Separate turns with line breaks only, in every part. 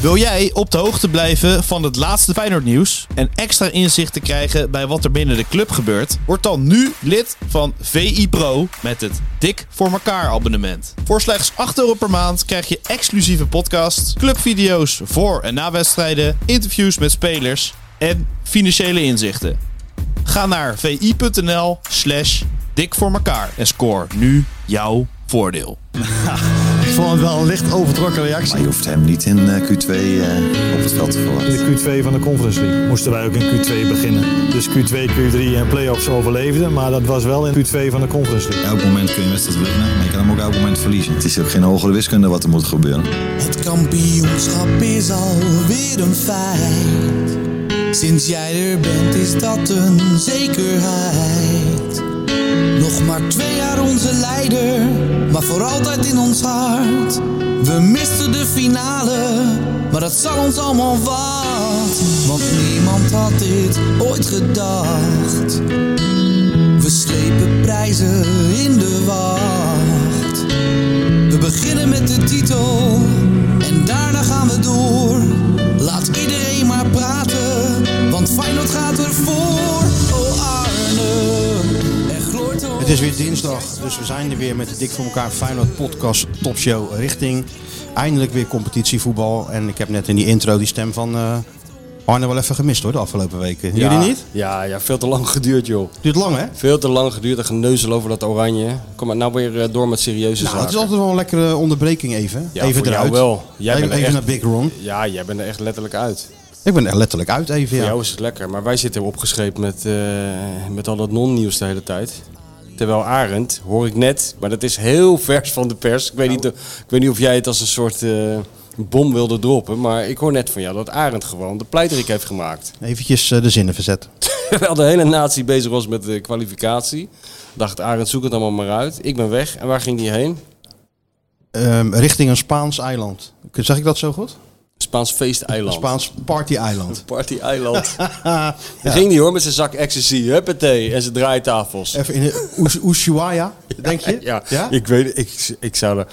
Wil jij op de hoogte blijven van het laatste Feyenoord nieuws en extra inzicht te krijgen bij wat er binnen de club gebeurt? Word dan nu lid van VI Pro met het Dik voor elkaar abonnement. Voor slechts 8 euro per maand krijg je exclusieve podcasts, clubvideo's voor en na wedstrijden, interviews met spelers en financiële inzichten. Ga naar vi.nl slash dik voor elkaar en score nu jouw voordeel.
Ik vond het wel een licht overtrokken reactie.
Maar je hoeft hem niet in eh, Q2 eh, op het veld te
In
verwachten.
de Q2 van de Conference League moesten wij ook in Q2 beginnen. Dus Q2, Q3 en playoffs overleefden, maar dat was wel in Q2 van de Conference League.
Elk moment kun je wedstrijd winnen, maar je kan hem ook elk moment verliezen.
Het is ook geen hogere wiskunde wat er moet gebeuren.
Het kampioenschap is alweer een feit. Sinds jij er bent is dat een zekerheid. Nog maar twee jaar onze leider, maar voor altijd in ons hart. We misten de finale, maar dat zal ons allemaal wat. Want niemand had dit ooit gedacht. We slepen prijzen in de wacht. We beginnen met de titel en daarna gaan we door. Laat iedereen maar praten, want Feyenoord gaat ervoor. Oh Arne, er gloort een-
Het is weer dinsdag, dus we zijn er weer met de Dik voor elkaar Feyenoord podcast topshow richting. Eindelijk weer competitievoetbal. En ik heb net in die intro die stem van eh Arne wel even gemist hoor, de afgelopen weken. Jullie niet?
Ja, ja, veel te lang geduurd, joh.
Duurt lang hè?
Veel te lang geduurd, een geneuzel over dat oranje. Kom maar nou weer eh, door met serieuze
Nou,
zaken.
het is altijd wel een lekkere onderbreking even.
Ja,
even
voor jou
eruit.
wel. Jij
even
bent
even
echt-
naar Big Ron.
Ja, jij bent er echt letterlijk uit.
Ik ben er letterlijk uit even.
Voor
Ja.
jou is het lekker, maar wij zitten opgeschreven met, eh, met al dat non-nieuws de hele tijd. Terwijl Arend, hoor ik net, maar dat is heel vers van de pers. Ik weet, niet,
Nou.
of- ik weet niet of jij het als een soort eh, bom wilde droppen, maar ik hoor net van jou dat Arend gewoon de pleiterik heeft gemaakt.
Eventjes eh, de zinnen verzet.
Terwijl de hele natie bezig was met de kwalificatie, dacht Arend zoek het allemaal maar uit. Ik ben weg. En waar ging die heen?
Ehm, richting een Spaans eiland. Zeg ik dat zo goed?
Spaans feesteiland.
Een Spaans party-eiland.
Party Eiland. Daar ging die hoor met zijn zak ecstasy, huppatee, en zijn draaitafels.
Even in de Us- Ushuaia, denk je?
Ja, ik weet ik, ik zou er...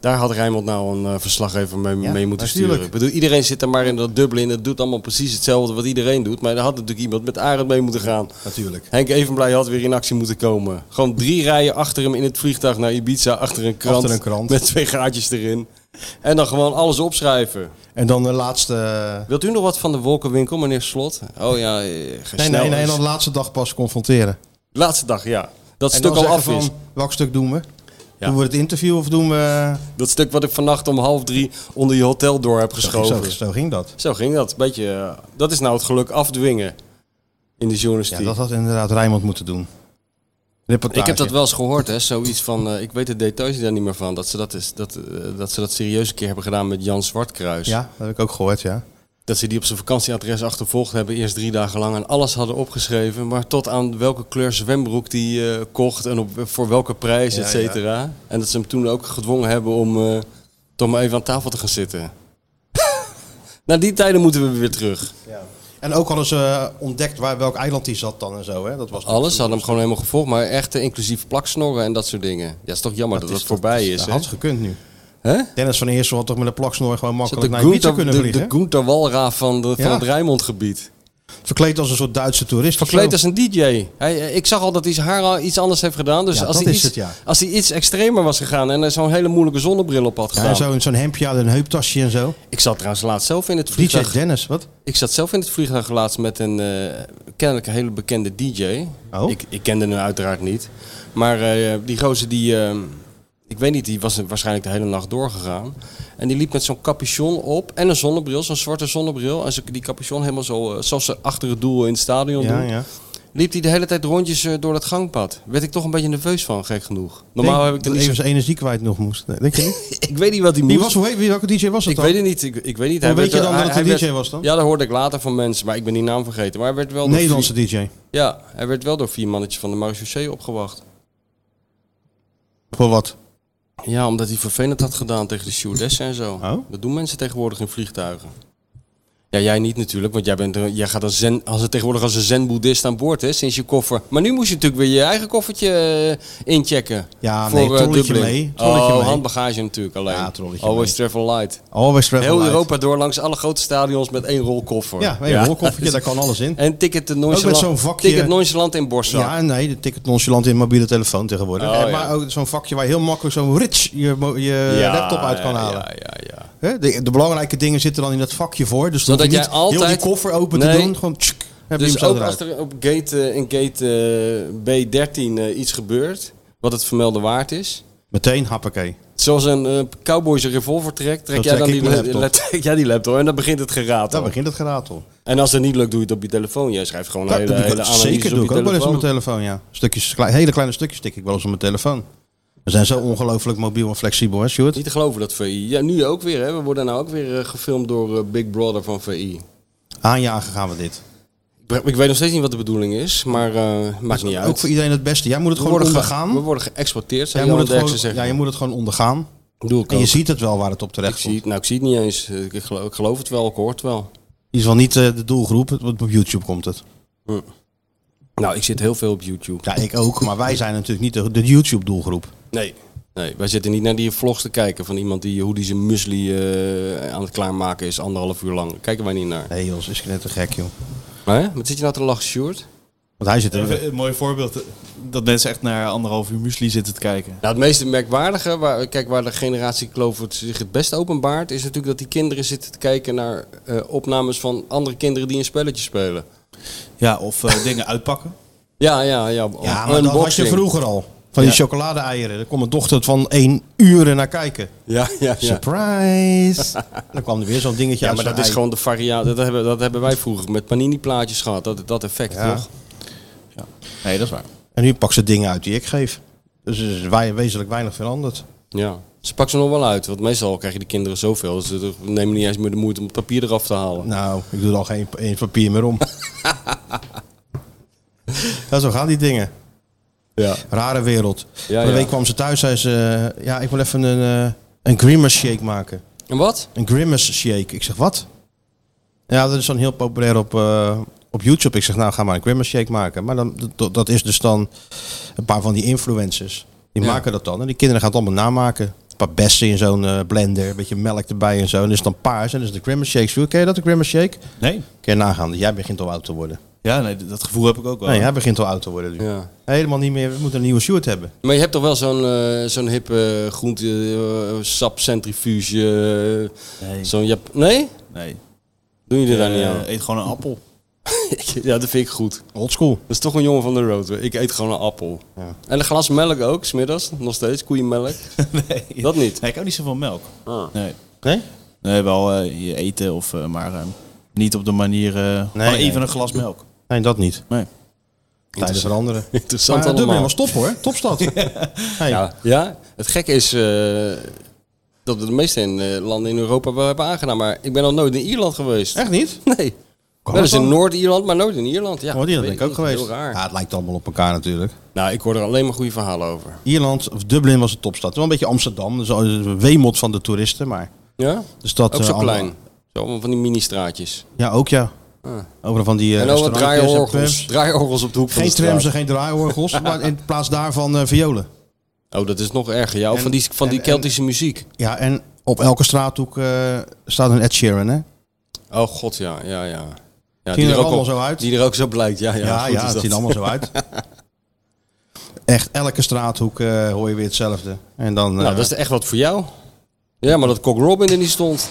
Daar had Rijnmond nou een eh, verslag even mee,
Ja,
mee moeten
natuurlijk.
sturen. Ik bedoel, iedereen zit er maar in dat dubbel in. Dat doet allemaal precies hetzelfde wat iedereen doet. Maar daar had natuurlijk iemand met Arend mee moeten gaan.
Natuurlijk.
Henk Evenblij had weer in actie moeten komen. Gewoon drie rijen achter hem in het vliegtuig naar Ibiza. Achter een krant.
Achter een krant.
Met twee gaatjes erin. En dan gewoon alles opschrijven.
En dan de laatste... eh,
Wilt u nog wat van de wolkenwinkel, meneer Slot? Oh ja, eh, ga
Nee,
snel
nee, nee,
eens.
dan de laatste dag pas confronteren.
Laatste dag, ja. Dat
En
stuk
dan
al af
zeggen
is.
van, Welk stuk doen we?
Ja.
Doen we het interview of doen we...
Dat stuk wat ik vannacht om half drie onder je hotel door heb
Zo,
geschoven. Zo,
zo ging dat.
ging dat. Beetje, eh, dat is nou het geluk afdwingen in de
Ja,
journalistiek.
dat had inderdaad Rijnmond moeten doen. Reportage.
ik heb dat wel eens gehoord, hè. Zoiets van, eh, ik weet de details daar niet meer van. Dat ze dat, is, dat, eh, dat ze dat serieus een keer hebben gedaan met Jan Zwartkruis.
Ja, dat heb ik ook gehoord, ja.
Dat ze die op zijn vakantieadres achtervolgd hebben, eerst drie dagen lang. En alles hadden opgeschreven, maar tot aan welke kleur zwembroek die eh, kocht en op, voor welke prijs,
Ja,
et cetera. En dat ze hem toen ook gedwongen hebben om eh, toch maar even aan tafel te gaan zitten. Naar die tijden moeten we weer terug.
En ook hadden ze eh, ontdekt waar, welk eiland hij zat dan en zo, hè. Dat was
Alles hadden hem gewoon helemaal gevolgd, maar echt eh, inclusief plaksnorren en dat soort dingen. Ja, is toch jammer dat dat, voorbij is,
Dat
hè?
had gekund nu.
Hè?
Dennis van Eersel had toch met een plaksnoor gewoon
Zat de
makkelijk naar Ibiza
Gunther-
kunnen
de- de
vliegen?
Gunther Walraaf van, de,
Ja.
van het Rijnmondgebied.
Verkleed als een soort Duitse toerist. of
Verkleed
zo.
als een DJ. Hij, eh, ik zag al dat hij zijn haar al iets anders heeft gedaan. Dus
Ja,
als,
dat
hij
is
iets,
het, ja.
als hij iets extremer was gegaan en er zo'n hele moeilijke zonnebril op had
Ja,
gedaan.
en zo in zo'n hempje en een heuptasje en zo.
Ik zat trouwens laatst zelf in het
DJ
vliegtuig.
Dennis, wat?
Ik zat zelf in het vliegtuig laatst met een eh, kennelijk een hele bekende DJ.
Oh.
Ik, ik kende hem uiteraard niet. Maar eh, die gozer die, eh, ik weet niet, die was waarschijnlijk de hele nacht doorgegaan. En die liep met zo'n capuchon op en een zonnebril, zo'n zwarte zonnebril. En zo, die capuchon helemaal zo, eh, zoals ze achter het doel in het stadion
Ja,
doen.
ja.
Liep hij de hele tijd rondjes eh, door dat gangpad. Werd ik toch een beetje nerveus van, gek genoeg. Normaal heb ik er
dat
niet
even
zo...
zijn energie kwijt nog moest. Nee, denk je niet?
Ik weet niet wat hij
Wie
moest.
was, hoe heet, wie- welke DJ was het
ik
dan?
weet het niet. Ik, ik weet niet.
Hoe weet
werd
je
wel-
dan dat het een
hij
DJ
werd-
was dan?
Ja, dat hoorde ik later van mensen. Maar ik ben die naam vergeten. Maar hij werd wel door
Nederlandse
vier-
DJ.
Ja, hij werd wel door vier mannetjes van de marechaussee opgewacht.
wel wat.
Ja, omdat hij vervelend had gedaan tegen de stewardessen en zo.
Oh?
Dat doen mensen tegenwoordig in vliegtuigen. Ja, jij niet natuurlijk, want jij, bent, een- jij gaat als, zen, als, tegenwoordig als een zen-boeddhist aan boord, hè, sinds je koffer. Maar nu moest je natuurlijk weer je eigen koffertje eh, inchecken.
Ja,
voor,
nee,
eh,
trolletje
Dublin.
mee, trolletje
Oh,
mee.
handbagage natuurlijk alleen.
Ja, trolletje
Always
mee.
travel light.
Always travel
Heel
light.
Europa door langs alle grote stadions met één rol koffer.
Ja, een rolkoffertje, daar kan alles in.
En ticket de
met
nonchalant,
zo'n vakje.
ticket nonchalant in Borsel.
Ja, nee, de ticket nonchalant in mobiele telefoon tegenwoordig.
Oh,
Eh,
ja.
Maar ook zo'n vakje waar je heel makkelijk zo'n rich je, mo- je eh, laptop uit kan
ja,
halen.
Ja, ja, ja.
Hè? De, de belangrijke dingen zitten dan in dat vakje voor. Dus dan
Zodat
hoef je
jij
niet heel
altijd-
die koffer open te
Nee.
doen. Gewoon tsk, heb je
Dus
hem zo
ook
eruit.
als er op gate, eh, in gate eh, B13 eh, iets gebeurt, wat het vermelden waard is.
Meteen happakee.
Zoals een eh, cowboy zijn revolver trekt, trek
Zo
jij
trek
dan
ik
die,
mijn
la-
laptop.
la- trek jij die laptop en dan begint het geratel.
Dan begint het geratel.
En als het niet lukt, doe je het op je telefoon. Jij schrijft gewoon een
Ja,
hele,
dat doe ik
hele
wel-
analyse
zeker doe
op
ik
je
ook wel eens op mijn
telefoon.
telefoon, ja. Stukjes, klei- hele kleine stukjes tik ik wel eens op mijn telefoon. We zijn zo ongelooflijk mobiel en flexibel, hè, Sjoerd?
Niet te geloven dat VI. Ja, nu ook weer. Hè. We worden nou ook weer eh, gefilmd door eh, Big Brother van VI.
Aanjagen gaan we dit.
Ik be- Ik weet nog steeds niet wat de bedoeling is, maar eh maakt niet uit.
Ook voor iedereen het beste. Jij moet het
we,
gewoon
worden ge-
ondergaan.
we worden geëxporteerd, zou
Jij
je
moet het
het
gewoon,
gewoon, zeggen.
ja, je moet het gewoon ondergaan.
Doe ik
En je
ook.
ziet het wel waar het op
ik
terecht
zie,
komt.
het- nou, ik zie het niet eens. Ik ik geloof, ik geloof het wel, ik hoor het wel.
In ieder geval niet eh, de doelgroep, het- want op YouTube komt het.
Nou, ik zit heel veel op YouTube.
Ja, ik ook, maar wij zijn natuurlijk niet de, de YouTube-doelgroep.
Nee. Nee, wij zitten niet naar die vlogs te kijken van iemand die hoe die zijn muesli eh, aan het klaarmaken is anderhalf uur lang. Kijken wij niet naar.
Nee, joh, dat is net te gek, joh.
Hè? Wat zit je nou te lachen, Sjoerd?
Want hij zit er.
Een mooi voorbeeld eh, dat mensen echt naar anderhalf uur muesli zitten te kijken.
Nou, het meest merkwaardige, waar, kijk, waar de generatie kloof het zich het best openbaart, is natuurlijk dat die kinderen zitten te kijken naar eh, opnames van andere kinderen die een spelletje spelen.
Ja, of eh, dingen uitpakken.
Ja, ja, ja.
Ja, maar dat had je
unboxing.
vroeger al. Van die
Ja.
chocolade-eieren. Daar kon mijn dochter van één uren naar kijken.
Ja, ja, ja.
Surprise! Dan kwam er weer zo'n dingetje
Ja,
uit
maar dat
zo'n
is
ei.
gewoon de variatie. Dat hebben, dat hebben wij vroeger met panini-plaatjes gehad. Dat, dat effect,
Ja.
toch?
Nee, dat is waar.
En nu pak ze dingen uit die ik geef. Dus er is wij- wezenlijk weinig veranderd.
Ja. Ze pakken ze nog wel uit. Want meestal krijgen die kinderen zoveel. Dus ze nemen niet eens meer de moeite om het papier eraf te halen.
Nou, ik doe er al geen, geen papier meer om. ja, zo gaan die dingen.
Ja.
Rare wereld.
Ja,
Van de
ja.
week kwam ze thuis zei ze... eh, ja, ik wil even een, eh, een grimace shake maken.
En wat?
Een grimace shake. Ik zeg, wat? Ja, dat is dan heel populair op, eh, op YouTube. Ik zeg, nou, ga maar een grimace shake maken. Maar dan, dat, dat is dus dan een paar van die influencers. Die
Ja.
maken dat dan. En die kinderen gaan het allemaal namaken. Een paar bessen in zo'n eh, blender. Een beetje melk erbij en zo. En dat is dan paars. En dat is de grimace shake. Sjoerd, Ken je dat, de grimace shake?
Nee.
Kun je nagaan. Jij begint al oud te worden.
Ja, nee, dat gevoel heb ik ook wel.
Nee, hij begint al oud te worden nu.
Oh. Ja.
Helemaal niet meer. We moeten een nieuwe Sjoerd hebben.
Maar je hebt toch wel zo'n eh, zo'n hippe groente eh, sapcentrifuge? eh,
Nee.
Zo'n Jap- nee?
Nee.
Doen jullie daar niet
Eh,
aan?
eet gewoon een appel.
ja, dat vind ik goed.
Oldschool.
Dat is toch een jongen van de road. Ik eet gewoon een appel. En een glas melk ook, smiddags. Nog steeds, koeienmelk.
nee.
Dat niet.
Nee, ik hou niet zoveel melk.
Ah.
Nee.
Nee?
Nee, wel eh, je eten of eh, maar eh, niet op de manier. eh gewoon
nee.
even een glas melk.
Nee, dat niet.
Nee.
Tijdens veranderen.
Interessant
Maar Dublin
allemaal.
was top hoor. Topstad. Hey.
Ja, ja, het gekke is eh, dat we de meeste in, eh, landen in Europa wel hebben aangedaan. Maar ik ben nog nooit in Ierland geweest.
Echt niet?
Nee. Wel
dat
eens in
dan?
Noord-Ierland, maar nooit in Ierland. Ja,
Oh, die ben
weet
ik ook
niet,
geweest.
Heel raar.
Ja, het lijkt allemaal op elkaar natuurlijk.
Nou, ik hoor er alleen maar goede verhalen over.
Ierland of Dublin was de topstad. Wel een beetje Amsterdam, dus al is het een weemot van de toeristen, maar
Ja?
de stad
Dus ook
eh,
zo
allemaal-
klein. Zo allemaal van die mini-straatjes.
Ja, ook ja. Overal van die eh
Ah. en allemaal
restaurantjes en
draaiorgels.
trams.
Draaiorgels op de hoek van
Geen
de straat.
trams en geen draaiorgels, maar in plaats daarvan eh, violen.
Oh, dat is nog erger. Ja, of
En-
van die, van die
en-
Keltische muziek.
Ja, en op elke straathoek eh, staat een Ed Sheeran, hè?
Oh god, ja, ja, ja. ja
Zien er
ook
allemaal
op-
zo uit?
Die er ook zo blijkt, ja,
Ja,
ja.
ja,
goed is
het
dat.
ziet er allemaal zo uit. Echt, elke straathoek eh, hoor je weer hetzelfde. En dan, eh,
Nou, dat is echt wat voor jou. Ja, maar dat Cock Robin er niet stond.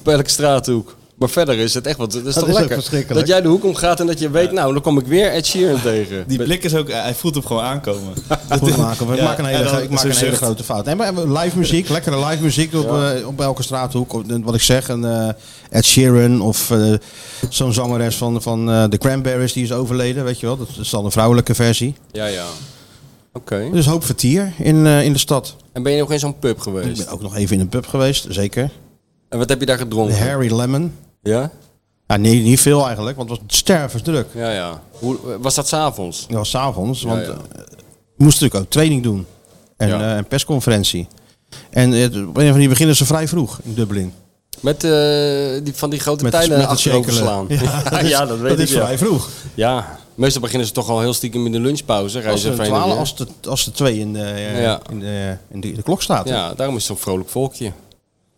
Op elke straathoek. Maar verder is het echt wat. Dat
Dat
is toch
is ook
lekker?
verschrikkelijk.
Dat jij de hoek omgaat en dat je weet, nou, dan kom ik weer Ed Sheeran tegen.
Die
Met-
blik is ook,
eh,
hij voelt hem gewoon aankomen.
Goed maken. We
Ja,
maken een hele,
en dan
ik maak
zo'n
een hele
zucht.
grote fout. Nee, maar eh, live muziek, lekkere live muziek op, eh, op elke straathoek. Op, wat ik zeg, een eh, Ed Sheeran of eh, zo'n zangeres van, van eh The Cranberries die is overleden, weet je wel. Dat is dan een vrouwelijke versie.
Ja, ja. Oké.
Dus hoop vertier in, eh, in de stad.
En ben je nog eens zo'n pub
Ik
geweest?
ben ook nog even in een pub geweest, zeker.
En wat heb je daar
De
gedronken?
Harry Lemon.
Ja?
Ja, nee, niet veel eigenlijk, want het was stervensdruk.
Ja, ja. Hoe, was dat s'avonds?
Dat was s'avonds, want
ja.
eh, ik moest natuurlijk ook training doen. en
Ja.
eh, een persconferentie. En eh, op een van die manier beginnen ze vrij vroeg in Dublin.
Met eh, die, van die grote
Met- met
tijlen
het
achterover
shakelen.
slaan. Ja, dat weet
dat
ik
is
ja.
vrij vroeg.
Ja, meestal beginnen ze toch al heel stiekem in de lunchpauze.
Als
Reizen
de,
even heen en
12,
weer.
als, de, als de twee in de, eh,
Ja.
in de, in de, de klok staat.
Ja, daarom is het zo'n vrolijk volkje.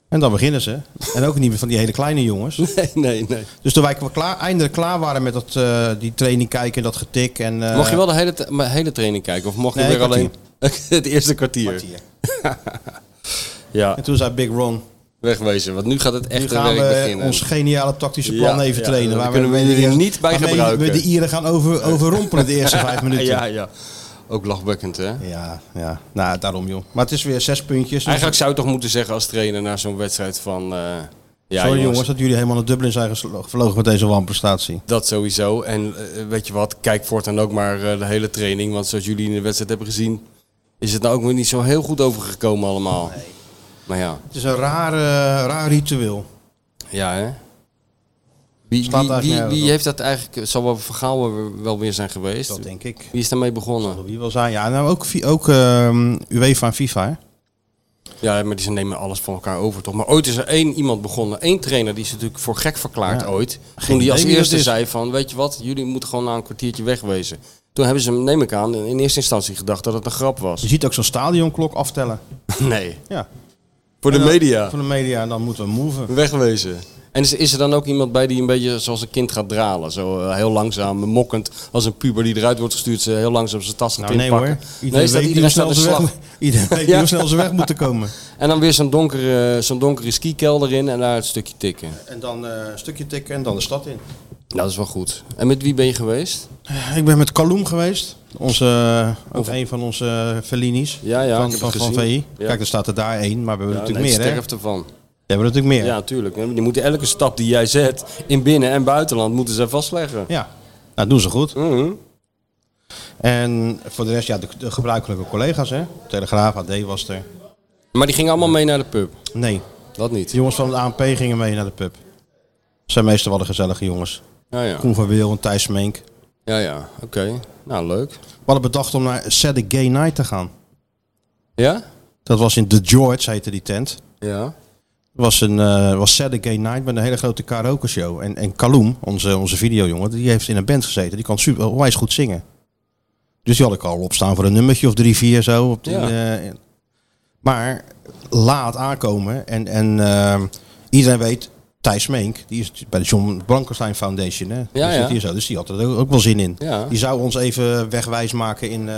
En dan beginnen ze. En ook niet meer van die hele kleine jongens.
Nee, nee, nee.
Dus toen wij kwa- klaar, eindelijk klaar waren met dat, eh, die training kijken en dat getik. En, eh,
Mocht je wel de hele, t- maar hele training kijken? Of mocht je
Nee,
weer alleen
kwartier.
het eerste kwartier?
kwartier.
Ja,
En toen zei Big Ron,
wegwezen. Want nu gaat het
nu
echte
gaan
werk
we
beginnen.
ons geniale tactische plan
Ja,
even
ja,
trainen.
daar
waar
kunnen we jullie niet bij
waarmee
gebruiken.
we de Ieren gaan over, overrompelen de eerste vijf minuten.
ja, ja. Ook lachbukkend, hè?
ja, ja. nou daarom joh. Maar het is weer zes puntjes. Dus
Eigenlijk zou je toch moeten zeggen als trainer na zo'n wedstrijd van... eh, ja,
sorry jongens dat jullie helemaal naar Dublin zijn geslo- gevlogen met deze wanprestatie.
Dat sowieso. En eh, weet je wat, kijk voortaan ook maar eh, de hele training. Want zoals jullie in de wedstrijd hebben gezien, is het nou ook weer niet zo heel goed overgekomen allemaal. Maar ja,
Het is een raar, eh, raar ritueel.
ja hè. Wie,
Slaat
wie,
eigenlijk
wie,
nergens
wie
op.
heeft dat eigenlijk, het zal wel Vergaal wel- wel weer zijn geweest.
Dat denk ik.
Wie is daarmee begonnen?
Wie wil zijn? Ja, nou ook, fi- ook ehm, UEFA en FIFA. hè?
Ja, maar die ze nemen alles van elkaar over toch. Maar ooit is er één iemand begonnen, één trainer die is natuurlijk voor gek verklaard ooit. Toen die
idee
als
wie dat
eerste
is.
zei van, weet je wat, jullie moeten gewoon na een kwartiertje wegwezen. Toen hebben ze, hem, neem ik aan, in eerste instantie gedacht dat het een grap was.
Je ziet ook zo'n stadionklok aftellen.
Nee.
Ja.
Voor de
En dan-
media.
Voor de media, en dan moeten we moven. Nou,
Wegwezen. En is, is er dan ook iemand bij die een beetje zoals een kind gaat dralen? Zo eh, heel langzaam, mokkend, als een puber die eruit wordt gestuurd, ze heel langzaam zijn tas gaat
Nou, nee hoor.
inpakken. nee, is dat
weet
iedereen
hoe
staat
snel
in
ze
slag.
weg, iedereen weet
Ja.
hoe snel ze weg moeten komen.
En dan weer zo'n donkere, zo'n donkere skikelder in en daar het stukje tikken.
En dan eh, een stukje tikken en dan de stad in.
Nou, dat is wel goed. En met wie ben je geweest?
Eh, Ik ben met Kaloum geweest. Onze, eh, ook een van onze Fellinis.
Ja, ja,
van,
ik heb
van,
het
van
gezien.
VI.
Ja.
Kijk, er staat er daar één, maar we hebben
Ja,
natuurlijk
nee,
meer. Hè? We
sterft ervan.
hebben natuurlijk meer.
Ja,
Ja.
natuurlijk. Die moeten elke stap die jij zet in binnen- en buitenland moeten ze vastleggen.
Nou, dat doen ze goed.
Mhm.
En voor de rest, ja, de, de gebruikelijke collega's. Hè? Telegraaf, AD was er.
Maar die gingen allemaal mee naar de pub.
Nee,
Dat
de
niet.
jongens van het ANP gingen mee naar de pub. Dat zijn meestal wel de gezellige jongens.
Ja, ja.
Koen van Wil en Thijs Meenk.
Ja, ja. Oké. Nou, leuk.
We hadden bedacht om naar Saturday Gay Night te gaan.
Ja?
Dat was in The George, heette die tent.
Ja.
Het was, een, eh was Saturday Night met een hele grote karaoke show. En, en Kaloem, onze, onze videojongen, die heeft in een band gezeten. Die kan super, onwijs goed zingen. Dus die had ik al opstaan voor een nummertje of drie, vier zo. Op die,
Ja.
eh, maar laat aankomen. En, en eh, iedereen weet, Thijs Meenk, die is bij de John Blankenstein Foundation. Hè? Die
ja.
zit Hier zo, dus die had er ook ook wel zin in.
Ja.
Die zou ons even wegwijs maken in eh,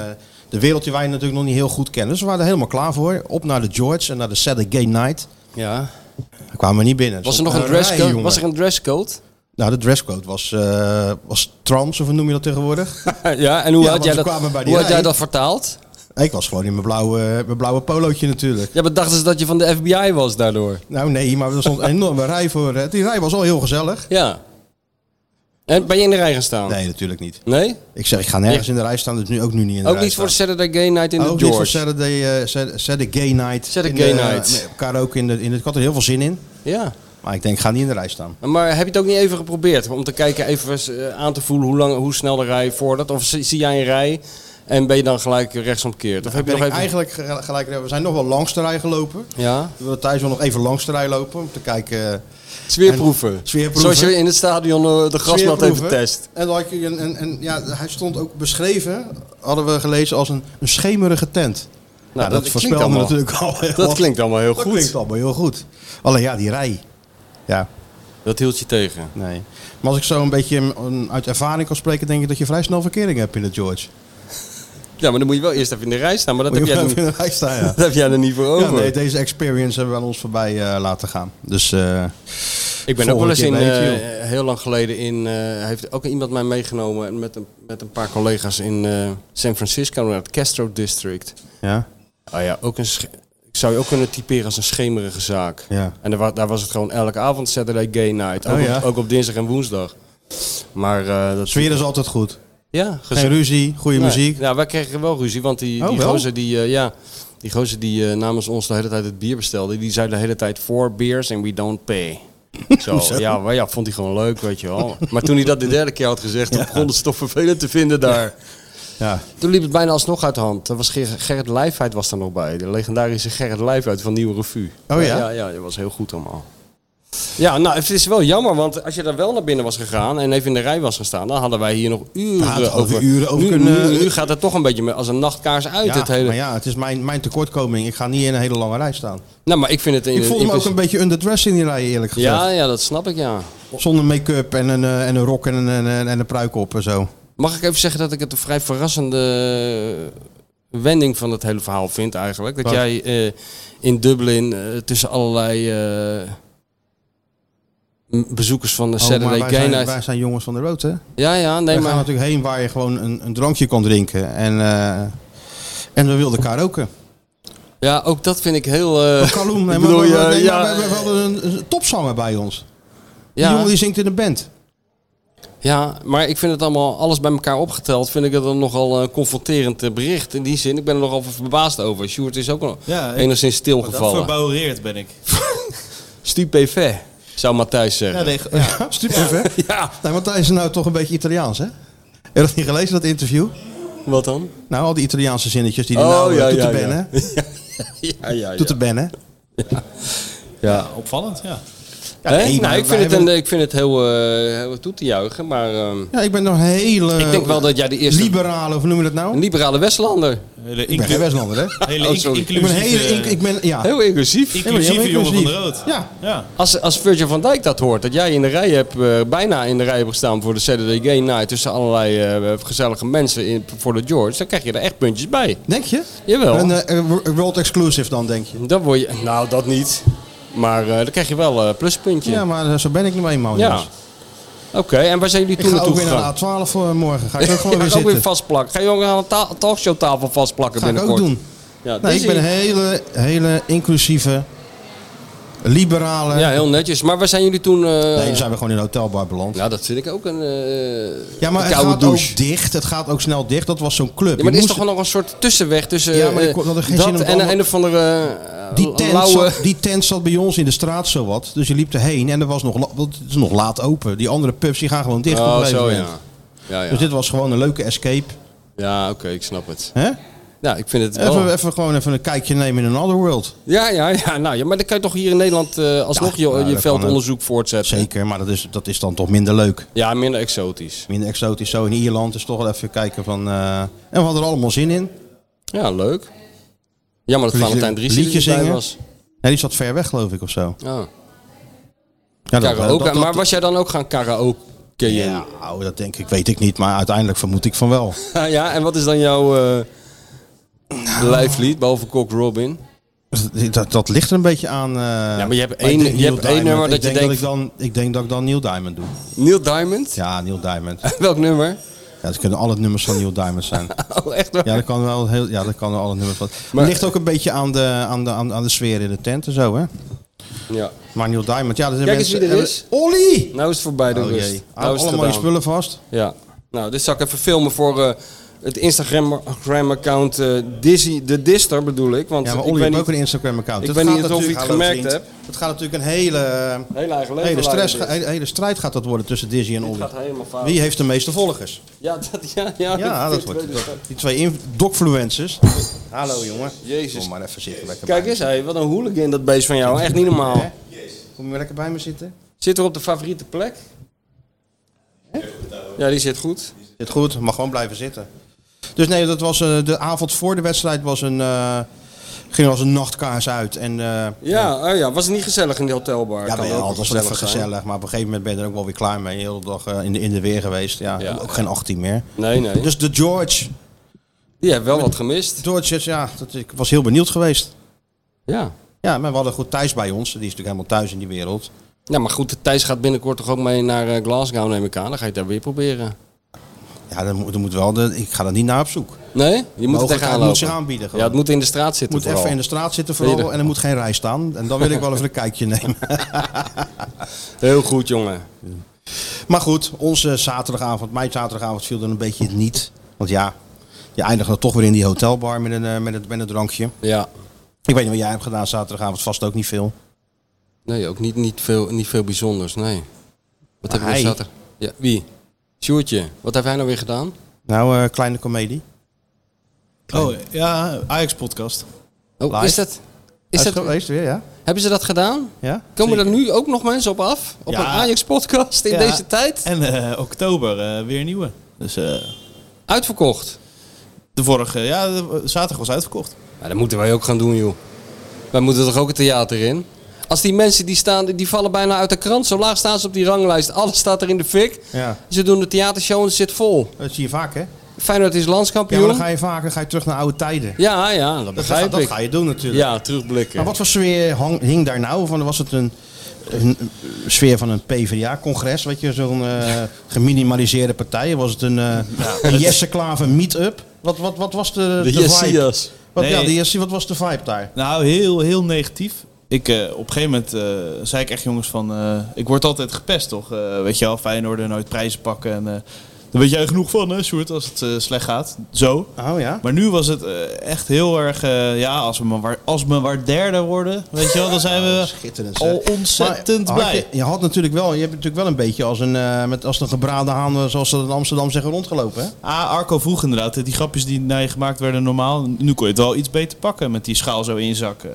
de wereld die wij natuurlijk nog niet heel goed kennen. Dus we waren er helemaal klaar voor. Op naar de George en naar de Saturday Night.
Ja.
We kwamen niet binnen.
Was er nog een
stond rij,
dresscode?
jongen.
Was er een dresscode?
Nou, de dresscode was, eh, was trans, of hoe noem je dat tegenwoordig?
ja, en hoe,
Ja,
had,
want
jij
we
dat,
kwamen bij die
hoe had
rij.
jij dat vertaald?
ik was gewoon in mijn blauwe, mijn blauwe polootje natuurlijk.
Ja, maar dachten ze dat je van de FBI was daardoor?
Nou nee, maar er stond een enorme rij voor. eh, Die rij was al heel gezellig.
Ja. En ben je in de rij gaan staan?
Nee, natuurlijk niet.
Nee?
Ik zeg, ik ga nergens in de rij staan, dus nu ook nu niet in de
Ook
rij
niet voor
staan.
Saturday Gay Night in de
Ook niet voor
George?
Saturday, eh, Sat- Saturday Gay Night.
Saturday
In de-
Gay Night.
met Karaoke in de, in de, ik had er heel veel zin in.
Ja.
Maar ik denk, ik ga niet in de rij staan.
Maar heb je het ook niet even geprobeerd? Om te kijken, even eens, eh, aan te voelen hoe, lang, hoe snel de rij vordert? Of zie, zie jij een rij en ben je dan gelijk rechtsomkeerd? Of heb je
Ben ik
nog even...
eigenlijk ge- gelijk, we zijn nog wel langs de rij gelopen.
Ja?
We willen thuis wel nog even langs de rij lopen om te kijken... eh,
Sfeerproeven.
En- sfeerproeven.
Zoals je in het stadion eh, de grasmat even
Sfeerproeven.
test.
En, dan had je een, een, een- ja, hij stond ook beschreven, hadden we gelezen, als een, een schemerige tent. Nou,
dat
dat,
klinkt
voorspelde
allemaal-
natuurlijk al heel
Dat
wat.
klinkt allemaal heel
Dat
goed.
klinkt allemaal heel goed. Alleen ja, die rij. Ja,
Dat hield je tegen.
nee. Maar als ik zo een beetje mm, uit ervaring kan spreken, denk ik dat je vrij snel verkering hebt in de George.
Ja, maar dan moet je wel eerst even in de rij staan. Maar dat, heb
Moet je
jij, er
wel
niet,
even in de rij staan, ja.
dat heb jij er niet voor over.
Ja, nee, deze experience hebben we aan ons voorbij eh, laten gaan. Dus eh,
ik ben
volgende
ook wel eens
keer
in,
weet je,
eh, heel lang geleden in... eh, heeft ook iemand mij meegenomen met een, met een paar collega's in eh, San Francisco naar het Castro District.
ja.
Ah ja, ook een sch- ik zou je ook kunnen typeren als een schemerige zaak.
Ja.
En daar, wa- daar was het gewoon elke avond Saturday Gay Night. Ook,
Oh ja.
op, ook op dinsdag en woensdag. Maar eh, dat...
Sfeer is altijd goed.
Ja,
Geen
gezellig.
ruzie, goede
Nee.
muziek.
Nou, wij kregen wel ruzie, want die,
Oh,
die
wel?
gozer die, eh, ja, die, gozer die eh, namens ons de hele tijd het bier bestelde, die zei de hele tijd four beers and we don't pay. Zo, ja, maar ja, vond hij gewoon leuk, weet je wel. Maar toen hij dat de derde keer had gezegd, dan begon het toch vervelend te vinden daar.
Ja.
Toen liep het bijna alsnog uit de hand. Dat was Ger- Gerrit Lijfheid was daar nog bij. De legendarische Gerrit Lijfheid van Nieuwe Revue.
Oh ja?
Ja, ja, dat was heel goed allemaal. Ja, nou, het is wel jammer, want als je daar wel naar binnen was gegaan en even in de rij was gestaan, dan hadden wij hier nog uren
Ja, het
over.
over uren over
nu,
kunnen-
nu, nu gaat het toch een beetje als een nachtkaars uit.
Ja,
het hele...
Maar ja, het is mijn, mijn tekortkoming. Ik ga niet in een hele lange rij staan.
Nou, maar ik vind het in
Ik voelde
in
me ook een
principe-
beetje underdressed in die rij, eerlijk gezegd.
Ja, ja, dat snap ik, ja.
Zonder make-up en een, eh, en een rok en een, en een, en een pruik op en zo.
Mag ik even zeggen dat ik het een vrij verrassende wending van het hele verhaal vind eigenlijk? Dat
Wat?
jij eh, in Dublin eh, tussen allerlei eh, m- bezoekers van de
Oh, maar
Saturday
wij,
Gay
zijn,
Night...
wij zijn jongens van de road, hè?
Ja, ja, nee,
we gaan
maar...
natuurlijk heen waar je gewoon een, een drankje kan drinken. En, eh, en we wilden karaoke.
Ja, ook dat vind ik heel... eh,
Kaloem, nee, maar,
ik bedoel,
we-
ja,
nee,
ja,
maar we, we hadden een, een topzanger bij ons. Die
ja,
jongen die zingt in de band.
ja, maar ik vind het allemaal, alles bij elkaar opgeteld, vind ik het dan nogal een confronterend eh, bericht. In die zin, ik ben er nogal verbaasd over. Sjoerd is ook nog
Ja, ik-
enigszins stilgevallen.
Verbouwereerd ben ik.
Stupéfait, zou Matthijs
Ja,
zeggen.
nee, ge- ja.
Super, hè?
Ja,
Nee, want hij is nou toch een beetje Italiaans, hè? Heb je dat niet gelezen, dat interview?
wat dan?
Nou, al die Italiaanse zinnetjes die hij
Oh,
nou ja, te bennen.
ja, ja,
Toe te bennen.
ja.
Opvallend, ja.
Ja,
Hè?
nee, maar
nou, ik,
wij
vind het
hebben-
een, ik vind het heel, eh, heel toe te juichen, maar ehm,
Ja, ik ben nog een hele...
ik denk wel dat jij de eerste...
Liberale, of noem je dat nou?
Een liberale Westlander.
Hele,
Ik ben geen Westlander, hè?
hele
Oh,
in-
sorry.
Ik ben een
inclusieve,
hele... Ik, ik ben, ja.
Heel inclusief.
Ja, maar jij bent
inclusieve jongen van de rood.
inclusief. Ja.
ja.
Als, als Virgil van Dijk dat hoort, dat jij in de rij hebt, eh, bijna in de rij hebt gestaan voor de Saturday Gay Night tussen allerlei eh, gezellige mensen in, voor de George, dan krijg je er echt puntjes bij.
Denk je?
Jawel.
Een eh, world exclusive dan, denk je?
Dan word je, nou dat niet, maar eh, dan krijg je wel een pluspuntje.
Ja, maar eh, zo ben ik nu eenmaal.
Ja.
jongens.
Oké, en waar zijn jullie
Ik
toen
ga ook
naartoe
weer
gegaan?
naar de A12 voor morgen. Ga ik ook gewoon
Ja,
weer
ook weer
zitten.
vastplakken. Ga je ook aan een ta- talkshowtafel vastplakken
Ga ik ook
binnenkort?
doen.
Ja, dus
Nee, ik ben een hele, hele inclusieve, liberale...
ja, heel netjes. Maar waar zijn jullie toen... eh,
Nee, dan zijn we gewoon in een hotelbar beland.
Nou, dat vind ik ook een, eh,
Ja, maar
een
het
koude
gaat
douche.
ook dicht. Het gaat ook snel dicht. Dat was zo'n club.
Ja, maar
Je
er is
moest-
toch wel nog een soort tussenweg tussen
Ja, maar ik
eh,
kon- had er geen
dat
zin om het
en
allemaal-
een of andere eh,
die, tent
lauwe...
zat, die tent zat bij ons in de straat zowat. Dus je liep erheen en er was nog, la- want het is nog laat open. Die andere pubs die gaan gewoon dicht op
Oh,
een gegeven
zo ja.
moment.
Ja, ja.
Dus dit was gewoon een leuke escape.
ja oké, ik snap het.
hè?
Ja, ik vind het wel...
Even, even gewoon even een kijkje nemen in another world.
Ja, ja, ja, nou, ja, maar dan kan je toch hier in Nederland eh, alsnog
Ja,
je,
nou,
je
dat
veldonderzoek voortzetten.
Zeker, maar dat is, dat is dan toch minder leuk.
Ja, minder exotisch.
Minder exotisch zo in Ierland is toch wel even kijken van... eh, en we hadden er allemaal zin in.
Ja, leuk. Jammer dat
Liedje-
Valentijn Dries er
liedje
niet bij
zingen.
was.
Nee, die zat ver weg geloof ik of zo.
Ja.
Ja, dat-
Karaoke.
dat- dat-
maar was jij dan ook gaan karaoke?
Ja, nou, dat denk ik, weet ik niet. Maar uiteindelijk vermoed ik van wel.
Ja. ja, en wat is dan jouw eh
Nou.
lijflied, behalve Cock Robin?
Dus Dat, dat, dat ligt er een beetje aan. eh,
maar je hebt
ik
één-
denk
je
Neil
hebt
Diamond.
één nummer
Ik
dat je
denk
denkt-
Dat ik, dan, ik denk dat ik dan Neil Diamond doe.
Neil Diamond?
Ja, Neil Diamond.
Welk nummer?
Ja, dat kunnen alle nummers van Neil Diamond zijn.
Oh, echt waar?
Ja, dat kan wel heel. Ja, dat kan alle nummers van.
Maar-
het ligt ook een beetje aan de, aan, de, aan, aan de sfeer in de tent en zo, hè?
Ja.
Maar Neil Diamond, ja, dat zijn
Kijk eens
mensen.
wie er is.
Olly!
Nou is het voorbij de
Oh
rust.
jee.
Nou
Hou
is het
allemaal je
gedaan.
spullen vast.
Ja. Nou, dit zal ik even filmen voor eh, het Instagram-account eh, Dizzy de Dister, bedoel ik. Want
Ja, maar
ik
Olly
weet
heeft
niet...
ook een Instagram-account.
ik
Dat
weet
gaat
niet of je het
natuurlijk- hallo,
gemerkt
vriend. Het gaat natuurlijk een hele.
Hele eigen leven
Hele, stress,
leiden dit.
hele, hele strijd gaat dat worden tussen Dizzy en
Dit
Olly.
gaat helemaal fout.
Wie heeft de meeste volgers?
Ja, dat, ja,
Ja,
ja, dit-
dat
dit-
wordt
dit-
dat- Die twee inv- docfluencers. Hallo jongen.
Jezus.
Kom maar even zitten. Lekker
Kijk
bij
eens,
me.
hé, wat een hooligan dat beest van jou. Echt niet normaal.
Kom je maar lekker bij me zitten?
Zit er op de favoriete plek? Ja, die zit goed.
Zit goed, mag gewoon blijven zitten. Dus nee, dat was, eh, de avond voor de wedstrijd was een, eh, ging er als een nachtkaars uit. En, eh,
Ja, oh ja, was het niet gezellig in die hotelbar?
ja,
Kan
ben je
ook
altijd
wel
gezellig, even
zijn.
gezellig. Maar op een gegeven moment ben je er ook wel weer klaar mee. Heel de dag eh, in, de, in de weer geweest. Ja,
Ja.
Ook geen 18 meer.
Nee, nee.
Dus de George.
Die heeft wel wat gemist.
George, is- ja, dat, ik was heel benieuwd geweest.
Ja.
Ja, maar we hadden goed thuis bij ons. Die is natuurlijk helemaal thuis in die wereld.
Ja, maar goed, Thijs gaat binnenkort toch ook mee naar eh, Glasgow, neem ik aan. Dan ga je het daar weer proberen.
Ja, dan moet, dan moet wel de, ik ga er niet naar op zoek.
Nee? Je moet
Mogelijkheid
er tegenaan
eh, moet
lopen.
zich aanbieden gewoon.
Ja, het moet in de straat zitten
moet
vooral.
even in de straat zitten
Nee, dat-
vooral en er moet geen rij staan. En dan wil ik wel even een kijkje nemen.
Heel goed, jongen.
Maar goed, onze zaterdagavond, mijn zaterdagavond viel dan een beetje het niet. Want ja, je eindigt dan toch weer in die hotelbar met een, eh, met een, met een drankje.
Ja.
Ik weet niet wat jij hebt gedaan zaterdagavond, vast ook niet veel.
Nee, ook niet, niet, veel, niet veel bijzonders, nee.
Maar
Wat hebben we
hij-
zaterdag? Ja, wie? Sjoertje, wat heeft hij nou weer gedaan?
Nou, eh, kleine komedie.
Oh, ja, Ajax-podcast.
Oh, is dat, is dat,
Uitgeweest weer, ja?
hebben ze dat gedaan?
ja?
Komen er nu ook nog mensen op af? Op
Ja.
een Ajax-podcast in
Ja.
deze tijd?
En eh, oktober eh, weer een nieuwe. Dus eh,
Uitverkocht.
de vorige, ja, de- zaterdag was uitverkocht.
Ja, dat moeten wij ook gaan doen, joh. Wij moeten toch ook het theater in? Als die mensen die staan, die vallen bijna uit de krant. Zo laag staan ze op die ranglijst. Alles staat er in de fik.
Ja.
Ze doen de theatershow en het zit vol.
Dat zie je vaak, hè?
Feyenoord is
Ja,
landskampioen.
maar dan ga je vaker ga je terug naar oude tijden.
ja, ja, dat
Dat, ga,
begrijp
dat
ik.
ga je doen natuurlijk.
Ja, terugblikken.
Maar wat voor sfeer hang- hing daar nou? Van, was het een, een sfeer van een PvdA-congres? Weet je, zo'n eh, geminimaliseerde partij? Was het een, eh, een Jesse Klaver meet-up? Wat, wat, wat was de, de, vibe?
Jessias.
Wat, ja,
Nee.
de Jesse, wat was de vibe daar?
Nou, heel, heel negatief. Ik, eh, op een gegeven moment eh, zei ik echt jongens van, eh, ik word altijd gepest toch? Eh, weet je wel, Feyenoord nooit prijzen pakken. En, eh, daar weet jij genoeg van hè Sjoerd, als het eh, slecht gaat. Zo.
Oh ja?
Maar nu was het eh, echt heel erg, eh, ja, als we, maar, waar- als we maar derde worden, weet je wel, dan zijn we
Oh, Schitterend. zeg.
al ontzettend
Maar had
blij.
Je, je had natuurlijk wel, je hebt natuurlijk wel een beetje als een, eh, met, als een gebraden haan, eh, zoals ze dat in Amsterdam zeggen, rondgelopen. Hè?
Ah, Arco vroeg inderdaad, die grapjes die naar je gemaakt werden normaal, nu kon je het wel iets beter pakken met die schaal zo inzakken.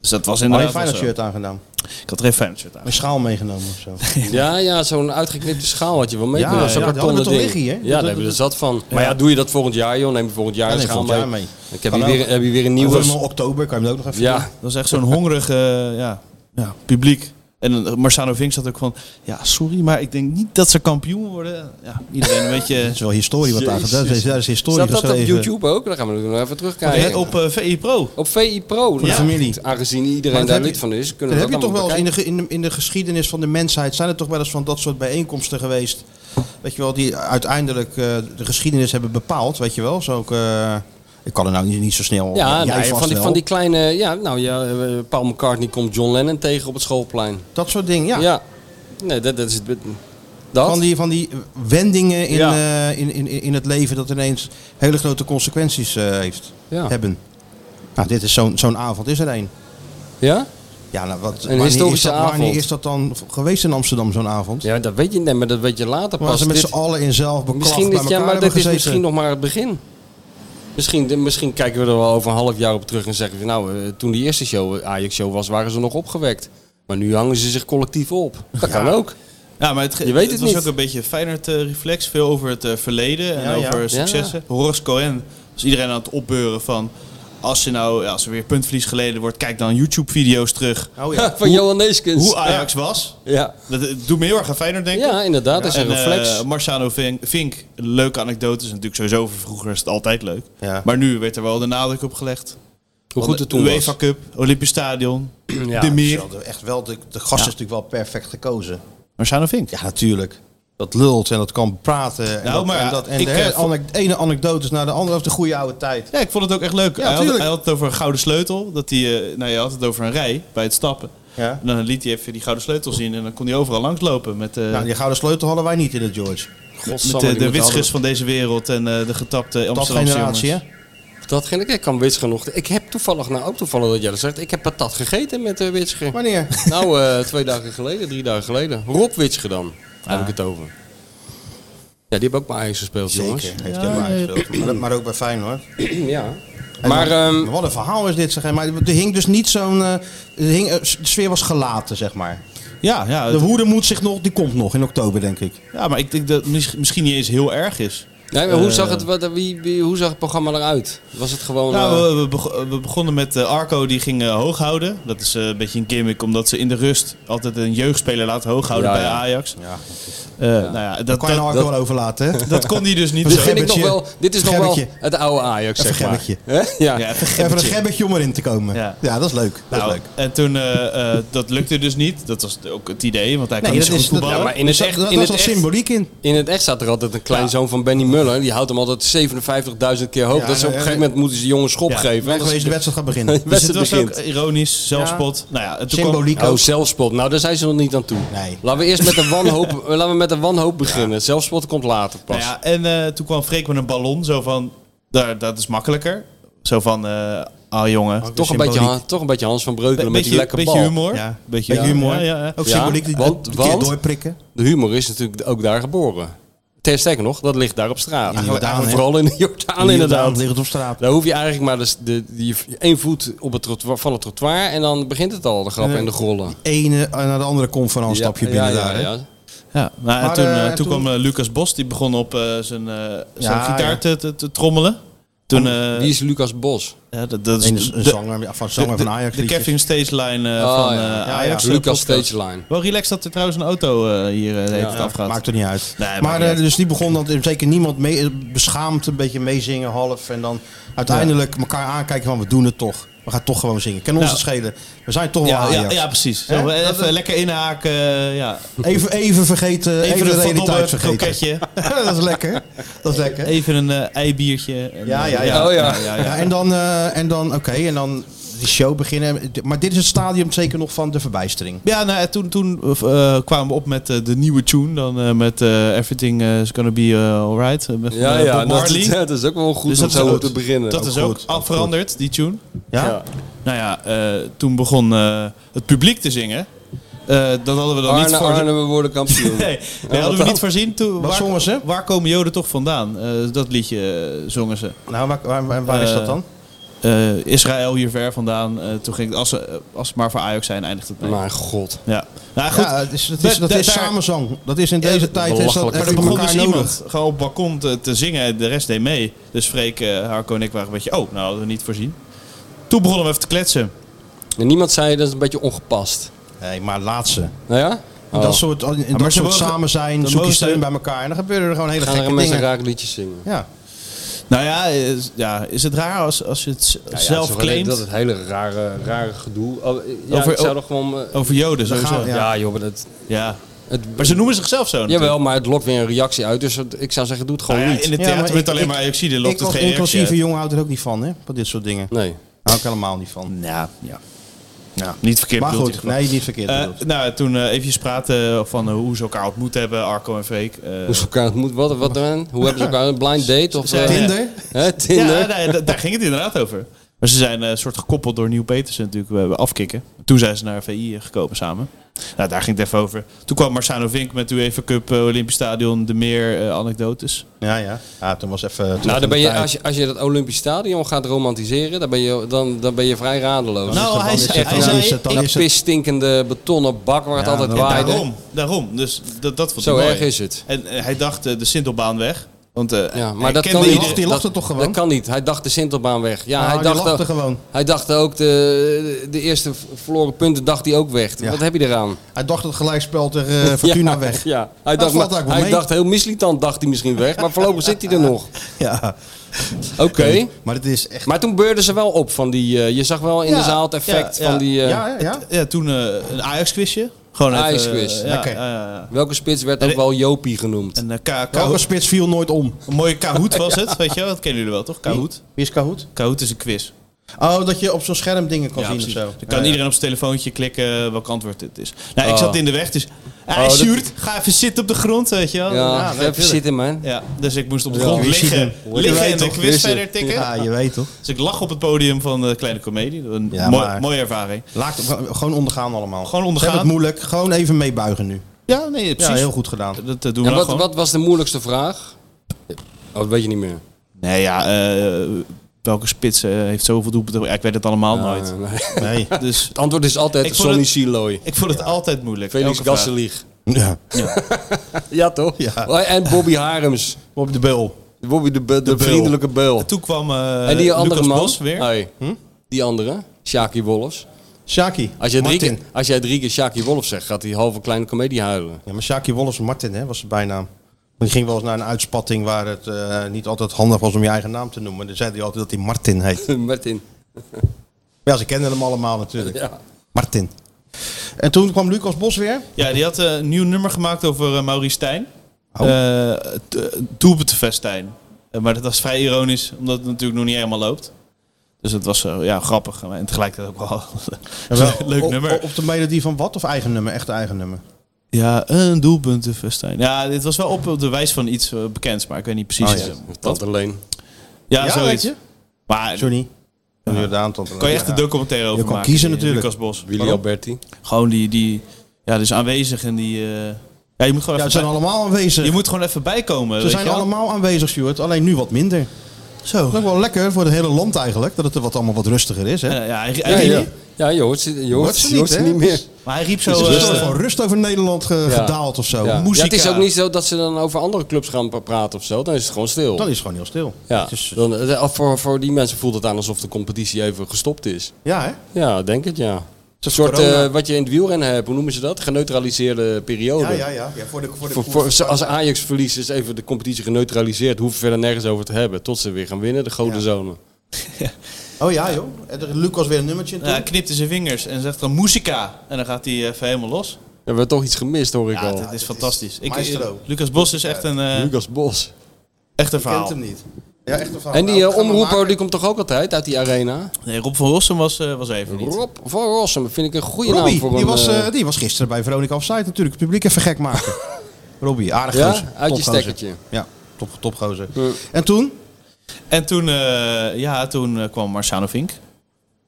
Dus dat was
Alleen een
inderdaad wel
Feyenoord
zo.
shirt aangedaan.
Ik had er geen Feyenoord shirt aan.
Een schaal meegenomen of zo.
Ja, ja, zo'n uitgeknipte schaal had je wel mee
Ja,
kunnen.
ja,
Zo'n
die
kartonnen
hadden we toch
ding.
liggen hier?
Ja,
Dat-
daar hebben we
dat-
er zat van. Maar ja, doe je dat volgend jaar, joh. Neem je volgend jaar
Ja,
een
neem
schaal
volgend jaar
mee.
mee.
Ik heb
Kan
hier weer,
ook.
heb je weer een
Nieuwe in eh,
nieuwe.
oktober, kan je hem ook nog even
Ja,
doen.
Dat was echt zo'n hongerig eh, ja, ja, publiek. En eh, Marciano Vink zat ook van, ja sorry, maar ik denk niet dat ze kampioen worden. Ja, iedereen een beetje...
Dat is wel historie wat daar gedaan is. Daar is historie
staat dat op
geschreven.
YouTube ook? Dan gaan we nog even terugkijken.
Net op eh, VI Pro.
Op VI Pro.
de
nou,
familie.
Aangezien iedereen
Maar dat
daar
heb je-
lid van is,
Dan
kunnen we
heb
dat
je toch wel
allemaal
eens in de,
bekijken.
ge- in, de, in de geschiedenis van de mensheid zijn er toch wel eens van dat soort bijeenkomsten geweest. Weet je wel, die uiteindelijk eh, de geschiedenis hebben bepaald, weet je wel. Zo ook, eh, ik kan er nou niet, niet zo snel
Ja,
jij
nee,
vast
van, die,
wel.
van die kleine... Ja, nou ja, eh, Paul McCartney komt John Lennon tegen op het schoolplein.
Dat soort dingen, ja.
Ja. Nee, dat, dat is het... Dat?
Van die, van die wendingen in,
Ja.
eh, in, in, in het leven dat ineens hele grote consequenties eh, heeft,
Ja.
hebben. Nou, dit is zo'n zo'n avond is er een.
Ja?
Ja, nou, wat,
Een
wanneer is
historische
dat, Wanneer
avond.
is dat dan geweest in Amsterdam, zo'n avond?
Ja, dat weet je niet, maar dat weet je later
Waar
pas.
ze met
Dit-
z'n allen in zelf beklacht
Misschien
bij
dit,
elkaar
ja, maar
hebben
dat is
gezeten.
misschien nog maar het begin. Misschien, misschien kijken we er wel over een half jaar op terug en zeggen we... Nou, eh, toen die eerste show, eh, Ajax-show was, waren ze nog opgewekt. Maar nu hangen ze zich collectief op. Dat kan ook.
Ja, maar het, ge-
Je weet het
was
niet.
ook een beetje Feyenoord eh, reflex. Veel over het eh, verleden en
Ja, ja.
over
Ja.
successen. Horace Cohen was iedereen aan het opbeuren van... Als ze nou, ja, als er weer puntverlies geleden wordt, kijk dan YouTube-video's terug.
Oh ja.
Van Johan Neeskens.
Hoe Ajax was.
Ja.
Dat, het doet me heel erg aan Feyenoord denken.
ja, inderdaad. Dat is een
En
reflex.
eh, Marciano Vink, Vink, leuke anekdotes. Natuurlijk sowieso over vroeger is het altijd leuk.
Ja.
Maar nu werd er wel de nadruk op gelegd.
Hoe goed het toen
UEFA
was.
Cup, Olympisch Stadion,
Ja,
de meer.
Ze hadden Echt wel, de, de gast is natuurlijk wel perfect gekozen.
Marciano Vink.
Ja, natuurlijk. Dat lult en dat kan praten. En
Nou,
dat,
maar
en, dat, en
ik,
de
eh,
her-
vond-
anek- ene anekdote is naar de andere of de goede oude tijd.
Ja, ik vond het ook echt leuk. hij, had,
tuurlijk.
hij had het over een gouden sleutel. Dat hij, eh, nou, je had het over een rij bij het stappen.
Ja.
En dan liet hij even die gouden sleutel zien en dan kon hij overal langslopen. Met, eh,
Nou, die gouden sleutel hadden wij niet in het George.
met eh, de witsgers van deze wereld en eh, de getapte
Dat
Amsterdamse
generatie, hè?
jongens.
Dat ging ik. Ik kan Witscher nog. Ik heb toevallig, nou ook toevallig dat jij dat zegt. Ik heb patat gegeten met eh Witscher.
Wanneer?
Nou, eh, twee dagen geleden, drie dagen geleden. Rob Witscher dan. Daar heb ik het over. Ja, die hebben ook bij Ajax gespeeld, jongens.
Zeker. Heeft hij ook aangespeeld. maar, dat- maar ook bij Feyenoord.
ja.
En
Maar,
dan-
ehm,
wat een verhaal is dit, zeg. Maar er hing dus niet zo'n... eh, er hing, eh, de sfeer was gelaten, zeg maar.
Ja, ja,
De
het-
woede moet zich nog... Die komt nog in oktober, denk ik.
ja, maar ik denk dat het mis- misschien niet eens heel erg is.
nee, maar hoe,
Eh,
zag het, wat, wie, wie- hoe zag het programma eruit? Was het gewoon... eh,
Nou, we, we beg- we begonnen met eh, Arco, die ging eh, hoog houden. Dat is eh, een beetje een gimmick, omdat ze in de rust altijd een jeugdspeler laten hoog houden
Ja,
bij
ja.
Ajax.
Ja.
Eh, Nou ja, dat,
Kan je nou
dat,
ook
dat,
wel overlaten, hè?
dat kon hij dus niet.
dit,
zo.
vind ik nog
gebbetje.
wel, dit is nog wel
Gebbetje.
het oude Ajax,
Even
zeg maar.
gebbetje.
Hè?
Ja,
Ja.
even
Even een
gebbetje.
gebbetje om erin te komen.
Ja.
Ja, dat is leuk. Dat is
Nou,
leuk.
En toen, eh, eh, dat lukte dus niet. Dat was ook het idee, want hij kan niet zo goed voetballen.
ja, maar in het echt-
dat
in
was
het
al
echt-
symboliek in.
In het echt staat er altijd een kleinzoon van Benny Muller. Die houdt hem altijd 57.000 keer hoog.
Ja,
dat ze
ja,
op een
ja.
gegeven moment moeten ze jongen schop
Ja,
geven.
Wij
anders-
geweest de wedstrijd gaat beginnen.
dus het
wedstrijd
was ook
begint.
ironisch, zelfspot. Nou ja, en toen kwam-
Symboliek
Oh,
ook.
zelfspot. Nou, daar zijn ze nog niet aan toe.
Nee.
Laten we eerst met de wanhoop, eh, laten we met de wanhoop beginnen. Zelfspot komt later pas.
Nou ja, en eh, toen kwam Freek met een ballon, zo van, daar, dat is makkelijker. Zo van, eh, ah jongen.
toch, een beetje, Han- toch een beetje Hans van Breukelen
Be-
met die
beetje,
lekker bal.
beetje humor.
Ja.
Beetje,
Beetje humor.
Ja, ja, ja.
Ook
Ja,
symboliek. Die
want-
want, keer
want-
doorprikken.
De humor is natuurlijk ook daar geboren. Ten sterker nog, dat ligt daar op straat.
Jordaan,
Eigenlijk
hè?
vooral in de Jordaan, inderdaad.
Ligt het op straat.
Daar hoef je eigenlijk maar dus de, die, één voet op het trottoir, van het trottoir en dan begint het al, de grap en de grollen.
Ene eh, naar de andere komt van een stapje binnen
ja,
daar. hè?
ja, ja.
Ja, nou, en
Maar,
toen,
eh,
eh,
en
toen
toen-
kwam eh, Lucas Bos, die begon op eh, zijn eh, zijn
Ja,
gitaar
ja.
Te, te, te trommelen. Toen, eh,
Wie Oh, is Lucas Bos?
ja, dat, dat is
Een,
de-
een zanger ja, van, zanger
de-
van Ajax.
De Kevin Stage Line eh,
Oh,
van eh,
ja.
ja.
Ajax. eh,
Lucas
podcast.
Stageline.
Wel relaxed dat er trouwens een auto eh, hier eh, de hele tijd afgaat.
Maakt er niet uit.
Nee, maakt
maar
niet
eh,
uit.
dus die begon dan zeker niemand mee, eh, beschaamd een beetje meezingen half. En dan uiteindelijk elkaar aankijken van we doen het toch. We gaan toch gewoon zingen. Kan ons
Ja.
het schelen. We zijn toch wel
ja, ja,
Ajax.
ja, precies.
Hè?
Zo, eh, even
Dat- dat-
lekker inhaken. eh, ja.
Even, even vergeten. Even,
Even
de
een
realiteit
verdomme
vergeten.
kroketje.
dat is lekker. Dat is lekker.
Even een eh, eibiertje. En,
Ja,
eh,
ja, ja.
Oh, ja.
ja,
Ja, en dan, eh, en dan oké, en dan die show beginnen. Maar dit is het stadium zeker nog van de verbijstering.
Ja, nou, en toen, toen eh, kwamen we op met eh, de nieuwe tune. Dan eh, met eh, Everything eh, is Gonna Be eh, Alright. eh, Met,
Ja,
eh,
ja,
Bob
dat,
Marley.
is- dat is ook wel goed
Dus
om
dat is
zo
goed.
te beginnen.
dat is ook al veranderd, die tune.
Ja?
Ja.
Nou ja, eh, toen begon eh, het publiek te zingen. Eh, dat hadden we dan niet
Arne,
voor...
Arne, we worden kampioen.
Nee, nee,
wat
hadden we
dan?
niet voorzien. Toen,
Wat
waar,
zongen ze?
Waar komen Joden toch vandaan? Eh, dat liedje eh, zongen ze.
Nou, waar, waar, waar- waar is dat dan?
Eh, Israël hier ver vandaan. Eh, toen ging het, als, ze, als ze maar voor Ajax zijn, eindigt het mee.
Mijn god.
Ja. Nou goed,
ja, het is, het is, dat
Daar-
is
daar-
samenzang. Dat is in deze
Ja,
tijd. Is dat,
belachelijk.
heb
Maar er
je
begon
elkaar
dus
nodig.
iemand gewoon op het balkon te, te zingen en de rest deed mee. Dus Freek, eh Harko en ik waren een beetje, oh, nou hadden we niet voorzien. Toen begonnen we even te kletsen.
En niemand zei dat is een beetje ongepast.
Nee, maar laatste.
Nou ja? Oh.
Dat soort, in
Ah, maar
dat
ze
soort
mogen-
samen
dan
zijn, zoek je
mogen ze-
steun bij elkaar. En dan gebeuren er gewoon hele
Gaan er
gekke
mensen
dingen.
raak liedjes zingen?
Ja.
Nou ja, is, ja, is het raar als, als je het z-
Ja, ja, het is
zelf
toch alleen
claimt
Dat is het hele rare, rare gedoe. Oh, ja,
Over-
ik zou toch gewoon... eh,
over Joden
We
sowieso?
gaan-
ja.
ja.
joh, maar dat... Het,
Maar ze noemen zichzelf zo natuurlijk.
Jawel, maar het lokt weer een reactie uit. Dus het- ik zou zeggen, doe het gewoon
Nou ja,
niet.
in het
Ja,
theater
maar
met
ik-
alleen
ik-
maar Ajaxide
Ik
lokt het
als
geen reactie
inclusieve
uit.
jongen houdt er ook niet van, hè? Van dit soort dingen.
Nee.
Hou ik helemaal niet van.
Ja, ja. Nou, Niet verkeerd
Maar
bedoeld
goed,
in ieder
nee, niet verkeerd
geval.
bedoeld.
Eh, nou, toen even eventjes praten van eh, hoe ze elkaar ontmoet hebben, Arco en Freek. eh,
Hoe ze Dus elkaar ontmoet, wat, wat dan? Hoe hebben ze elkaar een blind date of... eh,
Tinder?
hè, Tinder?
Ja, nee, da- daar ging het inderdaad over. Maar ze zijn een soort gekoppeld door Nieuw Petersen natuurlijk, we hebben afkikken. Toen zijn ze naar VI gekomen samen. Nou, daar ging het even over. Toen kwam Marciano Vink met UEFA Cup, eh, Olympisch Stadion, de meer eh, anekdotes.
Ja, ja. Ja, toen was even... toen was
Nou, dan
het
ben je,
tijd.
als, je, als je dat Olympisch Stadion gaat romantiseren, dan ben je, dan, dan ben je vrij radeloos.
Nou, hij zei-
het-
hij
dan
zei-
is het- dan
dat
is het-
pisstinkende betonnen bak waar het
Ja,
altijd
dan-
waaide.
Daarom, daarom. Dus dat, dat vond
Zo
ik mooi.
erg is het.
En eh, hij dacht eh, de Sintelbaan weg. Want eh,
Ja, maar
hij
dat
kende
kan niet.
iedereen.
die lacht
dat,
er toch gewoon?
Dat kan niet. Hij dacht de Sintelbaan weg. Ja,
Nou,
hij
die
dacht
lachte
ook-
gewoon.
Hij dacht ook de, de eerste verloren punten dacht hij ook weg.
Ja.
Wat heb je eraan?
Hij dacht het gelijkspel tegen eh, Fortuna
ja,
weg.
Ja. Hij,
valt
dacht, maar-
eigenlijk wel
hij
mee.
dacht heel mislitant dacht hij misschien weg, maar voorlopig zit hij er nog.
Ja.
Oké.
Maar het is echt...
Maar toen beurden ze wel op van die. eh, je zag wel in
Ja,
de zaal het effect
ja, ja.
van die. eh,
ja, ja, ja.
Ja, toen eh, een Ajax-quizje. Gewoon even,
Ajax-quiz,
eh, ja,
lekker.
ja, ja, ja.
Welke spits werd ook
En-
wel Jopie genoemd?
En eh, Ka- Ka-
Welke spits viel nooit om?
een mooie Kahoot was het, weet je wel? Dat kennen jullie wel, toch? Kahoot.
Wie is Kahoot?
Kahoot is een quiz.
Oh, dat je op zo'n scherm dingen kan
Ja,
zien of
precies.
zo.
Dan kan iedereen op zijn telefoontje klikken welk antwoord dit is. Nou,
Oh.
ik zat in de weg, dus... Hij
Oh, dat-
Sjoerd, ga even zitten op de grond, weet je wel.
ja,
Ja,
ga even
natuurlijk.
zitten man.
dus ik moest op de
Ja.
grond
Wie ziet
liggen,
hem?
liggen
Weet
en de
toch,
quiz
wist het.
verder tikken.
Ja, je weet toch.
Dus ik lag op het podium van de Kleine Comedie. Een
Ja,
mooi-
maar-
mooie ervaring.
Laat, gewoon ondergaan allemaal.
Gewoon
Ze
ondergaan.
hebben het moeilijk. Gewoon even meebuigen nu.
Ja, nee, precies.
Ja, heel goed gedaan.
Dat, eh, doen we
En
dan
wat,
gewoon.
wat was de moeilijkste vraag? Oh, dat weet je niet meer.
Nee, ja, eh, welke spits eh, heeft zoveel doelpunten? Ja, ik weet het allemaal nooit.
Ah, nee.
Nee.
Dus
Het antwoord is altijd
Ik vond
Sonny
het-
Siloy.
ik vond het altijd moeilijk.
Felix
elke vraag.
Gasselig.
ja.
Ja, toch?
Ja.
Oh, En Bobby Harems.
Op de bel.
Bobby de, be- de
Beul.
vriendelijke beul.
En Toen kwam eh
En die andere
Lucas
man?
Bos weer.
Ah.
Hey. Die andere? Shaki Wolfs.
Shaki.
Als jij, drie
Martin.
keer, als jij drie keer Shaki Wolfs zegt, gaat hij halve kleine komedie huilen.
Ja, maar Shaki Wolfs Martin hè, was zijn bijnaam. Want die ging wel eens naar een uitspatting waar het eh, niet altijd handig was om je eigen naam te noemen. Dan zei hij altijd dat hij Martin heet.
Martin.
Ja, ze kenden hem allemaal natuurlijk.
Ja.
Martin. En toen kwam Lucas Bos weer.
Ja, die had eh, een nieuw nummer gemaakt over eh, Maurice Stijn.
Oh.
Eh, t- eh, Doelpuntenfestijn. Eh, maar dat was vrij ironisch, omdat het natuurlijk nog niet helemaal loopt. Dus het was eh, ja, grappig en tegelijkertijd ook wel een leuk
Op-
nummer.
Op, op de melodie van wat? Of eigen nummer? Echt eigen nummer?
Ja, een doelpuntenfestijn. Ja, dit was wel op, op de wijs van iets eh, bekends, maar ik weet niet precies.
Oh, ja.
eh, wat.
Tante Leen.
Ja,
weet
zoiets.
je?
Maar
Johnny. Jordaan tot-
kan je echt een documentaire over
Je kan
maken,
kiezen
die
natuurlijk.
Lucas Bos.
Willy
Waarom?
Alberti.
Gewoon die, die, ja, die is aanwezig en die, eh, Ja, je moet gewoon
Ja, ze
even
zijn
bij-
allemaal aanwezig.
je moet gewoon even bijkomen.
Ze
weet
zijn
je wel.
allemaal aanwezig, Stuart. Alleen nu wat minder. Zo. Dat is wel lekker voor het hele land eigenlijk. Dat het er wat allemaal wat rustiger is. Hè?
Eh, Ja, ja, hij,
Ja,
hij-
ja. ja je hoort ze, je hoort,
Hoort ze
je hoort
niet,
ze
hè?
niet meer.
Maar hij riep
Is
zo...
er een soort
eh,
van rust over Nederland ge-
Ja.
gedaald of zo.
Ja.
Moesika.
Ja, het is ook niet zo dat ze dan over andere clubs gaan pra- praten of zo. Dan is het gewoon stil.
Dan is het gewoon heel stil.
ja,
Het is-
dan, eh, voor, voor die mensen voelt het aan alsof de competitie even gestopt is.
ja hè?
Ja, denk het ja. Een
is
soort
corona.
eh, wat je in het wielrennen hebt, hoe noemen ze dat? Geneutraliseerde periode.
Ja, ja, ja. ja voor de, voor de
Voor, voor, zo- als Ajax verliest is even de competitie geneutraliseerd. Hoeven we verder nergens over te hebben. Tot ze weer gaan winnen, de gouden zone.
Oh ja, joh. En er- Luc was weer een nummertje.
ja, hij knipt in zijn vingers en zegt dan Musica. En dan gaat hij eh, even helemaal los.
We hebben toch iets gemist hoor ik
Ja,
al.
dat is fantastisch. Ik, eh,
maestro.
Lucas Bos is echt een, eh
Lucas Bos.
echt een
kent
verhaal.
hem niet. Ja, echt een verhaal.
En die
Nou,
eh,
gaan we
omroeper
maken.
die komt toch ook altijd uit die arena?
Nee, Rob van Rossum was, eh, was even niet.
Rob van Rossum vind ik een goede naam
Robbie,
voor
die
een...
was,
eh,
eh, die was gisteren bij Veronica Offside natuurlijk. Het publiek even gek maken. Robbie, aardig
Ja?
gozer.
Uit je
Topgozer.
stekkertje.
Ja, top, topgozer.
Ja.
En toen?
En toen, eh, ja, toen eh, kwam Marciano Vink.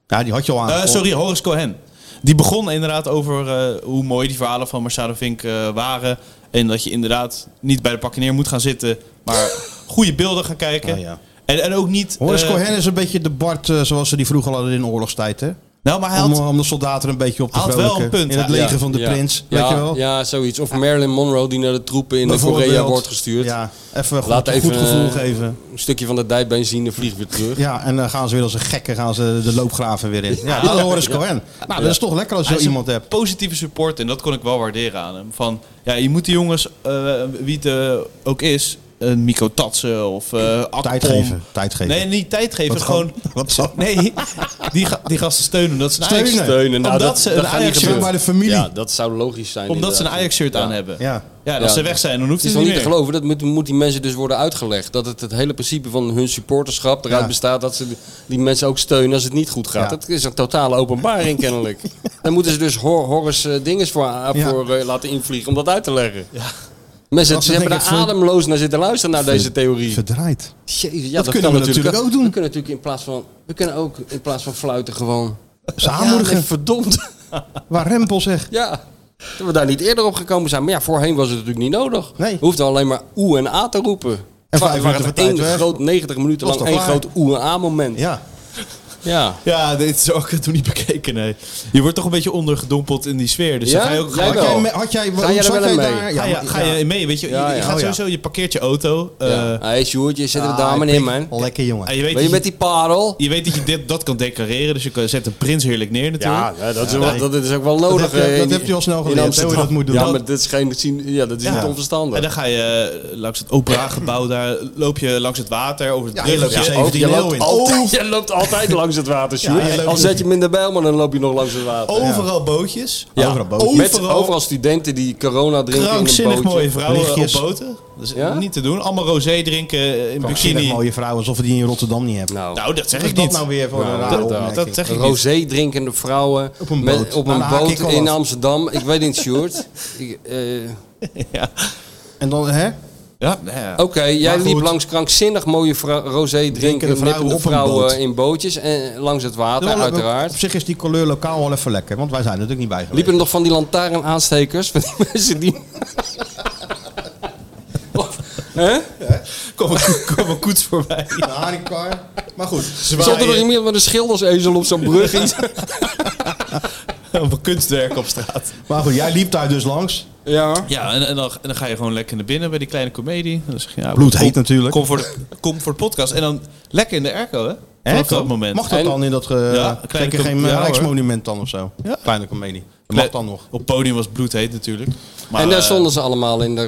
Ja, die had je al aan.
Eh, sorry, Horace Cohen. Die begon inderdaad over eh, hoe mooi die verhalen van Marciano Vink eh, waren. En dat je inderdaad niet bij de pakken neer moet gaan zitten, maar goede beelden gaan kijken.
Ah, ja.
en, en ook niet...
Horace
eh,
Cohen is een beetje de Bart eh, zoals ze die vroeger hadden in oorlogstijd. Hè?
Nou, maar hij
Om, eh,
had,
om de soldaten een beetje op te
Had wel
vrolijken.
een punt,
In het
ja.
leger
Ja,
van de
ja.
prins.
Ja,
weet je wel?
Ja, zoiets. Of Marilyn Monroe die naar de troepen in de
Bijvoorbeeld.
Korea wordt gestuurd.
Ja, even een goed,
Laat even
goed gevoel
eh,
geven.
Een stukje van de dijbeen zien, dan vliegt weer terug.
Ja, en dan gaan ze weer als een gekke gaan ze de loopgraven weer in. Ja, dat is Horace Cohen. Nou, dat is toch lekker als je
Hij
zo
is een
iemand hebt.
Positieve support en dat kon ik wel waarderen aan hem. Van, ja, je moet die jongens, eh, wie het eh, ook is, een Mico Tatsen of eh Akpom.
Tijd geven. Tijd geven.
Nee, niet tijd geven,
Wat
gewoon...
Wat zo?
Nee, die, ga- die gasten steunen omdat ze een Ajax...
Steunen.
Steunen. Nou,
Omdat
dat,
ze een
dat gaat niet
Ajax-
gebeuren.
bij de familie.
Ja, dat zou logisch zijn.
Omdat ze een
inderdaad.
Ajax-shirt
Ja.
aan hebben.
Ja.
Ja, als
Ja.
ze weg zijn, dan hoeft
Het is
het
wel
niet
niet te
meer.
geloven, dat moet, moet die mensen dus worden uitgelegd. Dat het, het hele principe van hun supporterschap eruit
Ja.
bestaat dat ze die- die mensen ook steunen als het niet goed gaat.
Ja.
Dat is een totale openbaring kennelijk. Dan moeten ze dus hor horrors eh, dinges voor, ah,
Ja.
voor eh, laten invliegen om dat uit te leggen. Mensen
Dat
ze
is
hebben
denk
daar
ik ver-
ademloos naar zitten luisteren naar deze theorie.
Verdraaid.
Jezus, ja,
dat kunnen
kan
we natuurlijk ook doen.
We kunnen natuurlijk in plaats van, we kunnen ook in plaats van fluiten gewoon.
Ze
Ja, nee,
aanmoedigen.
verdomd.
Waar Rempel zegt.
Ja. Dat we daar niet eerder op gekomen zijn. Maar ja, voorheen was het natuurlijk niet nodig.
Nee.
We hoefden alleen maar oe en a te roepen.
En
Waar-
vijf
waar
minuten
het
van tijd
één
weg.
groot 90 minuten
Was
lang één
toch klaar?
groot oe en a moment.
Ja.
Ja.
Ja, dit is ook toen niet bekeken, nee. Je wordt toch een beetje ondergedompeld in die sfeer. Dus
Ja?
dan ga je ook...
Jij
ga
Had
je-
wel.
jij, me- had jij,
Ga jij er
zat
wel
jij
in mee?
daar?
Ga
Ja,
je,
maar-
ga
ja.
je mee, weet je. Je-
Ja,
je,
ja.
gaat
Oh, ja.
sowieso, je parkeert je auto. eh,
ja. Hé, Sjoerd, je zit er
Ah,
daar meneer, man.
Lekker jongen.
en je weet, dat
Ben je
je,
met die parel?
je weet dat je dit, dat kan declareren, dus je kan- zet een prins heerlijk neer natuurlijk.
dat is, wel, dat is ook wel nodig.
Dat heb je-
eh,
dat
in-
heb je al snel
in
geleerd, hè, hoe je
Amsterdam.
dat moet doen.
Ja,
Dat-
maar dat is, geen, zien- ja, dat is niet onverstandig.
En dan ga je eh, langs het operagebouw, daar loop je langs het water, over het
Ja, je dus loopt
bruggetje.
er
Ook, je,
17 eeuw
loopt
in.
altijd, je loopt altijd langs het water, Sjoerd.
Ja, je loopt- Oh,
Al zet je hem in de Bijlman, dan loop je nog langs het water.
overal bootjes.
Ja,
Ah, Overal
met-
boven.
overal, studenten die corona drinken in een
Krankzinnig
bootje.
mooie vrouwen
Lichtjes.
op boten. Dat is
Ja?
niet te doen. Allemaal rosé drinken eh, in
Bikini.
bikini.
mooie vrouw, alsof we die in Rotterdam niet hebben.
Nou,
Nou, dat zeg
Wat
ik
is dat
niet.
nou weer voor een rare
dat-
opmerking?
dat zeg ik niet.
rosé drinkende vrouwen
Op een boot. Nou,
op een
dan haak
boot
ik al
in
af.
Amsterdam. Ik weet niet, Sjoerd. Ik, eh,
Ja.
En dan, hè?
Ja, nou ja.
Oké, jij
Maar
liep
goed.
langs krankzinnig mooie vrou- rosé drinkende
vrouwen
vrouwen,
op een
vrouwen
boot.
in bootjes en langs het water,
Wel,
uiteraard.
Op zich is die kleur lokaal wel even lekker, want wij zijn er natuurlijk niet bij geweest.
Liepen er nog van die lantaarnaanstekers? Van die mensen die... Hè?
Kom een, ko- kom een koets voorbij.
Ja, die kar. Maar goed.
Zat er nog iemand met een schildersezel op zo'n brug?
Op een kunstwerk op straat.
Maar goed, jij liep daar dus langs.
ja.
Ja, en, en, dan, en dan ga je gewoon lekker naar binnen bij die kleine comedie. Dan zeg je, ja,
Bloedheet
kom-
natuurlijk.
Kom voor, de, kom voor de podcast. En dan lekker in de airco, hè?
Hè,
Vanaf dat
kom.
moment.
Mag dat
En-
dan in dat... ge-
Ja, een kleine
zeker
com-
geen eh,
ja, hoor.
rijksmonument dan of zo?
Ja.
Kleine comedie. Dat mag
Nee,
dan nog.
Op het podium was het bloedheet natuurlijk. Maar,
en daar
eh,
stonden ze allemaal in de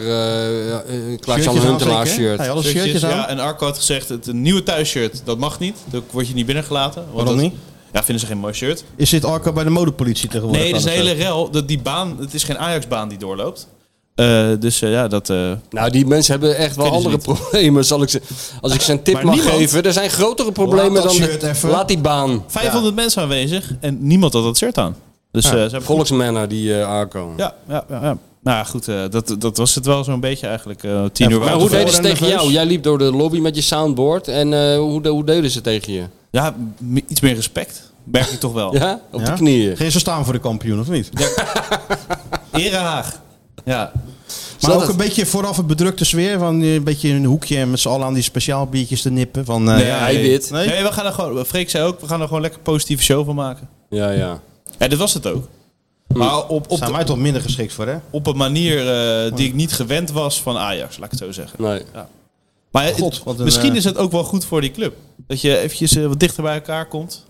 eh eh Klaas-Jan
Shirtjes aan
Huntelaar
zeker, hè?
shirt.
Hij had een
shirtjes,
shirtjes aan.
Ja, en Arco had gezegd, het een nieuwe thuisshirt, dat mag niet. Dan word je niet binnengelaten. Want
Waarom
dat-
niet?
Ja, vinden ze geen mooi shirt.
Is dit Arco bij de modepolitie tegenwoordig?
Nee, het is een
aan het
hele rel. Dat die baan, het is geen Ajax-baan die doorloopt. Eh, dus eh, ja, dat... eh,
Nou, die mensen hebben echt wel
Kennen ze
andere problemen. Zal ik ze, als ik ze een tip
Maar
mag
niemand-
geven, er zijn grotere problemen
Laat dat
dan...
shirt even.
Laat die baan.
500 mensen aanwezig en niemand had dat shirt aan. Dus eh, ze hebben...
Volksmanner, die eh Arco.
Ja, ja, ja. ja. Nou ja, goed, eh, dat, dat was het wel zo'n beetje eigenlijk. eh tien
Ja,
uur
Maar
waren
hoe
we
deden ze
tevoren.
tegen jou? Jij liep door de lobby met je soundboard. En eh, hoe, de- hoe deden ze tegen je?
Ja, m- iets meer respect. Merk ik toch wel. ja.
Ja? Op
Ja?
de knieën.
Geen ze staan voor de kampioen, of niet?
Erehaag. Ja, Zo
Maar ook
dat-
een beetje vooraf een bedrukte sfeer. Van eh, een beetje in een hoekje en met z'n allen aan die speciaal biertjes te nippen. Van, eh,
Nee,
ja,
hij
nee.
wit.
Nee? we gaan er gewoon, Freek zei ook, we gaan er gewoon lekker een positieve show van maken.
Ja, ja.
Ja, dit was het ook. Maar op, op,
zijn
de-
wij toch minder geschikt voor, hè?
op een manier eh, die ik niet gewend was van Ajax, laat ik het zo zeggen.
Nee.
Maar het-
God, wat een,
misschien
eh,
is het ook wel goed voor die club. Dat je eventjes eh, wat dichter bij elkaar komt.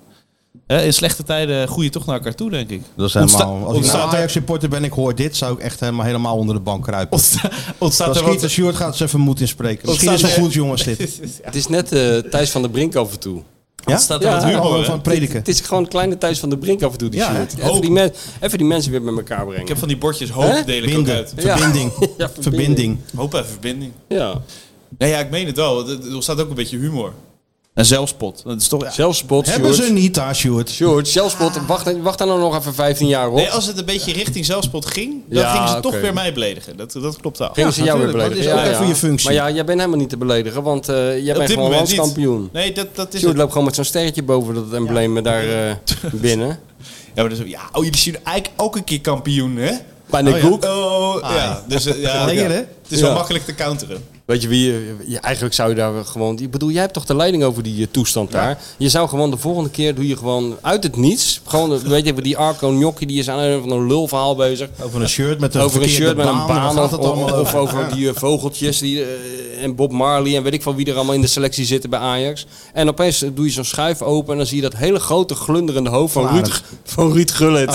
Hè, in slechte tijden groei je toch naar elkaar toe, denk ik.
Dat is
Ontsta-
helemaal... Als ik nou
ontstaat er-
Ajax-supporter ben, ik hoor dit, zou ik echt helemaal, helemaal onder de bank kruipen.
Ontsta- ontstaat
Dat
er
Skeeter
wat...
Stewart gaat eens even moed inspreken. Misschien is
Ontstaat
het
er-
goed, jongens, dit.
Het is net eh Thijs van der Brink af en toe.
Ja?
Ontstaat Oh, er
Ja,
wat
ja,
humor,
Allemaal
hè?
Oh, van prediken.
Het is gewoon een kleine Thijs van der Brink af en toe die
Ja,
shirt.
hè?
Even die, men- even die mensen weer bij elkaar brengen.
Ik heb van die bordjes hoop
Hè?
deel ik ook
Binden.
uit.
Ja.
Verbinding.
Ja,
Verbinding.
Hoop en verbinding.
Ja.
Nee, ja, ik meen het wel. want het- Er ontstaat ook een beetje humor. En zelfspot. Dat is toch... ja.
Zelfspot,
Hebben
Sjoerd.
ze niet daar, Sjoerd?
Sjoerd, zelfspot. Wacht, wacht daar nou nog even 15 jaar op.
oh,
Nee, als het een beetje richting zelfspot ging, dan
Ja,
gingen ze toch
oké.
weer mij beledigen. Dat, dat klopt wel.
Gingen ze jou weer
natuurlijk, dat
beledigen.
is ook even je functie.
Maar ja, jij bent helemaal niet te beledigen, want eh, jij bent gewoon landskampioen.
Nee, dat, dat is
Sjoerd
het.
loopt gewoon met zo'n sterretje boven dat embleem daar eh, binnen.
Ja, maar dat is, ja, oh, jullie zien eigenlijk ook een keer kampioen, hè?
Maar Nick
oh, ja.
Boek.
Oh, ja. Dus, eh, ja,
Ah, Lekker,
ja.
hè?
Het is wel
Ja.
makkelijk te counteren.
Weet je wie, je- je- eigenlijk zou je daar gewoon, ik bedoel, jij hebt toch de leiding over die eh, toestand daar. Je zou gewoon de volgende keer, doe je gewoon uit het niets, gewoon, eh, weet je, die Arco Gnocchi, die is aan een van een lulverhaal bezig.
Over een shirt met een
over een
verkeerde
shirt met een
waar
baan
gaat
of,
het allemaal
of,
over?
over die eh, vogeltjes die, eh, en Bob Marley en weet ik van wie er allemaal in de selectie zitten bij Ajax. En opeens eh, doe je zo'n schuif open en dan zie je dat hele grote glunderende hoofd van, Ruud, van Ruud Gullit.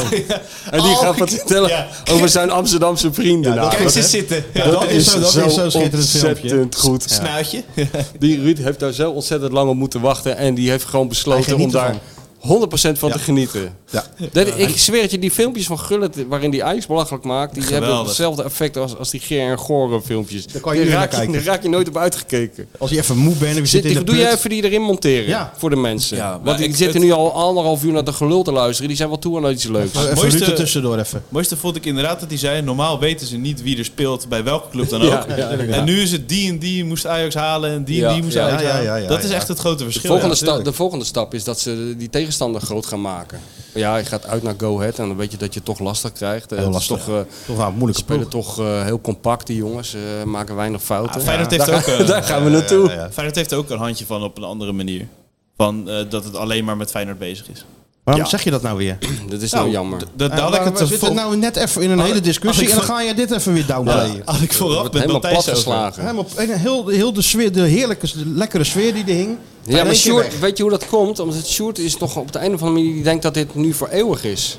En die
Oh,
gaat wat
ja.
vertellen over zijn Amsterdamse vrienden.
Ja,
Nou,
Kijk ze zitten. Ja,
dat is zo- dat is zo'n schitterend filmpje.
ontzettend goed.
Snuitje.
Die Ruud heeft daar zo ontzettend lang op moeten wachten. En die heeft gewoon
Hij
besloten om
geniet
daar
ervan.
100% van te genieten. Dat, ik zweer het je, die filmpjes van Gullit waarin die Ajax belachelijk maakt, die hebben
Geweldig.
hetzelfde effect als, als die Ger en Gore filmpjes. Daar,
kan je niet
raak
naar
je,
kijken.
daar raak je nooit op uitgekeken.
Als je even moe bent en we
Zit
zitten in
die,
de
doe jij
put.
even die erin monteren
Ja.
voor de mensen.
Ja, maar
Want die
ik-
zitten
het-
nu al anderhalf uur naar de gelul te luisteren. Die zijn wel toe aan iets leuks.
Even
mooiste-
Ruud er tussendoor even.
Het mooiste vond ik inderdaad dat hij zei, normaal weten ze niet wie er speelt bij welke club dan ook.
Ja, ja, ja.
En nu is het die en die moest Ajax halen en die en
Ja,
die moest
ja,
Ajax
ja,
halen.
ja, ja,
dat is
ja.
echt het grote verschil.
volgende
Ja,
sta- de volgende stap is dat ze die tegenstander groot gaan maken. Ja, je gaat uit naar Go Ahead en dan weet je dat je het toch lastig krijgt. Heel
lastig.
Toch, eh,
Toch wel een moeilijke
spelen
ploeg.
toch eh, heel compact, die jongens. eh, maken weinig fouten.
Ah, Feyenoord
Ja.
heeft
daar,
ook, eh,
daar gaan we naartoe.
ja.
Feyenoord heeft er ook een handje van op een andere manier. Van eh, dat het alleen maar met Feyenoord bezig is.
Waarom
Ja.
zeg je dat nou weer?
Dat is
Nou,
nou jammer.
d- Dat, daar
Eh,
had ik
maar
het
we
te vol-
zitten nou net even in een hele discussie
ik
en dan
van-
ga je dit even weer downplayen.
had ik vooraf met
Helemaal
Matthijs over.
platgeslagen.
Helemaal, en heel, heel de, sfeer, de heerlijke, de lekkere sfeer die er hing. in
Ja,
één
maar
keer
Sjoerd,
weg.
weet je hoe dat komt? Omdat Sjoerd is toch op de een of andere manier die denkt dat dit nu voor eeuwig is.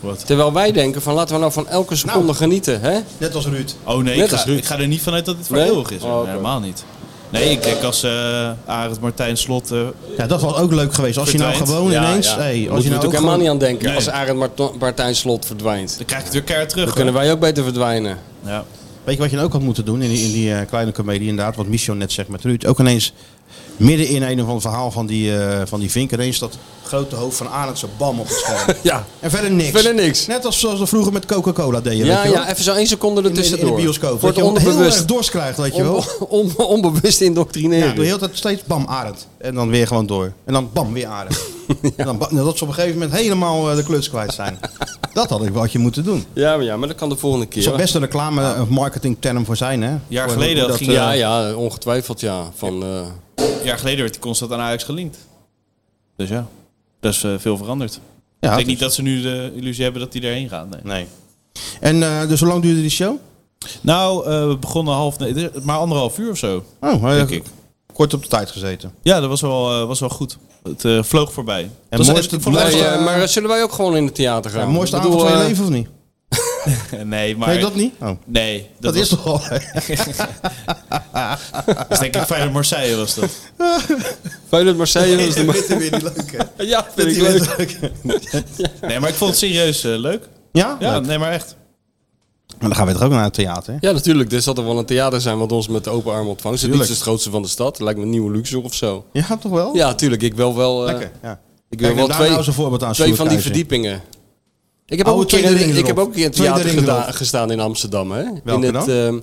Wat?
Terwijl wij denken van laten we nou van elke seconde genieten. Hè?
Net als Ruud.
Oh nee,
Net
ik ga,
als Ruud.
ik ga er niet vanuit dat het voor
Nee?
eeuwig is.
Oh, oké.
Nee, helemaal niet. Nee, ik denk als eh Arend Martijn Slot... eh,
Ja, dat was ook leuk geweest. Als je nou
Verdwijnt.
gewoon
Ja,
ineens...
ja.
Hey,
Moeten
als je
we
nou
natuurlijk
ook
helemaal niet
gewoon-
aan denken
Nee.
als Arend Mart- Martijn Slot verdwijnt.
dan krijg ik het weer keihard terug.
Dan kunnen wij ook beter verdwijnen.
hoor. Ja.
Weet je wat je dan ook had moeten doen in die, in die eh, kleine comedie inderdaad, wat Michel net zegt met Ruud. Ook ineens midden in een of ander verhaal van die, eh, van die vinker ineens dat grote hoofd van Arend zo bam op het scherm.
Ja.
En verder niks.
Verder niks.
Net als zoals we vroeger met Coca-Cola deden.
Ja,
weet je wel?
ja, even zo één seconde
in, de- in,
ertussendoor.
de bioscoop. dat
Wordt
je hem heel erg
onbewust.
dorst krijgt, weet je wel.
on- on- onbewust
Ja,
indoctrineren.
de hele tijd steeds bam Arend. En dan weer gewoon door. En dan bam weer Arend. en dan, bam, nou, dat ze op een gegeven moment helemaal eh, de kluts kwijt zijn. dat had ik wat je moeten doen.
ja, maar ja, maar dat kan de volgende
Dat zou
keer.
best een reclame of marketingterm voor zijn, hè?
Jaar
Voor
geleden
hoe dat,
ging-
eh,
Ja, ja, ongetwijfeld ja. Van, eh,
Een jaar geleden werd hij constant aan Ajax gelinkt. Dus ja, dat is eh, veel veranderd.
ja,
ik
dus-
denk niet dat ze nu de illusie hebben dat die erheen gaan. Nee.
Nee. En eh, dus hoe lang duurde die show?
Nou, eh, we begonnen half... Nee, maar anderhalf uur of zo,
Oh,
denk ik.
kort op de tijd gezeten.
Ja, dat was wel, eh, was wel goed. Het eh, vloog voorbij. En
mooiste- het
maar,
mooiste-
eh, maar eh, zullen wij ook gewoon in het theater gaan?
Ja, mooiste
Ik
avond van je
eh,
leven of niet?
Nee, maar...
Nee, dat niet? Oh.
Nee,
Dat,
was-
is toch al.
Dat is denk ik Feyenoord Marseille was dat.
Feyenoord Marseille was de
Dit is weer niet leuk, hè?
Ja, vind ik
Die
leuk.
weer leuk.
Nee, maar ik vond het serieus eh, leuk.
Ja?
Ja,
Leuk.
nee, maar echt.
Maar dan gaan we toch ook naar het theater, hè?
Ja, natuurlijk. Er zal er wel een theater zijn wat ons met de open armen ontvangt. Het
Tuurlijk.
is het grootste van de stad. Lijkt me een nieuwe Luxor of zo.
Ja, toch wel?
Ja, tuurlijk. Ik wil wel, eh,
Lekker. Ja.
ik wil
Kijk,
wel
daar
twee,
nou eens een voorbeeld aan,
twee
Sjoerd
van die
Keizer.
verdiepingen. Ik heb,
Oh,
ook een
tweede
keer in,
ring
ik heb
erop.
ook een keer in het
Tweede
theater
ring
geda-
erop.
gestaan in Amsterdam. Hè?
Welke
in het,
dan?
ehm,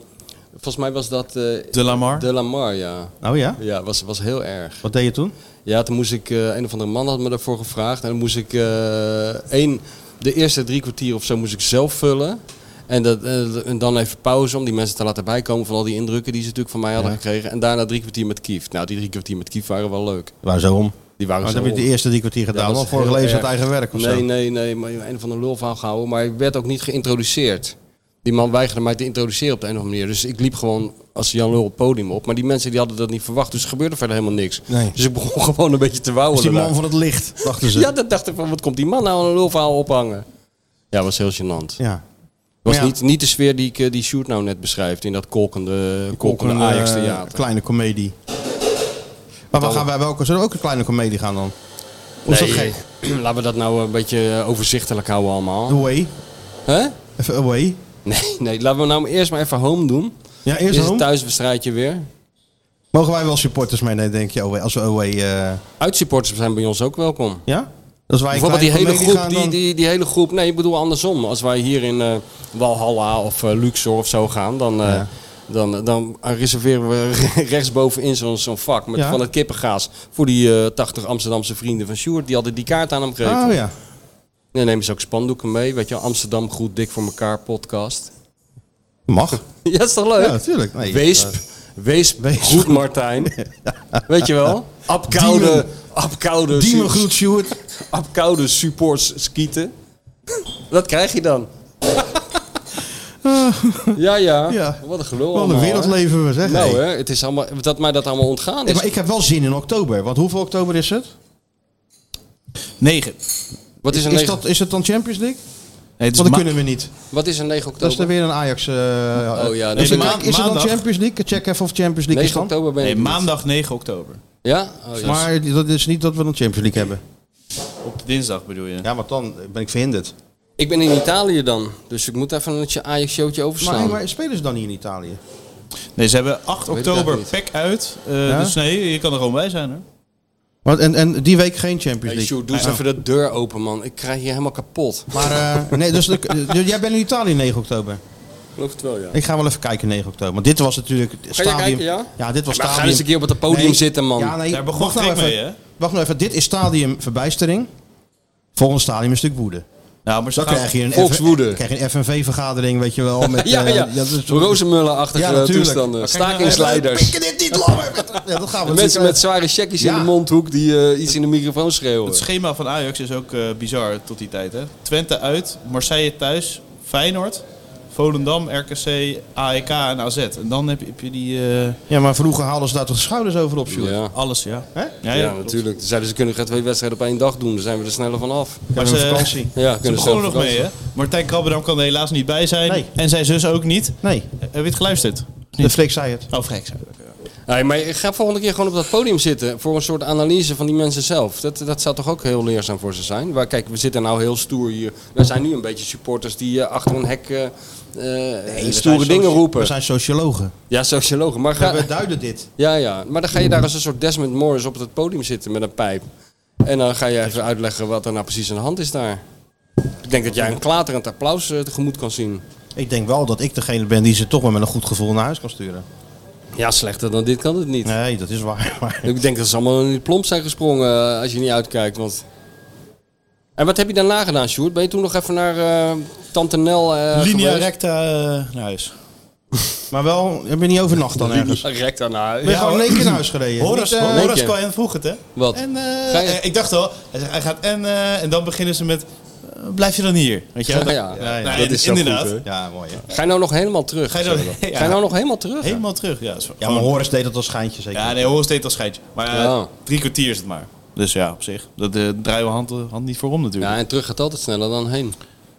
volgens mij was dat eh,
De Lamar.
De Lamar, ja.
Oh ja?
Ja, was, was heel erg.
Wat deed je toen?
Ja, toen moest ik, eh, een of andere man had me daarvoor gevraagd. En dan moest ik eh één, de eerste drie kwartier of zo moest ik zelf vullen. En, dat, eh, en dan even pauze om die mensen te laten bijkomen van al die indrukken die ze natuurlijk van mij hadden gekregen. En daarna drie kwartier met Kief. Nou, die drie kwartier met Kief waren wel leuk.
Waar zo om.
Die waren
Maar
zo
dan heb je de
op.
eerste drie kwartier
Ja,
gedaan.
dat
Ja,
is
vorige
heel
lezen
erg.
het eigen werk of
Nee,
zo.
nee, nee, maar een van de lulverhaal gehouden. Maar ik werd ook niet geïntroduceerd. Die man weigerde mij te introduceren op de een of andere manier. Dus ik liep gewoon als Jan Lul op het podium op. Maar die mensen die hadden dat niet verwacht. Dus er gebeurde verder helemaal niks.
Nee.
Dus ik begon gewoon een beetje te wouwen.
Is die
daarna.
man van het licht, dachten ze.
Ja, dat dacht ik van, wat komt die man nou aan een lulverhaal ophangen? Ja, was heel gênant.
ja.
was
Maar ja.
niet, niet de sfeer die, ik, eh, die Sjoerd nou net beschrijft. In dat kolkende, kolkende
Een,
Ajax
eh,
theater.
kleine komedie. Maar waar gaan wij welke? Zullen we ook een kleine komedie gaan dan? Hoe is dat gek?
Laten we dat nou een beetje eh, overzichtelijk houden allemaal.
Away.
Hè?
Even away.
Nee, nee, laten we nou eerst maar even home doen.
Ja,
Is
eerst
het
home.
thuiswedstrijdje weer?
Mogen wij wel supporters meenemen, denk je, away, als we away... eh,
Uitsupporters zijn bij ons ook welkom.
ja? Als wij een
Bijvoorbeeld die
kleine
hele
komedie
groep,
gaan,
die,
dan-
die, die hele groep. Nee, ik bedoel andersom. Als wij hier in eh, Walhalla of eh, Luxor of zo gaan, dan, eh, dan, dan reserveren we rechtsbovenin zo'n zo'n vak met,
Ja.
van het kippengaas voor die eh, 80 Amsterdamse vrienden van Sjoerd. Die hadden die kaart aan hem gegeven.
Oh ja.
Dan nemen ze ook spandoeken mee. Weet je, wel, Amsterdam goed, dik voor elkaar podcast.
Mag.
ja, is toch leuk?
Ja, natuurlijk. Nee,
Weesp,
eh,
weesp,
Weesp.
goed Martijn. Weet je wel? Apkoude, apkoude,
Diemen
su-
groet, Sjoerd.
apkoude supports skieten. Dat krijg je dan. ja, ja,
Ja.
Wat een gelul
Wat een
allemaal,
wereld
hè?
leven we, zeg.
Nou
Hey.
hè, het is allemaal, dat mij dat allemaal ontgaan
Hey,
is.
maar ik heb wel zin in oktober. Want hoeveel oktober is het?
9.
wat, is een
Is,
negen-
dat, is het dan Champions League?
Nee, het is
Want dan
ma-
kunnen we niet.
wat is een 9
Dat is
oktober?
dan weer een Ajax... eh
Oh ja,
Dus
nee,
dan
ma-
kijk, is het dan
maandag.
Champions League? Check even of Champions League is
9
dan.
oktober ben je
nee,
er niet.
maandag 9 oktober.
Ja? Oh, ja.
Maar dat is niet dat we dan Champions League hebben.
Op dinsdag bedoel je?
Ja, want dan ben ik verhinderd.
Ik ben in Italië dan, dus ik moet even een Ajax-showtje
Maar,
overslaan.
hey, maar spelen ze dan niet in Italië?
Nee, ze hebben 8
Weet ik
oktober
eigenlijk
pek uit. eh,
Ja?
Dus nee, je kan er gewoon bij zijn hoor.
Want, en, en die week geen Champions
Hey,
League.
Sjoerd, doe eens
Dus Ja.
even de deur open, man. Ik krijg hier helemaal kapot. Ik
Maar eh, nee, dus de- de- jij bent in Italië 9 oktober.
geloof het wel, ja.
Ik ga wel even kijken 9 oktober. Want dit was natuurlijk het stadium.
kijken, ja?
dit was
Maar ga
stadium.
eens een keer op het podium zitten, man.
nee,
Daar begon
wacht nou
Freek
even.
mee, hè?
Wacht nou even. Dit is stadium verbijstering. Volgend stadium is natuurlijk woede.
Nou, maar ze
Dan
gaan-
krijg je een,
Volkswoede.
F- krijg je een FNV-vergadering, weet je wel. Met,
ja,
eh,
ja.
dat is- Ja,
Rozenmullen-achtige
natuurlijk. eh,
toestanden.
Maar kijk nou
We
Stakingsleiders.
pikken dit niet langer. Ja, dat gaan we
Mensen
natuurlijk,
met zware checkies
eh, ja.
in de mondhoek die eh, iets in de microfoon schreeuwen.
Het schema van Ajax is ook eh, bizar tot die tijd. Hè? Twente uit, Marseille thuis, Feyenoord, Volendam, RKC, AEK E en AZ. En dan heb je, heb je die... eh,
eh, Ja, maar vroeger haalden ze daar toch de schouders over op, Sjoerd?
Ja.
alles, ja.
Hè?
Ja,
Ja,
ja, klopt.
natuurlijk. Ze zeiden ze kunnen geen twee wedstrijden op één dag doen. Dan zijn we er sneller van af.
Maar
ze-
ze, vakantie.
Ja,
Ze
kunnen
begonnen
zelf
nog mee, hè? Martijn Krabbedam kan er helaas niet bij zijn.
Nee.
En zijn zus ook niet. Eh,
Nee,
Heb je het geluisterd?
de Freek zei het.
Oh, Freek. zei-
Nee, maar ik ga volgende keer gewoon op dat podium zitten voor een soort analyse van die mensen zelf. Dat, dat zou toch ook heel leerzaam voor ze zijn. Waar, kijk, we zitten nou heel stoer hier. We zijn nu een beetje supporters die eh, achter een hek eh, eh,
We zijn
stoere dingen
soci-
roepen.
We zijn sociologen.
Ja, sociologen. Maar ga,
We duiden dit.
ja, ja, maar dan ga je daar als een soort Desmond Morris op het podium zitten met een pijp. En dan ga je even uitleggen wat er nou precies aan de hand is daar. Ik denk dat jij een klaterend applaus eh, tegemoet kan zien.
Ik denk wel dat ik degene ben die ze toch wel met een goed gevoel naar huis kan sturen.
Ja, slechter dan dit kan het niet.
Nee, dat is waar. Maar
Ik denk dat ze allemaal in die plomp zijn gesprongen eh, als je niet uitkijkt. Want... En wat heb je daarna gedaan, Sjoerd? Ben je toen nog even naar eh, Tante Nel eh
Linea
geweest?
recta eh, naar huis.
maar wel, heb je niet overnacht dan ergens?
Linea recta naar huis.
Ben je gewoon in één keer naar huis gereden?
Horace,
Niet, eh,
Hoor-
Horace
Lincoln.
Cohen vroeg het, hè?
Wat?
En, eh,
Ga je-
Ik dacht al, hij, zegt, hij gaat en, eh, en dan beginnen ze met, eh, blijf je dan hier? Weet je? wel?
Ja, ja.
Nou,
Ja,
dat is zo
inderdaad.
goed, hè?
Ja, mooi hè.
Ga je nou nog helemaal terug?
Ga je dan- ja.
Ga je nou nog helemaal terug?
Helemaal terug, ja. zo-
Ja, maar Horace deed dat als schijntje zeker.
Ja, nee, Horace deed al schijntje. Maar eh,
Ja.
drie kwartier is het maar. Dus ja, op zich. Dat eh, draaien we hand, hand niet voor om natuurlijk.
Ja,
Ja,
en terug gaat altijd sneller dan heen.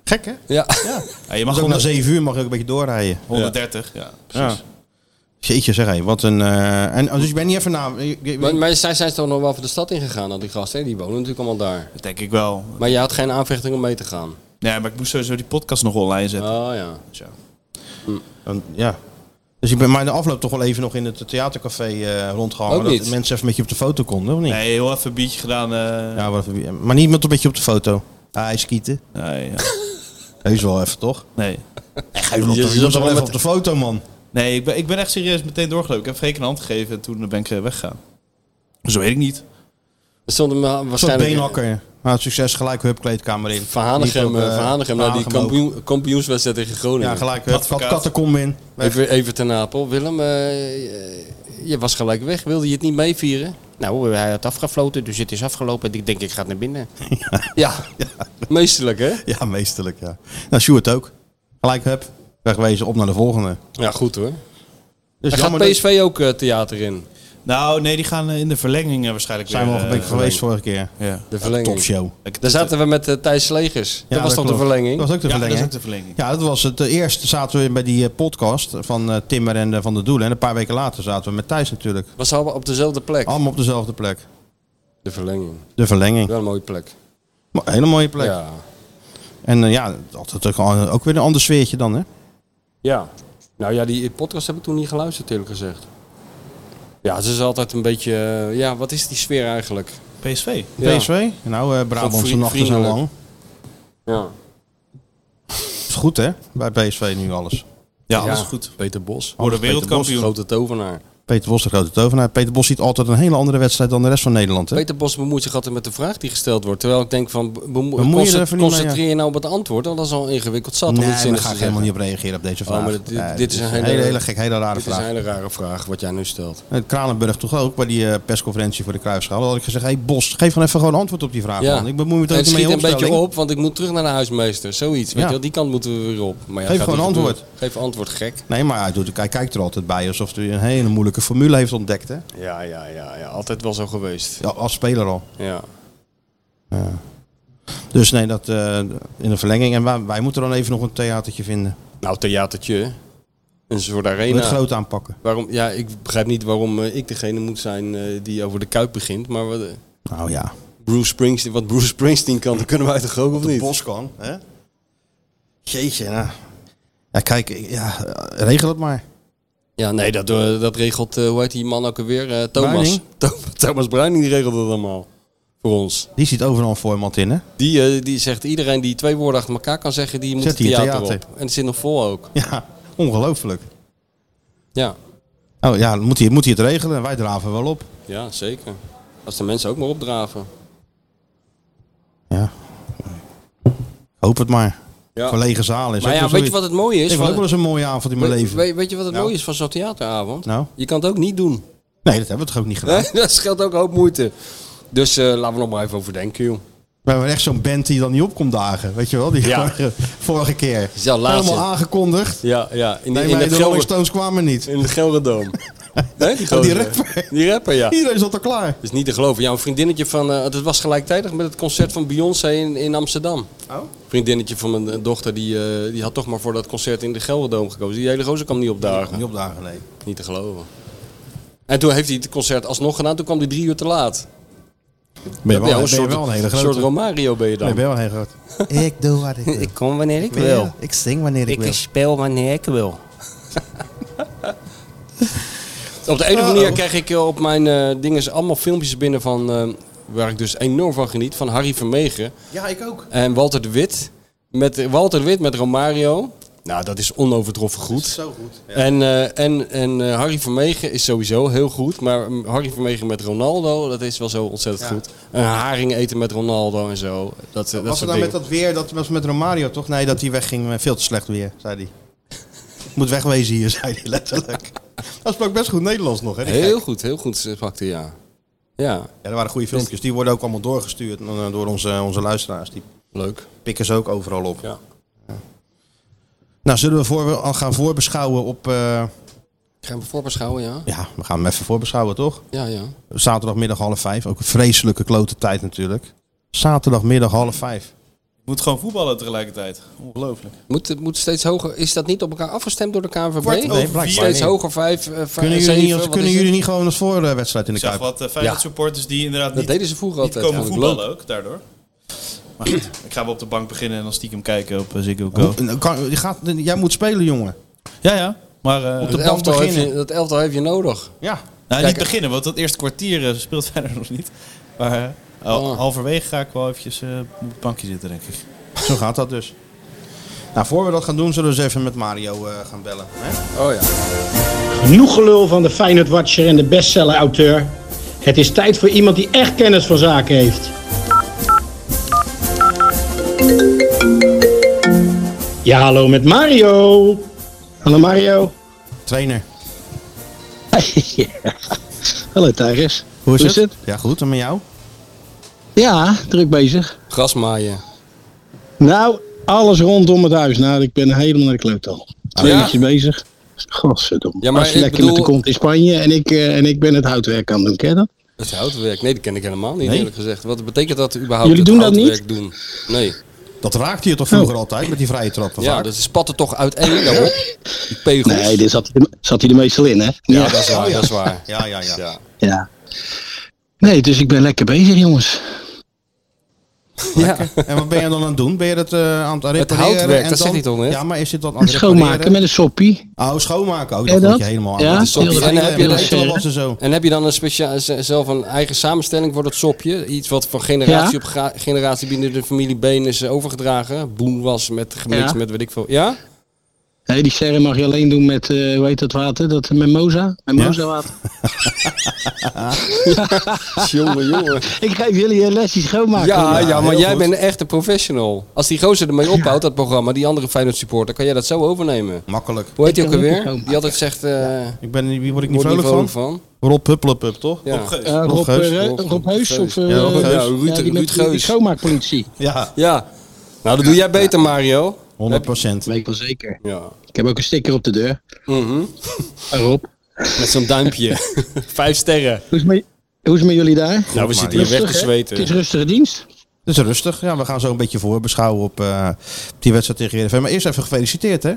Gek hè?
Ja.
je mag
Mag ook
gewoon
na 7 uur mag je ook een beetje doorrijden.
130. Ja, precies.
Jeetje zeg hé, wat een... eh, en, oh, dus je bent niet even na... je- je-
Maar, maar zij zijn toch nog wel van de stad ingegaan, al die gasten. hè? Die wonen natuurlijk allemaal daar.
Dat denk ik wel.
Maar je had geen aanvechting om mee te gaan.
Nee, maar ik moest sowieso die podcast nog online zetten.
Oh ja.
Dus ja.
Dan- ja. Dus je bent maar in de afloop toch wel even nog in het theatercafé eh rondgehangen.
Ook
Dat
niet.
mensen even met je op de foto konden, of niet?
Nee, heel even een biertje gedaan. eh
Ja, wat even- maar niet met een beetje op de foto. Ah, hij skieten.
Nee, ja.
Heus wel even, toch?
nee.
Hij wil
Je
toch
zult
wel
wel
even op
met-
de foto, man.
Nee, ik ben, ik ben echt serieus meteen doorgelopen. Ik heb Freek een hand gegeven en toen ben ik eh, weggegaan. Zo weet ik niet.
Er stond hem wa-
Een soort
waarschijnlijk...
beenhakker. Nou, succes, gelijk hup, kleedkamer in.
Van Hanegem,
Niet op,
eh,
eh,
Van Hanegem naar die
Hanegem ook.
kampioen, kampioenswedstrijd tegen Groningen.
Ja, gelijk hup, wat catacomb in.
Even, even ten Apel. Willem, eh, eh, je was gelijk weg. Wilde je het niet meevieren? Nou, hij had afgefloten, dus het is afgelopen. Ik denk, ik ga naar binnen. Ja, meesterlijk hè?
Ja, meesterlijk, ja. Nou, Sjoerd ook. Gelijk hup, wegwezen, op naar de volgende.
Ja, goed hoor.
Dus
Hij gaat PSV ook eh, theater in.
Nou, nee, die gaan eh, in de verlenging eh, waarschijnlijk
Zijn we
weer,
al een
eh,
beetje geweest vorige keer.
Ja.
De verlenging.
Topshow.
Ik-
Daar zaten we met eh, Thijs Slegers. dat was toch
toch
de verlenging?
Dat was ook de
Ja, dat is
verlenging.
ook de verlenging.
Ja, dat was het. eh, Eerst zaten we bij die eh, podcast van eh, Timmer en eh, Van der Doelen. En een paar weken later zaten we met Thijs natuurlijk.
Was allemaal op dezelfde plek.
Allemaal op dezelfde plek.
De verlenging.
De verlenging.
Wel een mooie plek.
Maar een hele mooie plek.
Ja.
En eh, ja, altijd ook, al- eh, ook weer een ander sfeertje dan, hè?
ja. Nou ja, die podcast heb ik toen niet geluisterd eerlijk gezegd. Ja, het is altijd een beetje... eh, ja, wat is die sfeer eigenlijk?
PSV.
Ja.
PSV? Nou, eh Brabantse
Vri-
nachten zo
vriendelijk.
lang.
Ja.
Is goed, hè? Bij PSV nu alles.
Ja, alles goed.
Peter Bos.
Worden
Peter
wereldkampioen.
Bos, grote tovenaar.
Peter Bos, de grote tovenaar. Peter Bos ziet altijd een hele andere wedstrijd dan de rest van Nederland, hè?
Peter Bos bemoeit zich altijd met de vraag die gesteld wordt. Terwijl ik denk van, be- bemoe-
je
concent-
er even niet mee,
concentreer je nou op het antwoord? want Dat is al ingewikkeld zat. om
nee,
iets
daar
zinnigs
ga
te
ik helemaal
zeggen. Oh, Nou,
niet op reageren op deze vraag.
maar dit- dit-
Nee,
dit is een
hele,
hele-
hele, gek, hele rare
Dit is
vraag.
een hele rare vraag wat jij nu stelt.
Het Kranenburg toch ook, bij die eh, persconferentie voor de Kruisschaal. had ik gezegd, hey Bos, geef gewoon even gewoon antwoord op die vraag, man. Ik bemoei me
En
toch niet mee
schiet een beetje op, want ik moet terug naar de huismeester. Zoiets, weet
Ja.
je wel. Die kant moeten we weer op. Maar ja,
Geef
gaat niet
gewoon antwoord.
gebeuren. Geef antwoord, gek.
Nee, maar hij, doet, hij kijkt er altijd bij alsof hij een hele moeilijke formule heeft ontdekt, hè?
Ja, ja, ja, ja. Altijd wel zo geweest.
Ja, als speler al.
Ja.
Dus nee, dat eh, in de verlenging. En wij, wij moeten dan even nog een theatertje vinden.
Nou, theatertje. Een soort arena.
Het groot aanpakken.
Waarom, ja, ik begrijp niet waarom eh, ik degene moet zijn eh, die over de Kuip begint. Maar wat, eh,
Nou ja.
Bruce Springsteen, wat Bruce Springsteen kan, dat kunnen wij toch ook of niet?
Bos kan, hè? Jeetje, nou. Ja, kijk, ja, eh, regel het maar.
Ja, nee, dat, eh, dat regelt, eh, hoe heet die man ook alweer? Eh, Thomas.
Bruining?
Tho- Thomas Bruining die regelt dat allemaal voor ons.
Die ziet overal voor iemand in, hè?
Die, eh, die zegt iedereen die twee woorden achter elkaar kan zeggen, die moet
Zet
het
die in
theater,
theater.
op. En het zit nog vol ook.
Ja, ongelooflijk.
Ja,
Oh ja, dan moet hij, moet hij het regelen? Wij draven wel op.
ja zeker. Als de mensen ook maar opdraven.
Ja. Hoop het maar.
Ja.
Verlegen zaal is.
Maar
ook wel
ja, weet je
zoiets.
wat het mooie is?
Ik wil ook wel
Van-
eens een mooie avond in mijn
weet,
leven.
weet- weet je wat het
Ja.
mooie is van zo'n theateravond?
Nou?
Je kan het ook niet doen.
Nee, dat hebben we toch ook niet gedaan.
dat scheelt ook een hoop moeite. Dus eh, laten we nog maar even over denken, joh.
We hebben echt zo'n band die dan niet op komt dagen. Weet je wel? Die
Ja.
vorige, vorige keer.
Ja, laatste.
Helemaal aangekondigd.
Ja, ja. In, die,
Nee,
in,
maar
het
de Rolling
Gelre,
Stones kwamen niet.
in de Gelredoom. nee, die,
Oh, die
gozer.
rapper.
Die rapper, ja.
Iedereen zat al klaar.
Dat is niet te geloven. Jouw vriendinnetje van. eh, het was gelijktijdig met het concert van Beyoncé in, in Amsterdam.
Oh.
Vriendinnetje van mijn eh, dochter, die, eh, die had toch maar voor dat concert in de Gelderdoom gekozen. Die hele gozer kwam niet opdagen.
Niet op dagen, nee.
Niet te geloven. En toen heeft hij het concert alsnog gedaan. Toen kwam hij drie uur te laat.
Ben je
Ja,
wel,
een
ben je
soort-
wel een hele grote.
soort Romario ben je
Nee,
dan.
ben je wel een hele grote. Ik doe wat ik wil.
kom wanneer ik
Ik zing wanneer ik, wil.
speel wanneer ik wil. op de
Oh.
ene manier krijg ik eh, op mijn eh dingen allemaal filmpjes binnen van... eh, waar ik dus enorm van geniet. Van Harry Vermegen.
Ja, ik ook.
En Walter de Wit. Met, Walter de Wit met Romario. Nou, dat is onovertroffen goed.
Zo goed.
En, eh, en, en eh, Harry Vermegen is sowieso heel goed. Maar mm, Harry Vermegen met Ronaldo, dat is wel zo ontzettend
Ja.
goed. Een haring eten met Ronaldo en zo. Dat,
was
dat
het
soort
nou met
dingen.
dat weer, dat was met Romario toch? Nee, dat die wegging eh, veel te slecht weer, zei hij. Moet wegwezen hier, zei hij letterlijk. Dat sprak best goed Nederlands nog, hè? die
Heel
gek.
goed, heel goed sprak hij, ja. Ja,
Ja, er waren goede filmpjes. Die worden ook allemaal doorgestuurd eh, door onze, onze luisteraars. Die
leuk.
pikken ze ook overal op.
Ja.
Nou, zullen we voor, al gaan voorbeschouwen op... eh,
Gaan we voorbeschouwen, ja?
ja, we gaan hem even voorbeschouwen, toch?
Ja, ja.
Zaterdagmiddag half vijf. Ook een vreselijke klote tijd natuurlijk. Zaterdagmiddag half vijf.
Moet gewoon voetballen tegelijkertijd. Ongelooflijk.
Moet, het moet steeds hoger. Is dat niet op elkaar afgestemd door de KNVB?
Kwart over Nee,
blijkbaar
steeds
niet.
hoger, vijf, eh, vijf
Kunnen jullie,
zeven,
niet, als-
wat
kunnen
is
jullie
het?
niet gewoon als voorwedstrijd in de
Ik zag
Kuip?
wat uh, Feyenoord
Ja.
supporters die inderdaad
Dat
niet,
deden ze vroeger
niet
altijd.
komen
ja.
voetballen
Leuk.
ook daardoor. Maar goed, ik ga wel op de bank beginnen en dan stiekem kijken op eh, Ziggo Go.
Hoe- kan- je gaat, jij moet spelen, jongen.
Ja, ja. Maar eh,
Dat
de bank
elftal, heb je,
beginnen.
dat elftal heb je nodig.
Ja.
nou,
Kijk,
niet beginnen, want dat eerste kwartier eh, speelt verder nog niet. Maar eh, al-
Oh.
halverwege ga ik wel eventjes eh, op het bankje zitten, denk ik.
Zo gaat dat dus. Nou, voor we dat gaan doen, zullen we eens even met Mario eh, gaan bellen. Hè?
Oh ja.
Genoeg gelul van de Feyenoord-watcher en de bestseller-auteur. Het is tijd voor iemand die echt kennis van zaken heeft. Ja, hallo met Mario. Hallo Mario.
Trainer,
Ja. Hallo Thijs.
hoe is, het? Ja, goed. En met jou?
Ja, druk bezig.
Grasmaaien.
Nou, alles rondom het huis. Nou, ik ben helemaal naar de kloot al. Twee
ja?
uurtjes bezig. Godverdomme.
Ja,
Ja,
maar
maar
ik
lekker met de
bedoel-
kont in Spanje en ik, eh, en ik ben het houtwerk aan het doen, ken je dat?
Het houtwerk? Nee, dat ken ik helemaal niet,
Nee?
eerlijk gezegd. Wat betekent dat überhaupt?
Jullie
het
doen dat
houtwerk doen? Nee.
Dat raakte je toch vroeger
Oh.
altijd met die vrije trappen?
Ja,
vaak?
dat spat er toch uiteen daarop. Die pegels.
Nee, dit zat, zat hij er meestal in, hè?
ja, dat is waar, dat is waar.
ja, ja, ja.
Ja.
Ja. Nee, dus ik ben lekker bezig, jongens.
En wat ben je dan aan het doen? Ben je dat eh, aan het repareren?
houtwerk,
en
dat zegt hij toch net?
Ja, maar is dit dan aan
Het
het
schoonmaken met een soppie.
Oh, schoonmaken ook.
Ja,
Dat moet
dat?
je helemaal
Ja,
aan. Dat is
heel
toch-
erg.
en dan heb je
Ja,
dat
dat- eh,
was en zo.
En heb je dan een specia- z- zelf een eigen samenstelling voor dat sopje? Iets wat van generatie
Ja.
op gra- generatie binnen de familie Been is eh, overgedragen? Boen was met gemixt
Ja.
met weet ik veel. Ja?
Nee, die serre mag je alleen doen met, eh hoe heet dat water? Dat mimosa? Mimosa water.
jongen, jongen.
Ik geef jullie een lesje schoonmaken.
Ja,
vandaag.
ja, maar
heel
jij
goed.
bent een echte professional. Als die gozer ermee ophoudt, dat programma, die andere Feyenoord supporter, kan jij dat zo overnemen.
Makkelijk.
Hoe heet die ook
Ik kan niet
alweer?
goed
Die altijd zegt, eh
Ik ben, hier word ik niet
word niet
vrolijk
vrolijk
van.
van.
Rob Hupplepup, toch?
Ja.
Rob Geus.
Eh,
Rob
Rob,
Geus.
eh,
Rob-
Rob Heus
Geus.
of... eh,
Ja, Rob Heus.
Ja, Ruud-
die met
Ruud
die- die
Geus.
schoonmaakpolitie.
Ja,
Ja. Nou, dat doe jij beter, Mario.
100 procent.
Dat weet ik wel zeker.
Ja.
Ik heb ook een sticker op de deur.
Mhm.
Ah, Rob,
Met zo'n duimpje. Vijf sterren.
hoe is het met, hoe is het met jullie daar?
Nou, we zitten hier weg te
Rustig, hè? Het is
zweten.
rustige dienst.
Dus rustig. Ja, we gaan zo een beetje voorbeschouwen op eh, op die wedstrijd tegen Heerenveen. Maar eerst even gefeliciteerd, hè?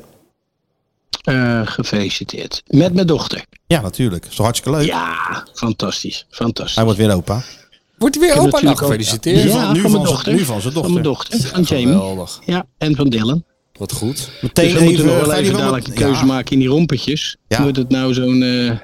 Eh, gefeliciteerd. Met mijn dochter.
Ja, natuurlijk. Is toch hartstikke leuk?
Ja, fantastisch. Fantastisch.
Hij wordt weer opa.
Dus
Wordt weer
Ik heb
opa nou
natuurlijk ook-
gefeliciteerd.
Ja,
nu
van
van
mijn
z'n-
dochter.
nu van zijn
Van mijn
dochter.
dochter, van Jamie.
Geweldig.
Ja, en van Dylan.
Wat goed.
Dus we moeten nog wel
ga je
even
wel
dadelijk een
met-
keuze
ja.
maken in die rompetjes.
Ja.
Wordt het nou zo'n eh,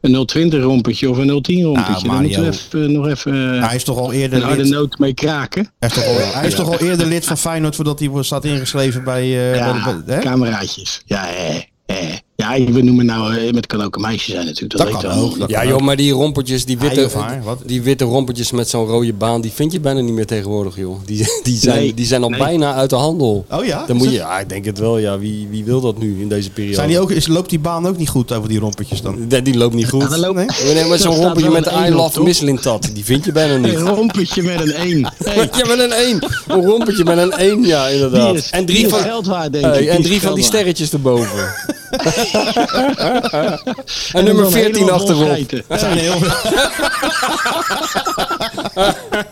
een 020 rompetje of een 010 rompetje?
Mario.
Daar moeten we even, nog even eh,
Nou, Hij is toch al eerder
een harde
lid.
noot mee kraken.
Hij is toch al, hij is toch al eerder lid van Feyenoord voordat hij staat ingeschreven bij... eh, bij
Ja,
de- bij- hè?
cameraatjes. Ja, eh, eh. ja, ik- we noemen nou, eh, maar het kan ook een meisje zijn natuurlijk. Dat,
Dat
weet
kan
ik wel.
ook. Dat
Ja
kan
joh,
ook.
maar die rompertjes, die
Hij of
witte,
haar, wat?
die witte rompertjes met zo'n rode baan, die vind je bijna niet meer tegenwoordig joh. Die, die, zijn,
Nee,
die zijn al
nee.
bijna uit de handel.
Oh ja?
Dan
Is
moet je,
het-
ja, ik denk het wel ja. Wie, wie wil dat nu in deze periode?
Zijn die ook, is, loopt die baan ook niet goed over die rompetjes dan?
Die- die loopt niet goed.
dan loopt-
Nee, nee, maar
Dat
zo'n
staat
rompertje
wel
met
een
de I
één op,
Love
toch?
Mislintat, die vind je bijna
Een
niet.
rompetje met een 1. Hey,
Ja, met een 1. Een rompertje met een 1, ja inderdaad.
die is,
en
die
drie,
is
van,
geld waard, denk ik.
Hey,
Die
en
is
drie van
geld
die
waard.
sterretjes erboven. en,
En
nummer
dan
14
helemaal
achterop.
volschijten.
Zijn heel...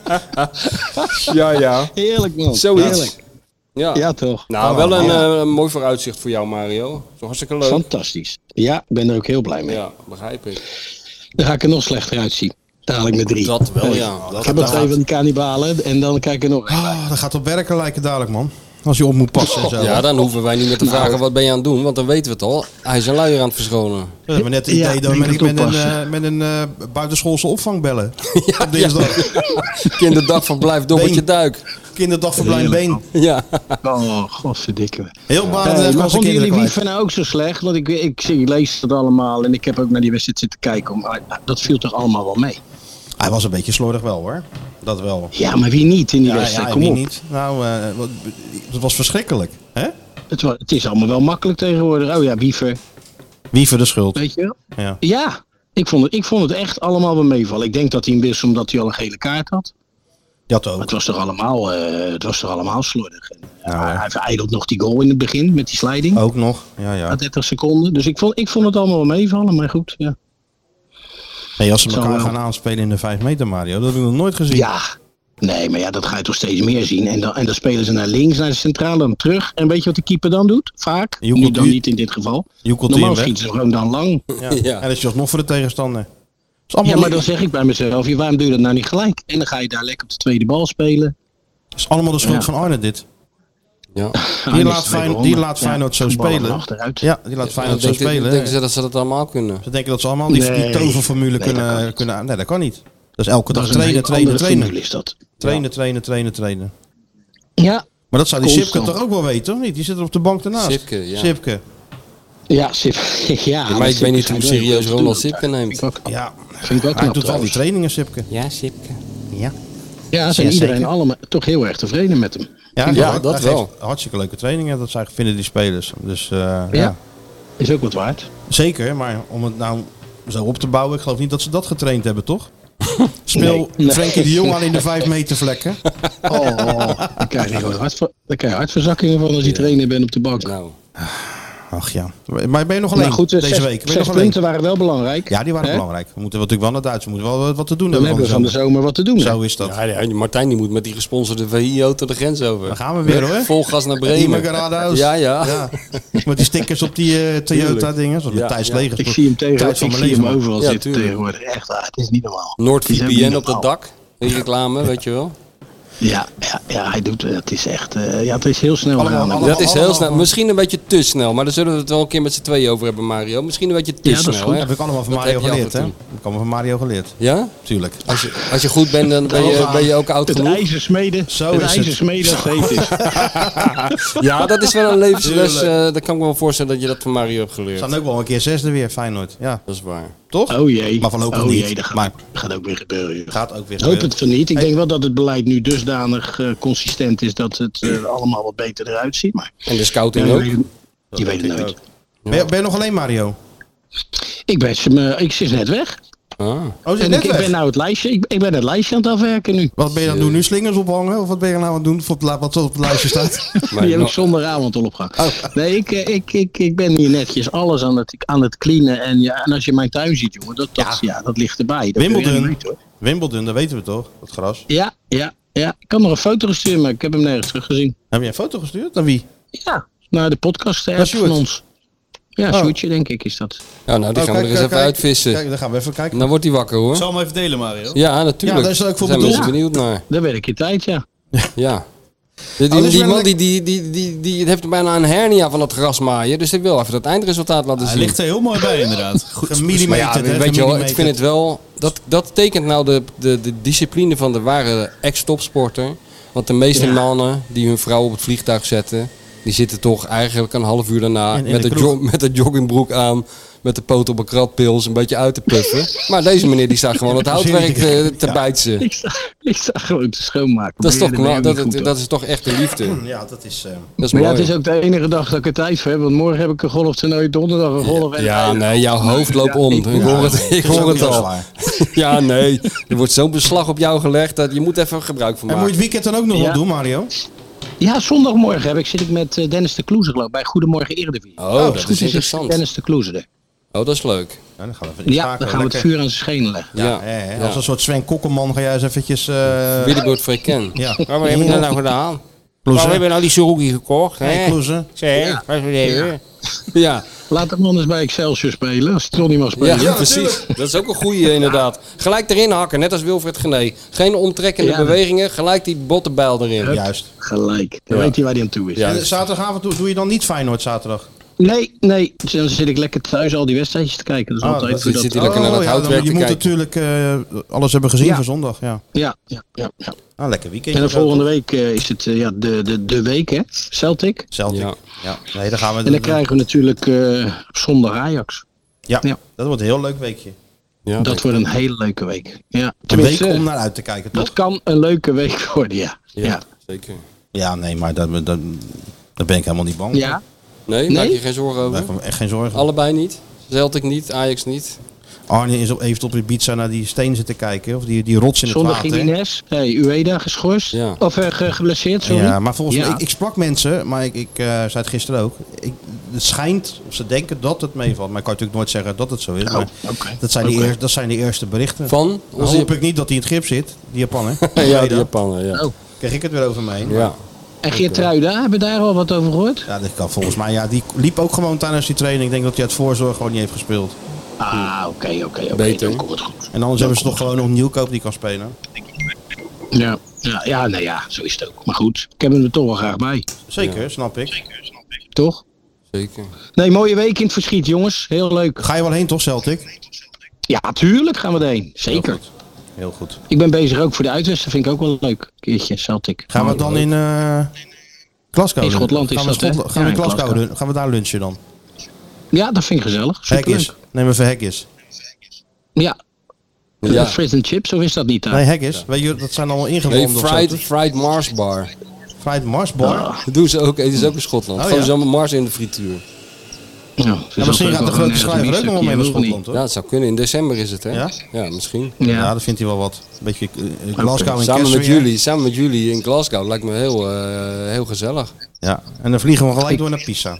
Ja, ja.
Heerlijk man.
Zoiets.
Heerlijk.
Ja.
Ja Oh, toch.
Nou, wel een, eh, een mooi vooruitzicht voor jou, Mario. Zo hartstikke leuk.
Fantastisch. Ja, ik ben er ook heel blij mee.
Ja, begrijp ik.
Dan ga ik er nog slechter uitzien. Dadelijk met drie.
Dat wel, ja. Dat
ik heb er twee van die kannibalen en dan kijk ik er nog een.
Oh, dat gaat op werken lijken dadelijk, man. Als je op moet passen en zo.
Ja,
dat
dan hoeven wij niet meer te
Nou.
vragen wat ben je aan het doen, want dan weten we het al. Hij is een luier aan het verschonen.
hebben we net het
Ja,
idee dat we
moet
met,
het
met een,
oppassen.
eh, met een eh, buitenschoolse opvang bellen. op dinsdag.
Kinderdag van blijf dobbertje
Been.
duik.
Kinderdag voor blind been.
Ja.
Oh,
Ah,
godverdikke.
Heel baan
Hey,
en
Eh, maar
was
vonden
kinderen
jullie
kwijt.
wieven nou ook zo slecht? Want ik, ik, zie- ik lees dat allemaal en ik heb ook naar die wedstrijd zitten kijken. Maar dat viel toch allemaal wel mee?
Hij was een beetje slordig wel, hoor. Dat wel.
Ja, maar wie niet in die
Ja,
wedstrijd?
ja,
Kom
wie
op.
niet? Nou, eh, wat- het was verschrikkelijk. Hè?
Het, wa- het is allemaal wel makkelijk tegenwoordig. Oh ja, wieven.
Wie voor de schuld?
Weet je wel?
Ja.
Ja, ik vond, het, ik vond het echt allemaal wel meevallen. Ik denk dat hij hem wist omdat hij al een gele kaart had.
Dat
Maar
ook.
het was toch allemaal, eh, het was toch allemaal slordig. En,
Nou,
hij-
hè.
hij verijdelt nog die goal in het begin met die sliding.
Ook nog. Ja,
Na
ja.
30 seconden. Dus ik vond, ik vond het allemaal wel meevallen. Maar goed, ja.
Hey, als ze
Zo
elkaar
wel.
gaan aanspelen in de 5 meter, Mario, dat heb ik nog nooit gezien.
Ja. Nee, maar ja, dat ga je toch steeds meer zien. En dan, en dan spelen ze naar links, naar de centrale, dan terug. En weet je wat de keeper dan doet? Vaak.
Joekelt
nu dan
die-
niet in dit geval.
Joekelt die hem
Normaal
weg.
schieten ze gewoon dan lang.
Ja.
Ja.
En dat is alsnog voor de tegenstander. Is
Ja,
allemaal,
maar dan zeg ik bij mezelf, ja, waarom doe je dat nou niet gelijk? En dan ga je daar lekker op de tweede bal spelen.
is allemaal de schuld
Ja.
van Arne dit.
ja.
Ah,
Die
is
laat,
twee
Fijn-
gewonnen.
die laat
Ja,
Feyenoord zo
de ballen
spelen.
Achteruit.
Ja, die laat Feyenoord zo
Denken-
spelen.
Denken ze dat ze dat allemaal kunnen?
Ze denken dat ze allemaal die, die
Nee.
toverformule
Nee,
kunnen,
dat kan niet.
kunnen... aan- Nee, dat kan niet. Dat is elke
Dat
dag
is een
trainen,
hele
trainen,
andere
trainen.
formule is dat.
Trainen, trainen, trainen, trainen.
Ja,
Maar dat zou die
Constant.
Sipke toch ook wel weten, of niet? Die zit er op de bank ernaast.
Sipke, ja.
Sipke.
Ja, Sip. Ja,
maar ik
Sip
weet niet hoe
schijnt wel
serieus
heel veel te
Ronald
doen.
Sipke neemt.
Vind ik wel knap.
Ja,
Oh, Vind ik wel
hij
knap
doet wel die
trouwens.
trainingen, Sipke.
Ja, Sipke.
Ja,
Ja, zijn
Ja, zeker.
iedereen allemaal toch heel erg tevreden met hem.
ja,
Ja,
hij
dat
geeft
wel.
Hartstikke leuke trainingen, dat zijn, vinden die spelers. Dus eh, ja,
Ja. Is ook wat waard.
zeker. Maar om het nou zo op te bouwen, ik geloof niet dat ze dat getraind hebben, toch? Speel
Nee.
Frenkie de Jong aan in de 5 meter vlekken.
Oh, daar krijg je gewoon hartver- daar krijg je hartverzakkingen van als je trainer bent op de bank.
Nou,
Ach ja. Maar ben je nog alleen
maar goed, eh,
deze
zes,
week? Ben je
zes
nog alleen?
punten waren wel belangrijk.
Ja, die waren
Hè?
belangrijk. We moeten natuurlijk wel naar Duitsland. We moeten wel wat te doen
Dan
hebben
hebben we van de
zomer.
zomer wat te doen. hè?
Zo is dat.
ja, ja, die Martijn die moet met die gesponsorde VI-auto de grens over.
Dan gaan we weer, hoor.
Vol gas naar
Die
Bremen.
Megaradio's.
Ja, ja.
Ja. Met die stickers op die eh, Toyota-dingen. Zoals met
Ja,
Thijs
ja.
Legers.
Ik zie hem, tegen,
Tijd van
ik
mijn
zie hem
leven.
overal
Ja,
zitten
tuurlijk.
tegenwoordig. Echt waar, het is niet normaal. Die zijn
NoordVPN
niet
op dat
normaal.
dak. Die reclame, weet je wel.
Ja, ja, ja, hij doet het. is echt, eh, ja, het is heel snel.
Allemaal-
gegaan.
allemaal-
Dat is heel
allemaal-
snel. Misschien een beetje te snel, maar daar zullen we het wel een keer met z'n tweeën over hebben, Mario. Misschien een beetje te
Ja, dat
snel.
is goed.
hè?
Heb ik allemaal van
Dat
Mario
heb je
geleerd,
af
hè?
en Oh,
Heb ik allemaal van Mario geleerd.
Ja?
Tuurlijk.
Als je, als je goed bent, dan ben je, ben je ook oud
Het
genoeg.
ijzer smeden.
Zo
het
is het.
ijzer smeden als het heet is.
Ja, dat is wel een levensles.
Tuurlijk.
eh dat kan ik me wel voorstellen dat je dat van Mario hebt
We
geleerd.
staan ook wel een keer zesde weer, Feyenoord. Ja,
Dat is waar.
toch?
Oh jee.
Maar voorlopig
oh
niet.
jee, dat gaat,
Maar-
gaat ook weer gebeuren. joh.
Gaat ook weer
Ik hoop
gebeuren.
het van niet. Ik denk wel dat het beleid nu dusdanig eh, consistent is dat het eh, allemaal wat beter eruit ziet. Maar
En de
ja,
scouting
je
ook.
weet het, je weet het nooit.
Ben je, ben je nog alleen Mario? Oh,
Ik ben, ze me- ik zit net weg.
Ah.
Oh, zit
En
net
ik, ik ben
weg.
nou het lijstje, ik, ik ben het lijstje aan het afwerken nu.
Wat ben je aan het doen? Nu slingers ophangen? Of wat ben je nou aan het doen voor het la- wat op het lijstje staat?
Maar
Die heb
nog- Oh.
ik zondagavond al opgehangen. Nee, ik, eh, ik, ik, ik ben hier netjes alles aan het, aan het cleanen. En, ja, en als je mijn tuin ziet, jongen, dat, dat, ja. dat ligt erbij. Dat kun je niet
Wimbledon.
weten, hoor.
Wimbledon, dat weten we toch? Dat gras.
Ja, ja, ja. Ik kan nog een foto gestuurd, maar ik heb hem nergens teruggezien.
Heb je een foto gestuurd? Aan wie?
Ja, naar de podcast eh,
Naar
van
Sjoerd.
ons. Ja,
Oh.
Sjoerdje, denk ik, is dat.
Ja, nou, die
Oh,
gaan we er
kijk,
eens
kijk,
even
kijk.
uitvissen.
Kijk, dan gaan we even kijken.
Dan wordt hij wakker,
Ik
hoor.
zal hem even delen, Mario.
Ja, natuurlijk.
Ja, daar is het ook voor
zijn
bedoeld.
mensen benieuwd naar.
Daar ben ik in tijd, ja.
Ja. Die,
dat
die,
is
die
wel
man
een-
die, die, die, die, die heeft bijna een hernia van dat grasmaaien. Dus ik wil even dat eindresultaat laten
Hij
zien.
ligt er heel mooi bij, inderdaad. Goed.
Een
maar
millimeter.
ja,
hè,
weet je wel, ik
gemillimeterd.
vind het wel... Dat, dat tekent nou de, de, de discipline van de ware ex-topsporter. Want de meeste
Ja.
mannen die hun vrouw op het vliegtuig zetten... die zitten toch eigenlijk een half uur daarna
In- in
met,
de
de
kroeg.
jog- met de joggingbroek aan... met de poot op een kratpils een beetje uit te puffen. maar deze meneer die staat gewoon het houtwerk eh, te, te bijtsen.
Ik sta, ik sta gewoon te schoonmaken.
Dat is, toch,
Maar ja,
kna-
ben
dat,
je ook niet
dat,
goed, hoor.
dat is toch echt de liefde.
Ja, dat is... eh,
Dat is
Maar
mooi.
ja, het is ook de enige dag dat ik er tijd voor heb. Want morgen heb ik een golftoernooi, donderdag een golf. en-
Ja, nee, jouw hoofd loopt om. Ik hoor het, ik
is ook
hoor
niet
het
zo
al.
zwaar.
Ja, nee. Er wordt zo'n beslag op jou gelegd dat je moet even gebruik van
En moet je
maken.
het weekend dan ook nog
Ja.
wel doen, Mario?
Ja, zondagmorgen heb ik, zit ik met eh, Dennis de Kloeze geloof ik, bij Goedemorgen Eredivisie.
Oh, dat
Als het
is
goed
interessant.
Dennis de Kloeze er.
Oh, dat is leuk.
Ja, dan gaan we even iets
Ja,
maken,
dan gaan we het
lekker.
vuur aan zijn schenen leggen.
Ja.
Ja, hè,
ja.
Als een soort Sven Kokkelman ga jij eens eventjes... eh
Billboard Freken.
ja.
Waarom heb je dat nou gedaan?
Kloeze.
Waarom hebben we nou die Suzuki gekocht?
Hey,
Hè?
Kloeze.
Zeg,
Ja.
wat is dit, hè? Ja,
Laat hem anders bij Excelsior spelen, als hij toch niet mag spelen.
ja, precies. Dat is ook een goeie inderdaad. Gelijk erin hakken, net als Wilfred Gené. Geen omtrekkende
Ja, dat-
bewegingen, gelijk die bottenbijl erin. Dus
Juist.
Gelijk, dan weet hij waar hij aan toe is.
Ja.
En zaterdagavond doe, doe je dan niet Feyenoord zaterdag?
Nee, nee, dan zit ik lekker thuis al die wedstrijdjes te kijken. Dat is
Ah,
altijd
dat
voor
zit
dat-
hij lekker naar dat
ja,
houtwerk
dan-
te
Je moet
kijken.
natuurlijk eh, alles hebben gezien
Ja.
voor zondag. Ja.
ja, ja, ja, ja.
Ah, lekker weekend.
En de volgende week eh, is het eh, ja, de, de, de week, hè? Celtic.
Celtic. Ja.
Ja.
Nee, dan gaan we.
En dan krijgen we natuurlijk eh, op zondag Ajax.
ja.
ja.
dat wordt een heel leuk weekje.
Ja,
Dat wordt een hele leuke week. Ja,
Een week
tenminste,
om naar uit te kijken, toch?
dat kan een leuke week worden, ja. Ja,
zeker.
Ja, nee, maar daar dat, daar ben ik helemaal niet bang.
ja.
Nee,
Nee?
maak je geen zorgen
Daar
over.
heb ik me echt geen zorgen.
Allebei niet. Celtic niet, Ajax niet.
Arne is op, heeft op Ibiza naar die steen zitten kijken. Of die, die rots in het
Zonder
water.
Gimenez. Hey, Ueda geschorst.
Ja.
Of eh, ge- geblesseerd, sorry.
Ja, maar volgens
Ja.
mij, ik, ik sprak mensen, maar ik, ik eh, zei het gisteren ook. Ik, het schijnt, of ze denken dat het meevalt. Maar ik kan natuurlijk nooit zeggen dat het zo is. maar
oké.
dat, zijn
Oké.
de eer, dat zijn de eerste berichten.
Van
Dan
onze
hoop ik niet dat hij in het grip zit, die Japaner.
Ja, de Japaner, ja.
Oh.
Kreeg ik het weer over me heen.
Ja.
En Geertruida, hebben we daar al wat over gehoord?
Ja, dat kan volgens mij. Ja, die liep ook gewoon tijdens die training. Ik denk dat hij uit voorzorg gewoon niet heeft gespeeld.
Ah, oké, oké, oké.
Beter.
Dan komt het goed.
En anders hebben ze toch gewoon nog Nieuwkoop die kan spelen.
Ja. Ja, ja, nou ja, zo is het ook. Maar goed, ik heb hem er toch wel graag bij.
Zeker, snap ik.
Toch?
Zeker.
Nee, mooie week in het verschiet, jongens. Heel leuk.
Ga je wel heen toch, Celtic?
Ja, tuurlijk gaan we erheen. Zeker.
Heel goed.
Ik ben bezig ook voor de uitwesten. Vind ik ook wel leuk. Een keertje, Celtic.
Gaan we het dan in eh Glasgow
In
doen?
Schotland is
gaan we
dat, hè?
Schotland- Gaan
Ja,
we in
in
Glasgow
Glasgow.
doen? Gaan we daar lunchen dan?
Ja, dat vind ik gezellig. Superleuk.
Haggis. Neem even haggis.
Ja.
Ja.
ja. Fris and chips, of is dat niet daar?
Nee, haggis. Weet je, dat zijn allemaal
Nee,
ingewanden. of zo,
fried,
toch?
fried Mars bar.
fried Mars bar.
Ah.
Dat doen ze ook. Het is ook in Schotland.
Oh,
Gewoon
ja. Oh.
zo'n Mars in de frituur.
Ja,
Ja, misschien gaat de
eh,
grote schrijver ook nog wel mee naar Schotland,
Ja,
hoor. Ja,
dat zou kunnen. In december is het, hè?
Ja?
misschien.
Ja,
dat vindt hij wel wat. Een beetje eh, Glasgow en
Samen met,
Kessler.
jullie, samen met jullie in Glasgow lijkt me heel, eh, heel gezellig.
Ja, en dan vliegen we gelijk door naar Pisa.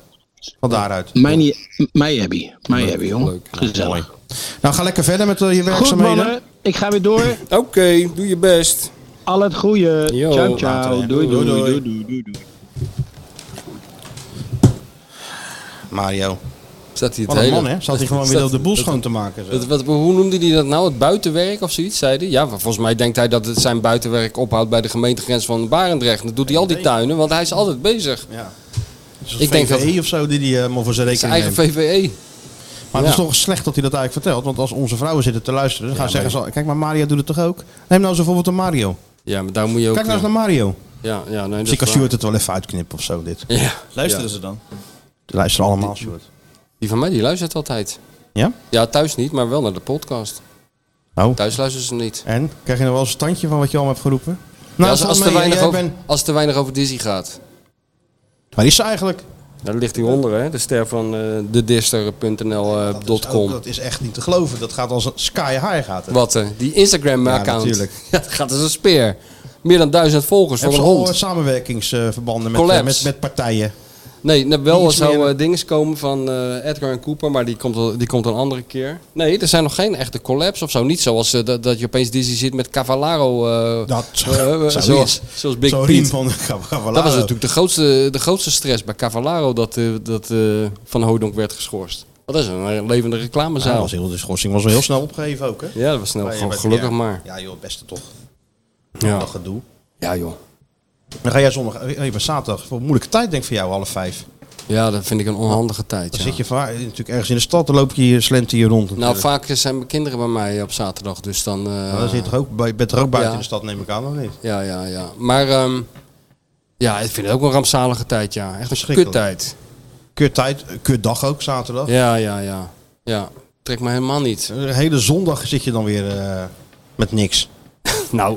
Van daaruit.
mijn, mij heb je. Mij heb je, jongen.
Leuk.
Mooi.
Gezellig.
Nou, ga lekker verder met eh, je
Goed,
werkzaamheden.
mannen. Ik ga weer door.
Oké, doe je best.
Al het goede.
Yo,
ciao,
later,
ciao.
hè.
Doei, doei,
Doei, doei.
doei, doei, doei, doei.
Mario.
Staat hij het
Wat een
hele...
man, hè? Zat hij gewoon weer
Staat-
op de boel
dat-
schoon te maken. zo.
dat- wat, hoe noemde hij dat nou? Het buitenwerk of zoiets, zei hij? Ja, maar volgens mij denkt hij dat het zijn buitenwerk ophoudt bij de gemeentegrens van Barendrecht. Dat doet hij al die tuinen, want hij is altijd bezig.
Ja.
Ik
Ik
denk
denk VVE of zo die die eh, maar voor zijn
Zijn
rekening
eigen E.
neemt.
VVE.
Maar het is
Ja.
toch slecht dat hij dat eigenlijk vertelt. Want als onze vrouwen zitten te luisteren, dan gaan ze zeggen ze... Kijk, maar Mario doet het toch ook? Neem nou eens bijvoorbeeld een Mario.
Ja, maar daar moet je ook...
Kijk nou
eh,
eens naar Mario.
Ja, ja, nee, dat
Misschien kan
is waar.
Stuart het wel even uitknippen of zo, dit.
Ja.
Luisteren
Ja.
ze dan?
Luister allemaal, Stuart.
Die van mij, die luistert altijd.
Ja?
Ja, thuis niet, maar wel naar de podcast.
Oh.
Thuis luisteren ze niet.
En? Krijg je nog wel eens een tandje van wat je allemaal hebt geroepen?
Ja,
Nou,
als,
zal
als,
mee,
te weinig
jij
over,
bent-
als te weinig over Dizzy gaat.
Waar is ze eigenlijk?
Daar ligt hij onder, hè? De ster van eh
Dat is ook-
thedister.nl.com.
Dat is echt niet te geloven. Dat gaat als een sky high gaat het.
Wat, eh, die Instagram-account.
natuurlijk.
Ja, dat gaat als een speer. Meer dan duizend volgers
Hebben
voor
ze
een
al eh,
hond.
samenwerkingsverbanden met,
Collapse.
eh, met, met partijen?
Nee, nou, wel
Niets
zou
meer.
eh dingen komen van eh, Edgar en Cooper, maar die komt, wel- die komt een andere keer. Nee, er zijn nog geen echte collabs of zo. Niet zoals eh, dat, dat je opeens Dizzy zit met Cavallaro. eh,
Dat
eh, eh,
zou
zoals, zoals Big
Zo'n
Pete.
riem van de
Dat was natuurlijk de grootste, de grootste stress bij Cavallaro dat, eh, dat eh, Van Hoodonk werd geschorst. Wat is een eh, levende
Ja, dat
reclamezaal.
was heel, de schorsing was wel heel snel opgegeven ook, hè?
Ja, dat was snel.
Maar je
Gewoon
bent-
gelukkig
ja.
maar.
Ja joh, het beste toch.
Ja.
Dat gedoe.
ja, joh.
Dan ga jij zondag, even zaterdag, voor een moeilijke tijd denk ik voor jou, half vijf.
Ja, dat vind ik een onhandige tijd.
Dan
ja.
zit je vaak, natuurlijk ergens in de stad, dan loop je hier, slent je hier rond
Nou,
natuurlijk.
vaak zijn mijn kinderen bij mij op zaterdag, dus dan... eh,
Nou, dan zit je toch ook, bij- je bent er ook buiten
Ja.
in de stad, neem ik aan, of niet?
Ja, ja, ja. Maar ehm, ja, ik vind het ook een rampzalige tijd, ja. Echt een
Verschrikkelijk.
kuttijd.
Kut tijd, eh, kut dag ook, zaterdag.
Ja, ja, ja. Ja, trek me helemaal niet.
De hele zondag zit je dan weer eh, met niks.
Nou,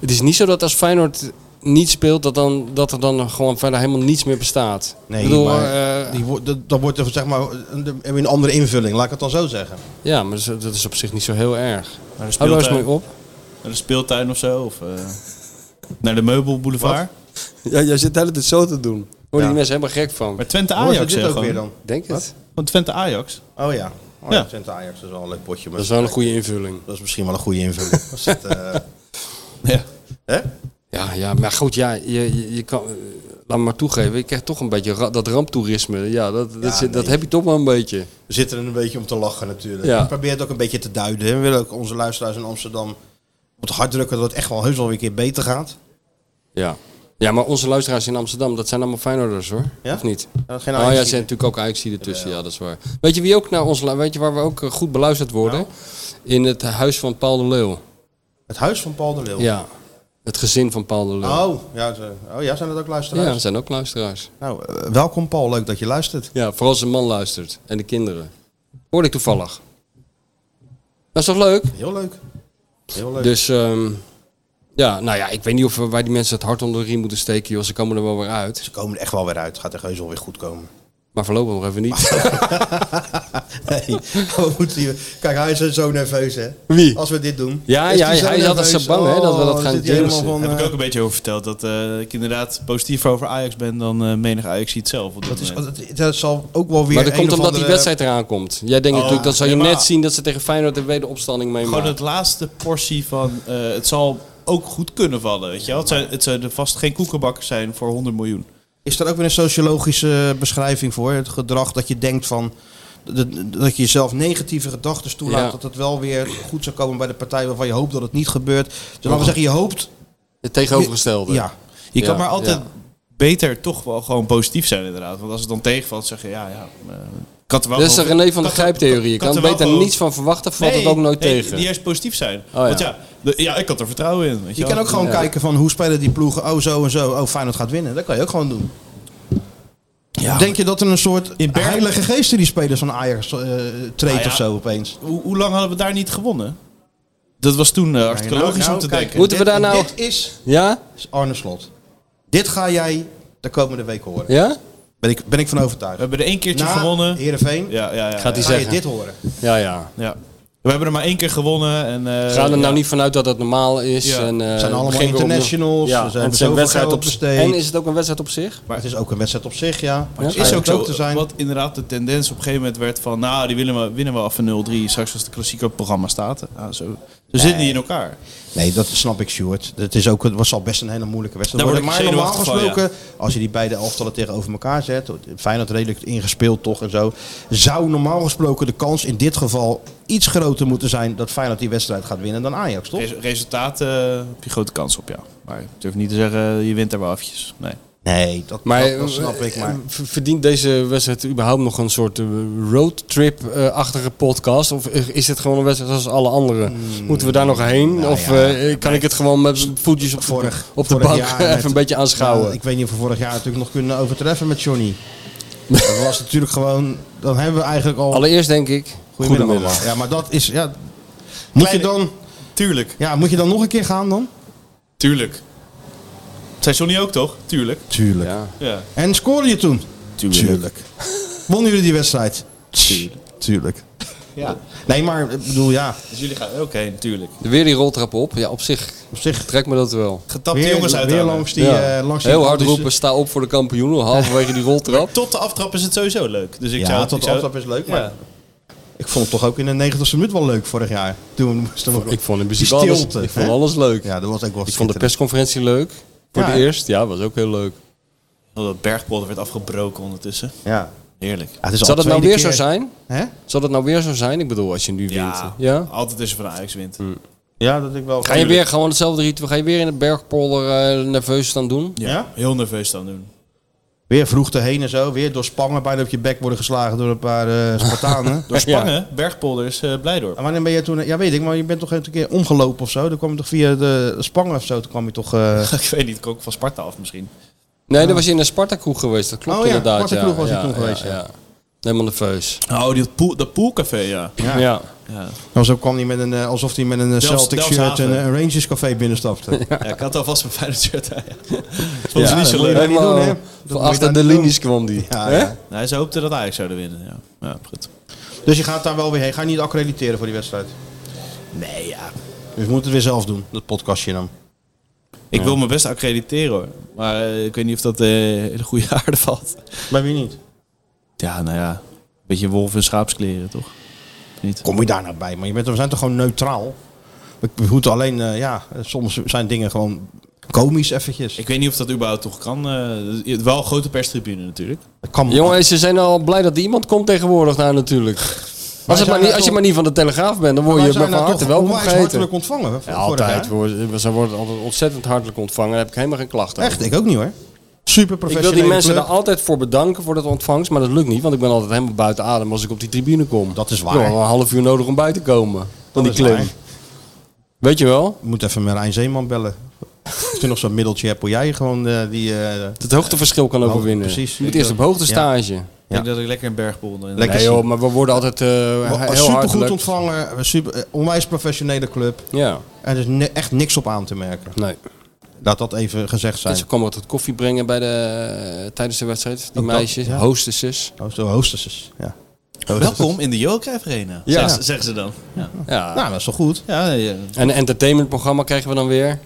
het is niet zo dat als Feyenoord niet speelt, dat, dan, dat er dan gewoon verder helemaal niets meer bestaat.
Nee,
ik bedoel,
maar
eh,
die wordt- dat, dat wordt er zeg maar een, een- een andere invulling, laat ik het dan zo zeggen.
ja, maar dat is- dat is op zich niet zo heel erg.
Naar de
Hou daar eens
speeltuin,
mee op.
naar de speeltuin of zo? Of eh, naar de meubelboulevard?
Ja, jij zit de hele tijd zo te doen. Hoor
Ja.
die mensen helemaal gek van.
Maar Twente
Hoort
Ajax
dit
zeg
ook weer
gewoon.
dan?
Ik Denk het.
Van Twente Ajax.
Oh ja. Oh, ja.
Ja.
Twente Ajax is wel een leuk potje. Maar
Dat is wel een goede invulling.
dat is misschien wel een goede invulling. Dat zit, eh,
Ja.
hè?
Ja, ja maar goed, ja, je, je, je kan, eh, laat me maar toegeven, ik krijg toch een beetje ra- dat ramptoerisme. Ja, dat, dat, zit- dat
nee.
heb je toch wel een beetje.
We zitten er een beetje om te lachen natuurlijk.
Ja.
We proberen het ook een beetje te duiden. hè. We willen ook onze luisteraars in Amsterdam wat hard drukken dat het echt wel heus wel weer een keer beter gaat.
Ja. ja, maar onze luisteraars in Amsterdam, dat zijn allemaal Feyenoorders hoor.
Ja?
Of niet?
Ja, geen
oh ja,
Ajax
er
hier.
zijn natuurlijk ook ajax ertussen, ja, dat is waar. Weet je wie ook naar ons, lu- weet je waar we ook eh, goed beluisterd worden?
Nou?
In het huis van Paul de Leeuw.
Het huis van Paul de Leeuw.
Ja, het gezin van Paul de Leeuw.
Oh, ja, ze- oh ja, zijn dat ook
ja,
luisteraars?
dat zijn ook luisteraars.
Nou, eh, welkom Paul, leuk dat je luistert.
Ja, vooral zijn man luistert en de kinderen. Hoorde ik toevallig. Dat is toch leuk?
Heel leuk. Heel leuk.
Dus ehm, ja, nou ja, ik weet niet of we, waar die mensen het hart onder de riem moeten steken. Joh. Ze komen er wel weer uit.
Ze komen er echt wel weer uit. Het gaat echt heus wel weer goed komen.
Maar voorlopig nog even niet.
Nee, we moeten hier... Kijk, hij is zo nerveus, hè?
Wie?
Als we dit doen.
Ja,
Is
ja,
die zo
hij is altijd
nerveus?
zo bang, hè, dat we dat
dan
gaan
zit hij helemaal
jinxen.
van,
Heb ik
eh,
ook een beetje over verteld. Dat eh, ik inderdaad positiever over Ajax ben dan eh, menig Ajax ziet zelf.
dat, is, dat, dat zal ook wel weer
maar dat
een
komt
of
omdat die
andere-
wedstrijd eraan komt. Jij denkt
Oh,
natuurlijk, dat zal je
ja, maar-
net zien dat ze tegen Feyenoord de wederopstanding
Gewoon
meemaken.
het laatste portie van eh, het zal ook goed kunnen vallen. Weet je wel? Het zou- Het zou er vast geen koekenbakkers zijn voor 100 miljoen.
Is er ook weer een sociologische beschrijving voor? Het gedrag dat je denkt van... Dat, dat je jezelf negatieve gedachten toelaat.
Ja.
Dat het wel weer goed zou komen bij de partij waarvan je hoopt dat het niet gebeurt. Dus laten we zeggen, je hoopt...
Het tegenovergestelde.
Ja.
Je
Ja,
kan maar altijd
ja.
beter toch wel gewoon positief zijn inderdaad. Want als het dan tegenvalt zeg je ja, ja. eh, ik had er wel
Dat is de
gehoopt-
René van de
ik had er-
Grijp-theorie. Je
ik had er
kan er
wel
beter
gehoopt-
niets van verwachten, valt het
Nee,
ook nooit
nee,
tegen. Oh,
Die juist positief zijn.
ja.
Want ja, de- ja, ik had er vertrouwen in. Weet
Je
wel.
kan ook gewoon
Ja.
kijken van hoe spelen die ploegen. Oh, zo en zo. Oh, Feyenoord gaat winnen. Dat kan je ook gewoon doen. Denk je dat er een soort
In Berg-
heilige geesten die spelers van Ajax eh treedt
Nou
Ah, ja.
of zo opeens?
Hoe, hoe lang hadden we daar niet gewonnen? Dat was toen eh, hartstikke
nou,
logisch
nou,
om te
kijk,
denken.
Moeten we
Dit-
daar nou...
Dit is
Ja?
Arne Slot. Dit ga jij de komende week horen.
Ja?
Ben, ik, ben ik van
We
overtuigd.
hebben er één keertje
Na
gewonnen.
Heerenveen
Ja, ja, ja.
Gaat
ja,
hij
ga je
zeggen.
dit horen.
Ja, ja.
ja. We hebben er maar één keer gewonnen. En, eh,
Gaan er
ja.
nou niet vanuit dat dat normaal is.
Ja.
En, eh,
zijn allemaal
begin weer opnieuw.
internationals, ze hebben
en het is een
zoveel
wedstrijd
geld
op zich.
besteed.
En is het ook een wedstrijd op zich?
Maar het is ook een wedstrijd op zich, ja. Maar
Het is ook zo
te zijn.
wat inderdaad de tendens op een gegeven moment werd van... nou, die winnen we, winnen we af van 0-3 straks als de klassieker op het programma staat. Nou, zo zo zitten die in elkaar.
Nee, dat snap ik, Stuart. Dat is ook, het was al best een hele moeilijke wedstrijd.
Daar
Worden,
word
maar
ik
normaal
zenuwachtig van,
gesproken, als je die beide elftallen tegenover elkaar zet, Feyenoord redelijk ingespeeld toch en zo, zou normaal gesproken de kans in dit geval iets groter moeten zijn dat Feyenoord die wedstrijd gaat winnen dan Ajax, toch?
Res- resultaten eh, heb je grote kans op, ja. Maar ik durf niet te zeggen, je wint er wel afjes. Nee.
Nee, dat,
Maar,
dat, dat snap ik. Maar
eh, v- Verdient deze wedstrijd überhaupt nog een soort eh, roadtrip-achtige podcast? Of eh, is het gewoon een wedstrijd zoals alle andere? Moeten we daar nog heen? of
Hmm. Nou ja,
eh, kan ik het gewoon met voetjes op, de-
vorig,
op de
vorig
bank
jaar
even
met-
een beetje aanschouwen?
Nou, ik weet niet of we vorig jaar natuurlijk nog kunnen overtreffen met Johnny. Dat was natuurlijk gewoon, dan hebben we eigenlijk al...
Allereerst denk ik,
Goedemiddag
goedemiddag.
allemaal. Ja, maar dat is... Ja, moet, je dan,
Tuurlijk,
ja, moet je dan nog een keer gaan dan?
tuurlijk. Zijn Johnny ook toch? Tuurlijk.
Tuurlijk.
Ja.
Ja.
En scoorde je toen?
Tuurlijk.
Wonnen jullie die wedstrijd? Tuurlijk.
Ja.
Nee, maar ik bedoel, ja,
Dus jullie gaan ook heen, tuurlijk.
Weer die roltrap op. Ja, op zich
op zich.
trekt me dat wel.
Getapte
Weer,
jongens uit.
weer
Arnhem.
langs die...
Ja.
eh, langs die
Heel hard
dus-
roepen, sta op voor de kampioenen. Halverwege die roltrap.
Tot de aftrap is het sowieso leuk. Dus ik
Ja,
zou, ik
tot de
zou-
aftrap is leuk,
Ja.
maar... Ik vond het toch ook in de negentigste minuut wel leuk vorig jaar. Toen moesten we...
Ik vond in principe
Die
alles,
stilte,
ik vond
hè?
alles leuk.
Ja, dat was ook wel
ik vond de
schitterend.
persconferentie leuk. Voor
Ja.
het eerst. Ja, was ook heel leuk.
Dat bergpolder werd afgebroken ondertussen.
Ja.
Heerlijk.
Ja, het is al
Zal dat nou
tweede
weer
keer.
zo zijn?
Hè?
Zal dat nou weer zo zijn? Ik bedoel, als je nu
Ja, Oh,
wint. Ja?
altijd als je van Ajax wint.
Mm. Ja, dat ik wel...
Ga je weer gewoon hetzelfde ritueel? Ga je weer in de bergpolder eh, nerveus staan doen?
Ja.
Ja?
Heel nerveus dan doen.
Weer vroeg erheen en zo. Weer door Spangen bijna op je bek worden geslagen door een paar eh, Spartanen.
Door Spangen, bergpolder is eh, Blijdorp.
En wanneer ben jij toen... Ja, weet ik, maar je bent toch een keer omgelopen of zo? Dan kwam je toch via de Spangen of zo? Toen kwam je toch... eh,
ik weet niet, ik ook van Sparta af misschien.
Nee, dan was je in een Sparta-kroeg geweest. Dat klopt
Oh ja,
inderdaad.
Spartakroeg was je
ja,
toen
ja,
geweest,
Ja,
ja.
Helemaal nerveus.
Oh, dat, pool, dat poolcafé, ja.
Ja.
Ja.
Ja.
Dan zo kwam hij met een, eh, alsof hij met een eh,
Delft-
Celtics shirt
Delfshaven.
en eh, een Rangers café binnenstapte.
Ja, ik had alvast mijn fijne shirt aan. ja. Dat vond ze niet zo
dat moet
leuk.
je- niet doen, hè? Dat
Helemaal van
moet je
achter
daar
de
niet doen.
linies kwam die.
Ja,
Hè?
ja.
Nee, ze hoopte dat Ajax zouden winnen. Ja, ja goed.
Dus je gaat daar wel weer heen. Ga je niet accrediteren voor die wedstrijd? Nee, ja. Dus we moeten het weer zelf doen, dat podcastje dan.
Ik wil me best accrediteren hoor. Maar eh, ik weet niet of dat eh, in de goede aarde valt.
Maar wie niet?
Ja, nou ja. Beetje wolf in schaapskleren, toch? Of Niet.
Kom je daar nou bij? Maar je bent, we zijn toch gewoon neutraal? We we moeten alleen, eh, ja, eh, soms zijn dingen gewoon komisch eventjes.
Ik weet niet of dat überhaupt toch kan. eh, wel een grote perstribune natuurlijk.
Dat kan
Jongens, ze zijn al blij dat er iemand komt tegenwoordig nou natuurlijk. Als, het
zijn
maar niet,
daar
als je
toch-
maar niet van de Telegraaf bent, dan word
Wij
je
zijn
van
daar
harte
toch
welkom
onwijs hartelijk
geheten.
ontvangen. hè,
Ja,
vorig
altijd.
jaar.
worden- Ze worden altijd ontzettend hartelijk ontvangen. Daar heb ik helemaal geen klachten over.
Echt, ik ook niet hoor. Super
Ik
professioneel.
wil die mensen daar altijd voor bedanken voor dat ontvangst, maar dat lukt niet, want ik ben altijd helemaal buiten adem als ik op die tribune kom.
Dat is waar.
Ik heb wel een half uur nodig om buiten te komen van die
Dat is
klim.
waar.
Weet je wel?
Je moet even Marijn Zeeman bellen. Of je nog zo'n middeltje hebt, hoe jij gewoon eh, die... eh,
Dat het hoogteverschil kan overwinnen.
precies.
Je moet eerst op hoogte stage.
Ja.
Ik denk dat ik lekker in bergpolder in.
Lekker
Nee joh, maar we worden altijd eh heel
super goed
hartelijk.
ontvangen, een super, eh, onwijs professionele club.
Ja,
En er is ne- echt niks op aan te merken.
nee. Dus
Laat dat even gezegd zijn.
Ze komen altijd koffie brengen bij de, eh, tijdens de wedstrijd. Die
Ook dat,
meisjes,
ja.
hostesses.
Oh, zo hostesses. Ja. Hostesses.
Welkom in de Jookrijf Arena.
Ja.
Ja. Zeggen ze dan. Ja.
Ja.
Nou, dat is wel goed.
Ja, ja.
En een entertainmentprogramma krijgen we dan weer.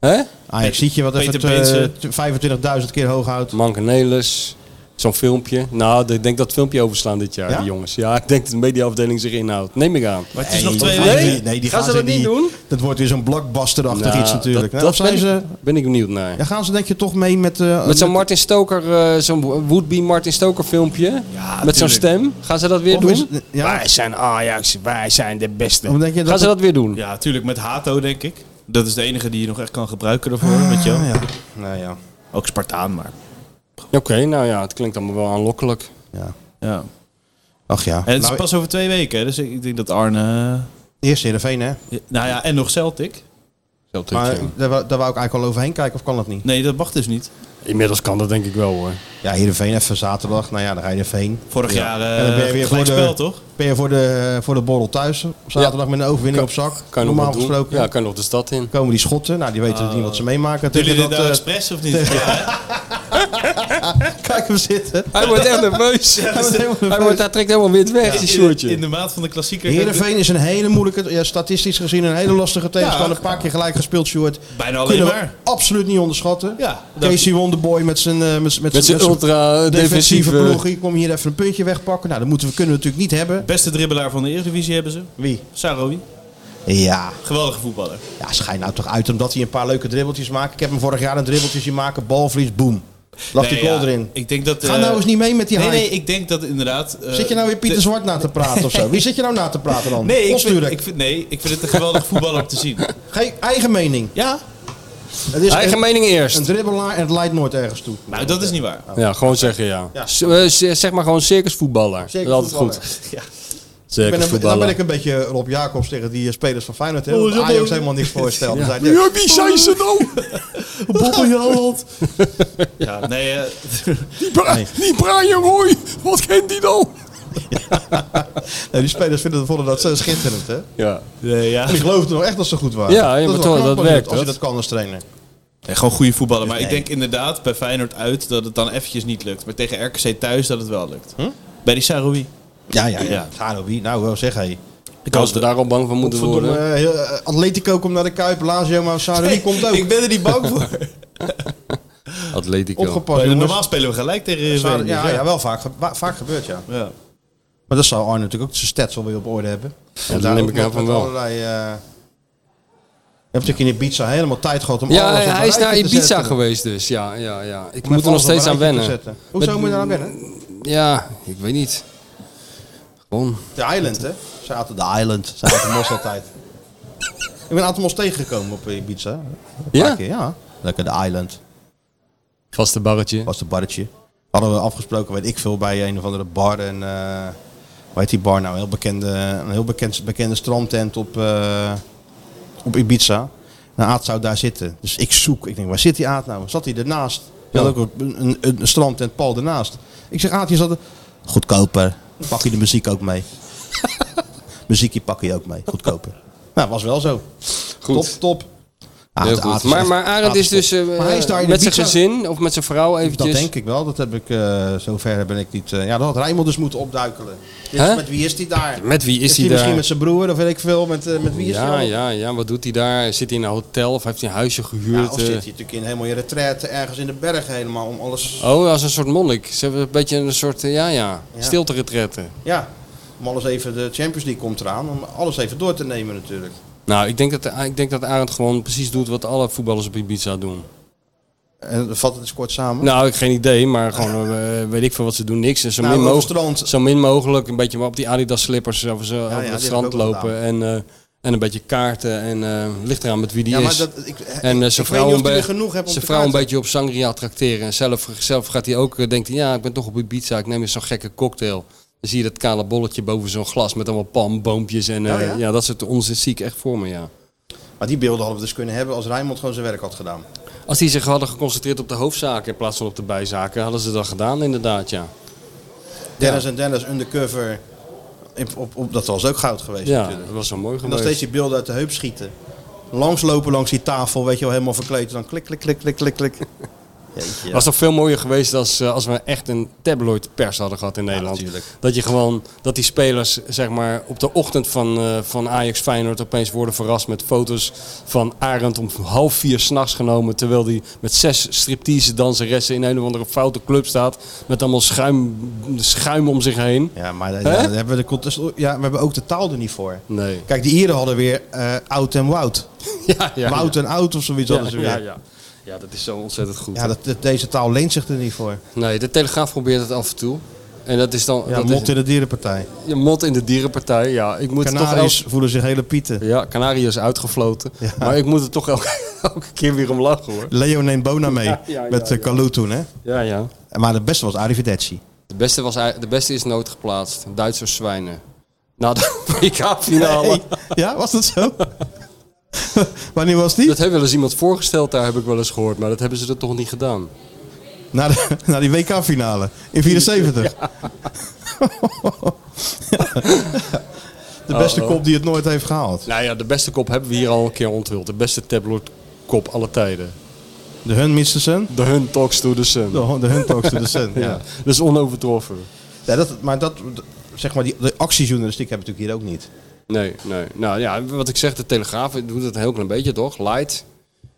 Hè?
Ajax ziet Ah, je wat even
Peter
te- te- 25.000 keer hoog houdt.
Mankenelis. Zo'n filmpje. Nou, ik denk dat filmpje overslaan dit jaar,
Ja?
die jongens. Ja, ik denk dat de mediaafdeling zich inhoudt. Neem ik aan.
Maar het is nog twee
gaan ze
weken.
Nee?
niet- nee, die
Gaan ze dat
ze
niet doen?
Dat wordt weer zo'n blockbusterachtig
Nou,
iets natuurlijk.
Dat,
Nou,
dat
of zijn
ben,
ze,
ik, ben ik benieuwd naar.
ja, gaan ze denk je toch mee met... eh,
Met zo'n Martin Stoker, eh, zo'n would-be Martin Stoker filmpje. met zo'n stem. Gaan ze dat weer
of is-
doen?
ja,
zijn Ajax, wij zijn de beste.
Of denk je dat
Gaan ze
het-
dat weer doen?
Ja, natuurlijk met Hato denk ik. Dat is de enige die je nog echt kan gebruiken daarvoor. weet je wel.
Ah, ja. Nou ja.
Ook Spartaan, maar.
Oké, nou ja, het klinkt allemaal wel aanlokkelijk.
ja.
Ja.
Ach ja.
En het
Nou,
is pas over twee weken, hè, dus ik ik denk dat Arne.
Eerst Heerenveen hè.
Ja, Nou ja, en nog Celtic.
Celtic,
Maar
ja.
daar, wou- daar wou ik eigenlijk al overheen kijken of kan dat niet?
Nee, dat mag dus niet.
Inmiddels kan dat denk ik wel hoor.
Ja, Heerenveen even zaterdag. Nou ja, dan ga je even heen.
Vorig jaar
en dan ben je
eh
weer voor
gelijk
de,
spel, toch?
Ben je voor de, voor de borrel thuis op zaterdag met een overwinning op zak.
Kan je nog
Normaal
wat doen?
gesproken.
Ja, Ah. kan je nog de stad in.
Komen die schotten? Nou, die weten niet wat ze meemaken.
Doen jullie
Tegen
dit
dat,
nou
eh,
expres of niet? Ja,
Kijk hem zitten.
Hij wordt echt nerveus. Hij, wordt, hij trekt helemaal wit weg, die
in, de,
shortje.
in de maat van de klassieker.
Heerenveen is een hele moeilijke, ja, statistisch gezien een hele lastige tegenstander. een paar keer gelijk gespeeld, Sjoerd.
Bijna alleen
Kunnen we
maar.
absoluut niet onderschatten.
Ja, dat-
Casey Wonderboy met zijn, eh, met, met,
Met zijn ultra-defensieve...
defensieve ploeg. Ik kom hier even een puntje wegpakken. Nou, dat moeten we, kunnen we natuurlijk niet hebben.
Beste dribbelaar van de Eredivisie hebben ze.
Wie?
Saroui.
Ja,
Geweldige voetballer.
ja schijn nou toch uit omdat hij een paar leuke dribbeltjes maakt. Ik heb hem vorig jaar een dribbeltje zien maken. Balvlies, boom. Lag die
Nee,
goal
ja,
erin.
Ik denk dat,
Ga
eh,
nou eens niet mee met die
Nee,
hype.
nee, ik denk dat inderdaad... eh,
Zit je nou weer Pieter
de-
Zwart na te praten of zo? Wie zit je nou na te praten dan?
Nee ik, vind,
Kosturek.
ik vind, nee, ik vind het een geweldige voetballer om te zien.
Geen eigen mening.
Ja?
Het is
Eigen
een,
mening
een
eerst.
dribbelaar en het leidt nooit ergens toe.
Nou, dat is niet waar.
Ja, gewoon zeggen ja.
Ja.
Z- eh, z- Zeg maar gewoon circusvoetballer. Dat is altijd
Circusvoetballer.
goed.
Ik ben een, dan ben
Circusvoetballer.
ik een beetje Rob Jacobs tegen die eh, spelers van Feyenoord.
Oh,
Hè? Want Ajax helemaal niks voorstelde. Ja.
wie zijn ze nou?
Bobbel Joland.
Ja, nee, eh,
Die, Bra- die Brian Roy, wat kent die nou?
Nee, die spelers vinden, dat- vonden dat zo schitterend. Hè?
Ja.
nee, ja.
En die geloofden nog echt dat ze goed waren.
Ja, ja,
is
maar
wel
toch,
knap
dat
als je-
werkt,
Als je
dat.
dat kan als trainer.
Nee, gewoon goede voetballer. Maar ik
nee.
denk inderdaad bij Feyenoord uit dat het dan eventjes niet lukt. Maar tegen RKC thuis dat het wel lukt.
Hm?
Bij die Saroui.
Ja, ja, ja.
Ja.
Ga wie? Nou, wel zeg hé.
Ik had er daar al bang van moeten worden.
Verdomme, eh, heel, eh, Atletico komt naar de Kuip, Lazio, maar Sarri komt ook.
Ik ben er niet bang voor.
eh, Atletico.
Opgepast, jongens.
normaal spelen we gelijk tegen
Sarri-
Heerenveen.
ja,
dus
ja, wel vaak, ge- wa- vaak gebeurt, ja.
ja.
Maar dat zou Arne natuurlijk ook zijn stats alweer op orde hebben. En
dat
daar
neem
ook
ik
nog
aan van
met
wel.
Allerlei, eh, Je hebt natuurlijk in Ibiza helemaal tijd gehad om
Ja,
alles op
hij
een
is naar
rijtje te
Ibiza
zetten.
geweest dus. Ja, ja, ja. Ik
Om
moet
even
er
alles
nog
op een
steeds
rijtje te
aan wennen.
zetten. Hoezo
Met-
moet je daar aan wennen?
Ja, ik weet niet. Gewoon.
De Island, hè? Zaten de Island. Zaten Mos altijd. Ik ben een aantal Mos tegengekomen op Ibiza. Een paar
Ja?
keer, ja. Lekker de Island.
Vaste barretje.
Was de barretje. Hadden we afgesproken, weet ik veel, bij een of andere bar. En, eh, hoe heet die bar nou? Een heel bekende, een heel bekend, bekende strandtent op, eh, op Ibiza. Nou, Aad zou daar zitten. Dus ik zoek. Ik denk, waar zit die Aad nou? Zat hij ernaast? Hij had ook een, een, een strandtent pal ernaast. Ik zeg, Aad, je zat er... Goedkoper. Pak je de muziek ook mee. Muziekje pak je ook mee. Goedkoper. Nou, was wel zo.
Goed.
Top, top. Aad-
Heel
Aad
goed.
is
Maar,
echt-
maar Arend
Aad
is dus
top.
eh,
Maar hij is daar in
met zijn
Ibiza.
gezin of met zijn vrouw eventjes.
Dat denk ik wel. Dat heb ik, eh, zover ben ik niet... eh, ja, dat had Rijmel dus moeten opduikelen. Dus
Hè?
met wie is die daar?
Met wie is
die
hij daar?
misschien met zijn broer of weet ik veel? Met, eh, met wie is
ja,
hij?
ja, ja. Wat doet hij daar? Zit hij in een hotel of heeft hij een huisje
Ja,
gehuurd?
of zit
eh?
hij natuurlijk in helemaal je retraite ergens in de bergen helemaal om alles...
Oh, als een soort monnik. Ze hebben een beetje een soort, eh, ja, ja,
Ja.
stilte retretten.
Ja, om alles even... De Champions League komt eraan. Om alles even door te nemen natuurlijk.
Nou, ik denk, dat, ik denk dat Arend gewoon precies doet wat alle voetballers op Ibiza doen.
En dat vat het eens kort samen.
Nou, ik geen idee, maar gewoon eh, weet ik veel wat ze doen, niks. En Zo,
Nou,
min,
op het
mogelijk,
strand.
zo min mogelijk een beetje op die Adidas slippers over, zo, over
die heb
het
ik
strand
ook wel
lopen. En, eh, en een beetje kaarten en eh ligt eraan met wie die
ja, maar
is.
dat, ik, eh,
En eh,
ik
zijn
weet
vrouw,
niet
een,
of hij er
be-
genoeg hebt om
zijn
te
vrouw een
kaarten.
beetje op sangria tracteren. En zelf, zelf gaat hij ook, eh, denkt hij, ja, ik ben toch op Ibiza, ik neem eens zo'n gekke cocktail. Dan zie je dat kale bolletje boven zo'n glas met allemaal palmboompjes en eh,
Oh ja?
ja? dat soort onzin zie ik echt voor me, ja.
Maar die beelden hadden we dus kunnen hebben als Rijmond gewoon zijn werk had gedaan.
Als die zich hadden geconcentreerd op de hoofdzaken in plaats van op de bijzaken, hadden ze dat gedaan inderdaad, ja.
Dennis en Dennis undercover. Op, op, op, dat was ook goud geweest
Ja,
natuurlijk.
dat was wel mooi
En dan
geweest.
steeds die beelden uit de heup schieten. Langslopen langs die tafel, weet je wel, helemaal verkleed. En Dan klik, klik, klik, klik, klik, klik. Jeetje, ja.
Was toch veel mooier geweest als, eh, als we echt een tabloid pers hadden gehad in Nederland.
natuurlijk.
dat je gewoon, dat die spelers zeg maar op de ochtend van, eh, van Ajax Feyenoord opeens worden verrast met foto's van Arend om half vier s'nachts genomen. Terwijl die met zes striptease danseressen in een of andere foute club staat. Met allemaal schuim, schuim om zich heen.
Ja, maar ja,
Hè?
daar hebben we de contest, ja, we hebben ook de taal er niet voor.
Nee.
Kijk, de Ieren hadden weer eh oud en woud.
Ja, ja.
Woud en oud of zoiets
ja,
hadden ze weer.
ja,
Ja,
ja. ja, dat is zo ontzettend goed.
dat, dat- deze taal leent zich er niet voor.
Nee, de Telegraaf probeert het af en toe. En dat is dan...
Ja,
dat
mot
is,
in de dierenpartij.
Ja, mot in de dierenpartij, ja. Ik moet toch
Canaries voelen zich hele pieten.
Ja, Canarie is uitgefloten. Maar ik moet er toch elke, elke keer weer om lachen hoor.
Leo neemt Bona mee
ja,
met
ja,
de Kalou toen, hè?
Ja, ja.
Maar de beste was Arrivederci.
De beste, was, eigenlijk- de beste is nooit geplaatst. Duitsers zwijnen. Na de
Oh.
WK-finale.
Ja, was dat zo? Wanneer was die?
Dat heeft wel eens iemand voorgesteld, daar heb ik wel eens gehoord. Maar dat hebben ze er toch niet gedaan.
Naar, de- naar die WK-finale in 74. De beste
Oh, oh.
kop die het nooit heeft gehaald.
Nou ja, de beste kop hebben we hier al een keer onthuld. De beste tabloidkop alle tijden.
De Hun Mistersen.
De Hun Talks to the Sun.
De, Hun- de Hun Talks to the Sun.
Ja,
Ja.
dat is onovertroffen.
Ja, dat, maar dat, zeg maar, die, de actiejournalistiek hebben we natuurlijk hier ook niet.
Nee, nee. Nou ja, wat ik zeg, de Telegraaf doet het een heel klein beetje, toch? Light.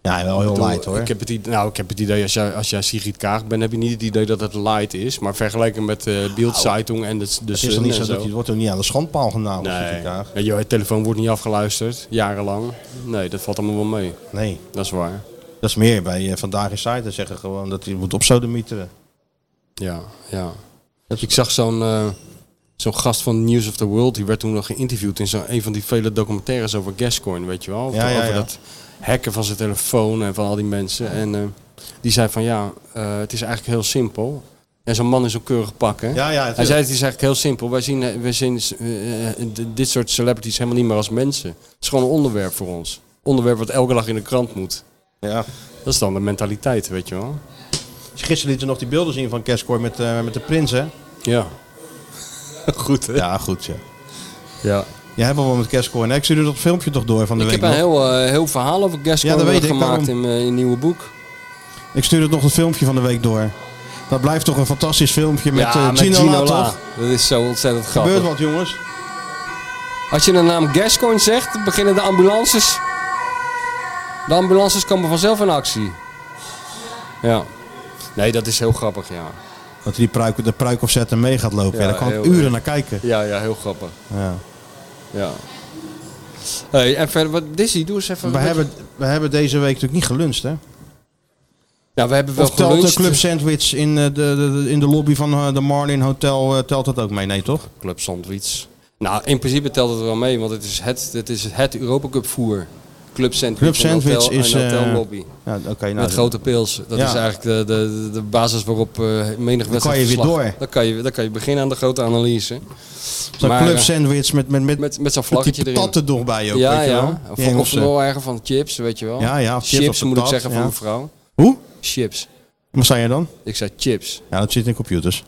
Ja, wel heel
Ik bedoel,
light hoor.
Ik heb het idee, nou, ik heb het idee als, jij, als jij Sigrid Kaag bent, heb je niet het idee dat het light is. Maar vergeleken met eh Beeldzeitung en de, de
Nou, het
Sun
is dan niet
en
zo
zo.
dat je wordt er niet aan de schandpaal genageld.
nee,
Nee.
ja, je telefoon wordt niet afgeluisterd, jarenlang. Nee, dat valt allemaal wel mee.
nee,
Dat is waar.
dat is meer bij eh, Vandaag in Site. zeggen gewoon dat je moet op sodemieteren.
Ja, ja. Ik zag zo'n eh, zo'n gast van News of the World, die werd toen nog geïnterviewd in zo'n een van die vele documentaires over Gascoigne, weet je wel.
Ja, ja,
over
ja.
dat hacken van zijn telefoon en van al die mensen. En eh, die zei van ja, eh, het is eigenlijk heel simpel. En zo'n man is zo'n keurig pak, hè?
Ja, ja, natuurlijk.
Hij zei het is eigenlijk heel simpel. Wij zien, eh, wij zien eh, d- dit soort celebrities helemaal niet meer als mensen. Het is gewoon een onderwerp voor ons. Onderwerp wat elke dag in de krant moet.
Ja.
Dat is dan de mentaliteit, weet je wel.
Gisteren lieten we nog die beelden zien van Cascor met, eh, met de prins, hè?
Ja. Goed, hè?
Ja, goed, ja.
ja.
Jij hebt al wel met Cascor. Nee, ik stuurde dat filmpje toch door van de
Ik
week
heb een
nog.
heel, eh, heel verhaal over
Ja, dat
Gascoigne
weet ik,
gemaakt in mijn in nieuwe boek.
Ik stuurde nog het filmpje van de week door. Dat blijft toch een fantastisch filmpje met, eh, Gino, La,
La.
toch?
Dat is zo ontzettend grappig.
Gebeurt wat, jongens.
Als je de naam Gascoigne zegt, beginnen de ambulances... De ambulances komen vanzelf in actie. Ja. Nee, dat is heel grappig, ja.
Dat hij die pruik, de pruik opzet en mee gaat lopen. Ja,
Ja,
daar kan ik
heel
uren
erg.
naar kijken.
Ja, ja, heel grappig.
Ja.
Ja. Hey, en verder, wat, Dizzy, doe eens even...
We,
wat-
hebben, we hebben deze week natuurlijk niet geluncht, hè?
nou, we hebben wel
Of telt de
geluncht.
club sandwich in eh, de, de, de- in de lobby van eh, de Marlin Hotel, eh, telt dat ook mee? Nee, toch?
Club Sandwich. Nou, in principe telt het wel mee, want het is het, het, is het Europa Cup voer. Club Sandwich,
Club
en
Sandwich
hotel,
is,
en hotel
eh,
lobby.
Ja, oké. nou,
Met grote pils. Dat
Ja.
is eigenlijk de, de, de basis waarop eh menig wedstrijd
kan je weer
verslag-
door.
Dan kan je, dan kan je beginnen aan de grote analyse.
zo'n
maar,
club
eh,
sandwich met, met, met,
Met, met zo'n
met
vlaggetje
die
erin.
patat er nog bij ook,
ja,
weet je
ja.
wel?
Of,
Die eh.
of
Engelsen.
wel ergens van chips, weet je wel.
Ja, ja, of chips
chips
of
moet ik
patat,
zeggen voor
ja.
een vrouw.
Hoe?
Chips.
Wat zei je dan?
Ik zei chips.
Ja, dat zit in computers.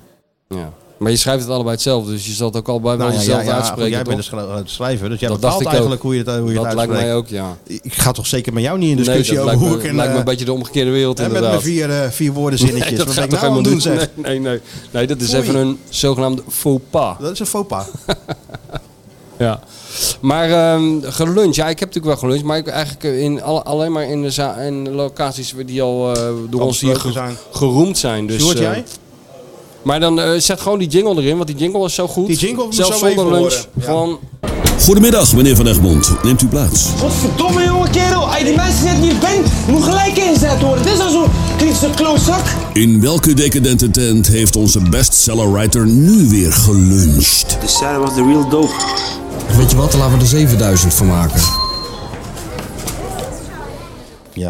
Ja. Maar je schrijft het allebei hetzelfde, dus je zal het ook allebei wel
Nou ja,
jezelf
ja, ja,
uitspreken.
jij bent
toch?
de schra- eh, de schrijver, dus jij
Dat dacht
bepaalt
ik
eigenlijk
ook.
hoe je het, eh, hoe je
dat
het
lijkt
uitspreekt.
mij ook, ja.
Ik ga toch zeker met jou niet in
Nee,
discussie
dat
over
lijkt
hoe
me,
ik een...
lijkt me
eh,
een beetje de omgekeerde wereld
hè, met
inderdaad.
mijn vier, eh, vier woorden zinnetjes.
Nee, dat
Wat
gaat
ik
toch
nou aan
helemaal
doen
niet.
zeg?
Nee, nee, nee. Nee, dat is
Oei.
even een zogenaamde faux pas.
Dat is een faux pas.
Ja. Maar ehm, geluncht, ja, ik heb natuurlijk wel geluncht, maar ik eigenlijk eh, in alle, alleen maar in de za- in locaties die al eh, door ons hier
besproken
ge-
zijn.
geroemd zijn. Dus,
Sjoerd,
eh,
jij?
Maar dan eh, zet gewoon die jingle erin, want die jingle is zo goed.
Die jingle moet
Zelfs
zo
zonder
even
lunch.
horen. Ja.
Gewoon
Goedemiddag, meneer Van Egmond. Neemt u plaats.
Godverdomme jonge kerel, als je die mensen net niet bent, moet gelijk ingezet worden. Dit is al zo'n kritische klootzak.
In welke decadente tent heeft onze bestseller writer nu weer geluncht?
De Sarah was de real dope.
Weet je wat, laten we er 7000 van maken.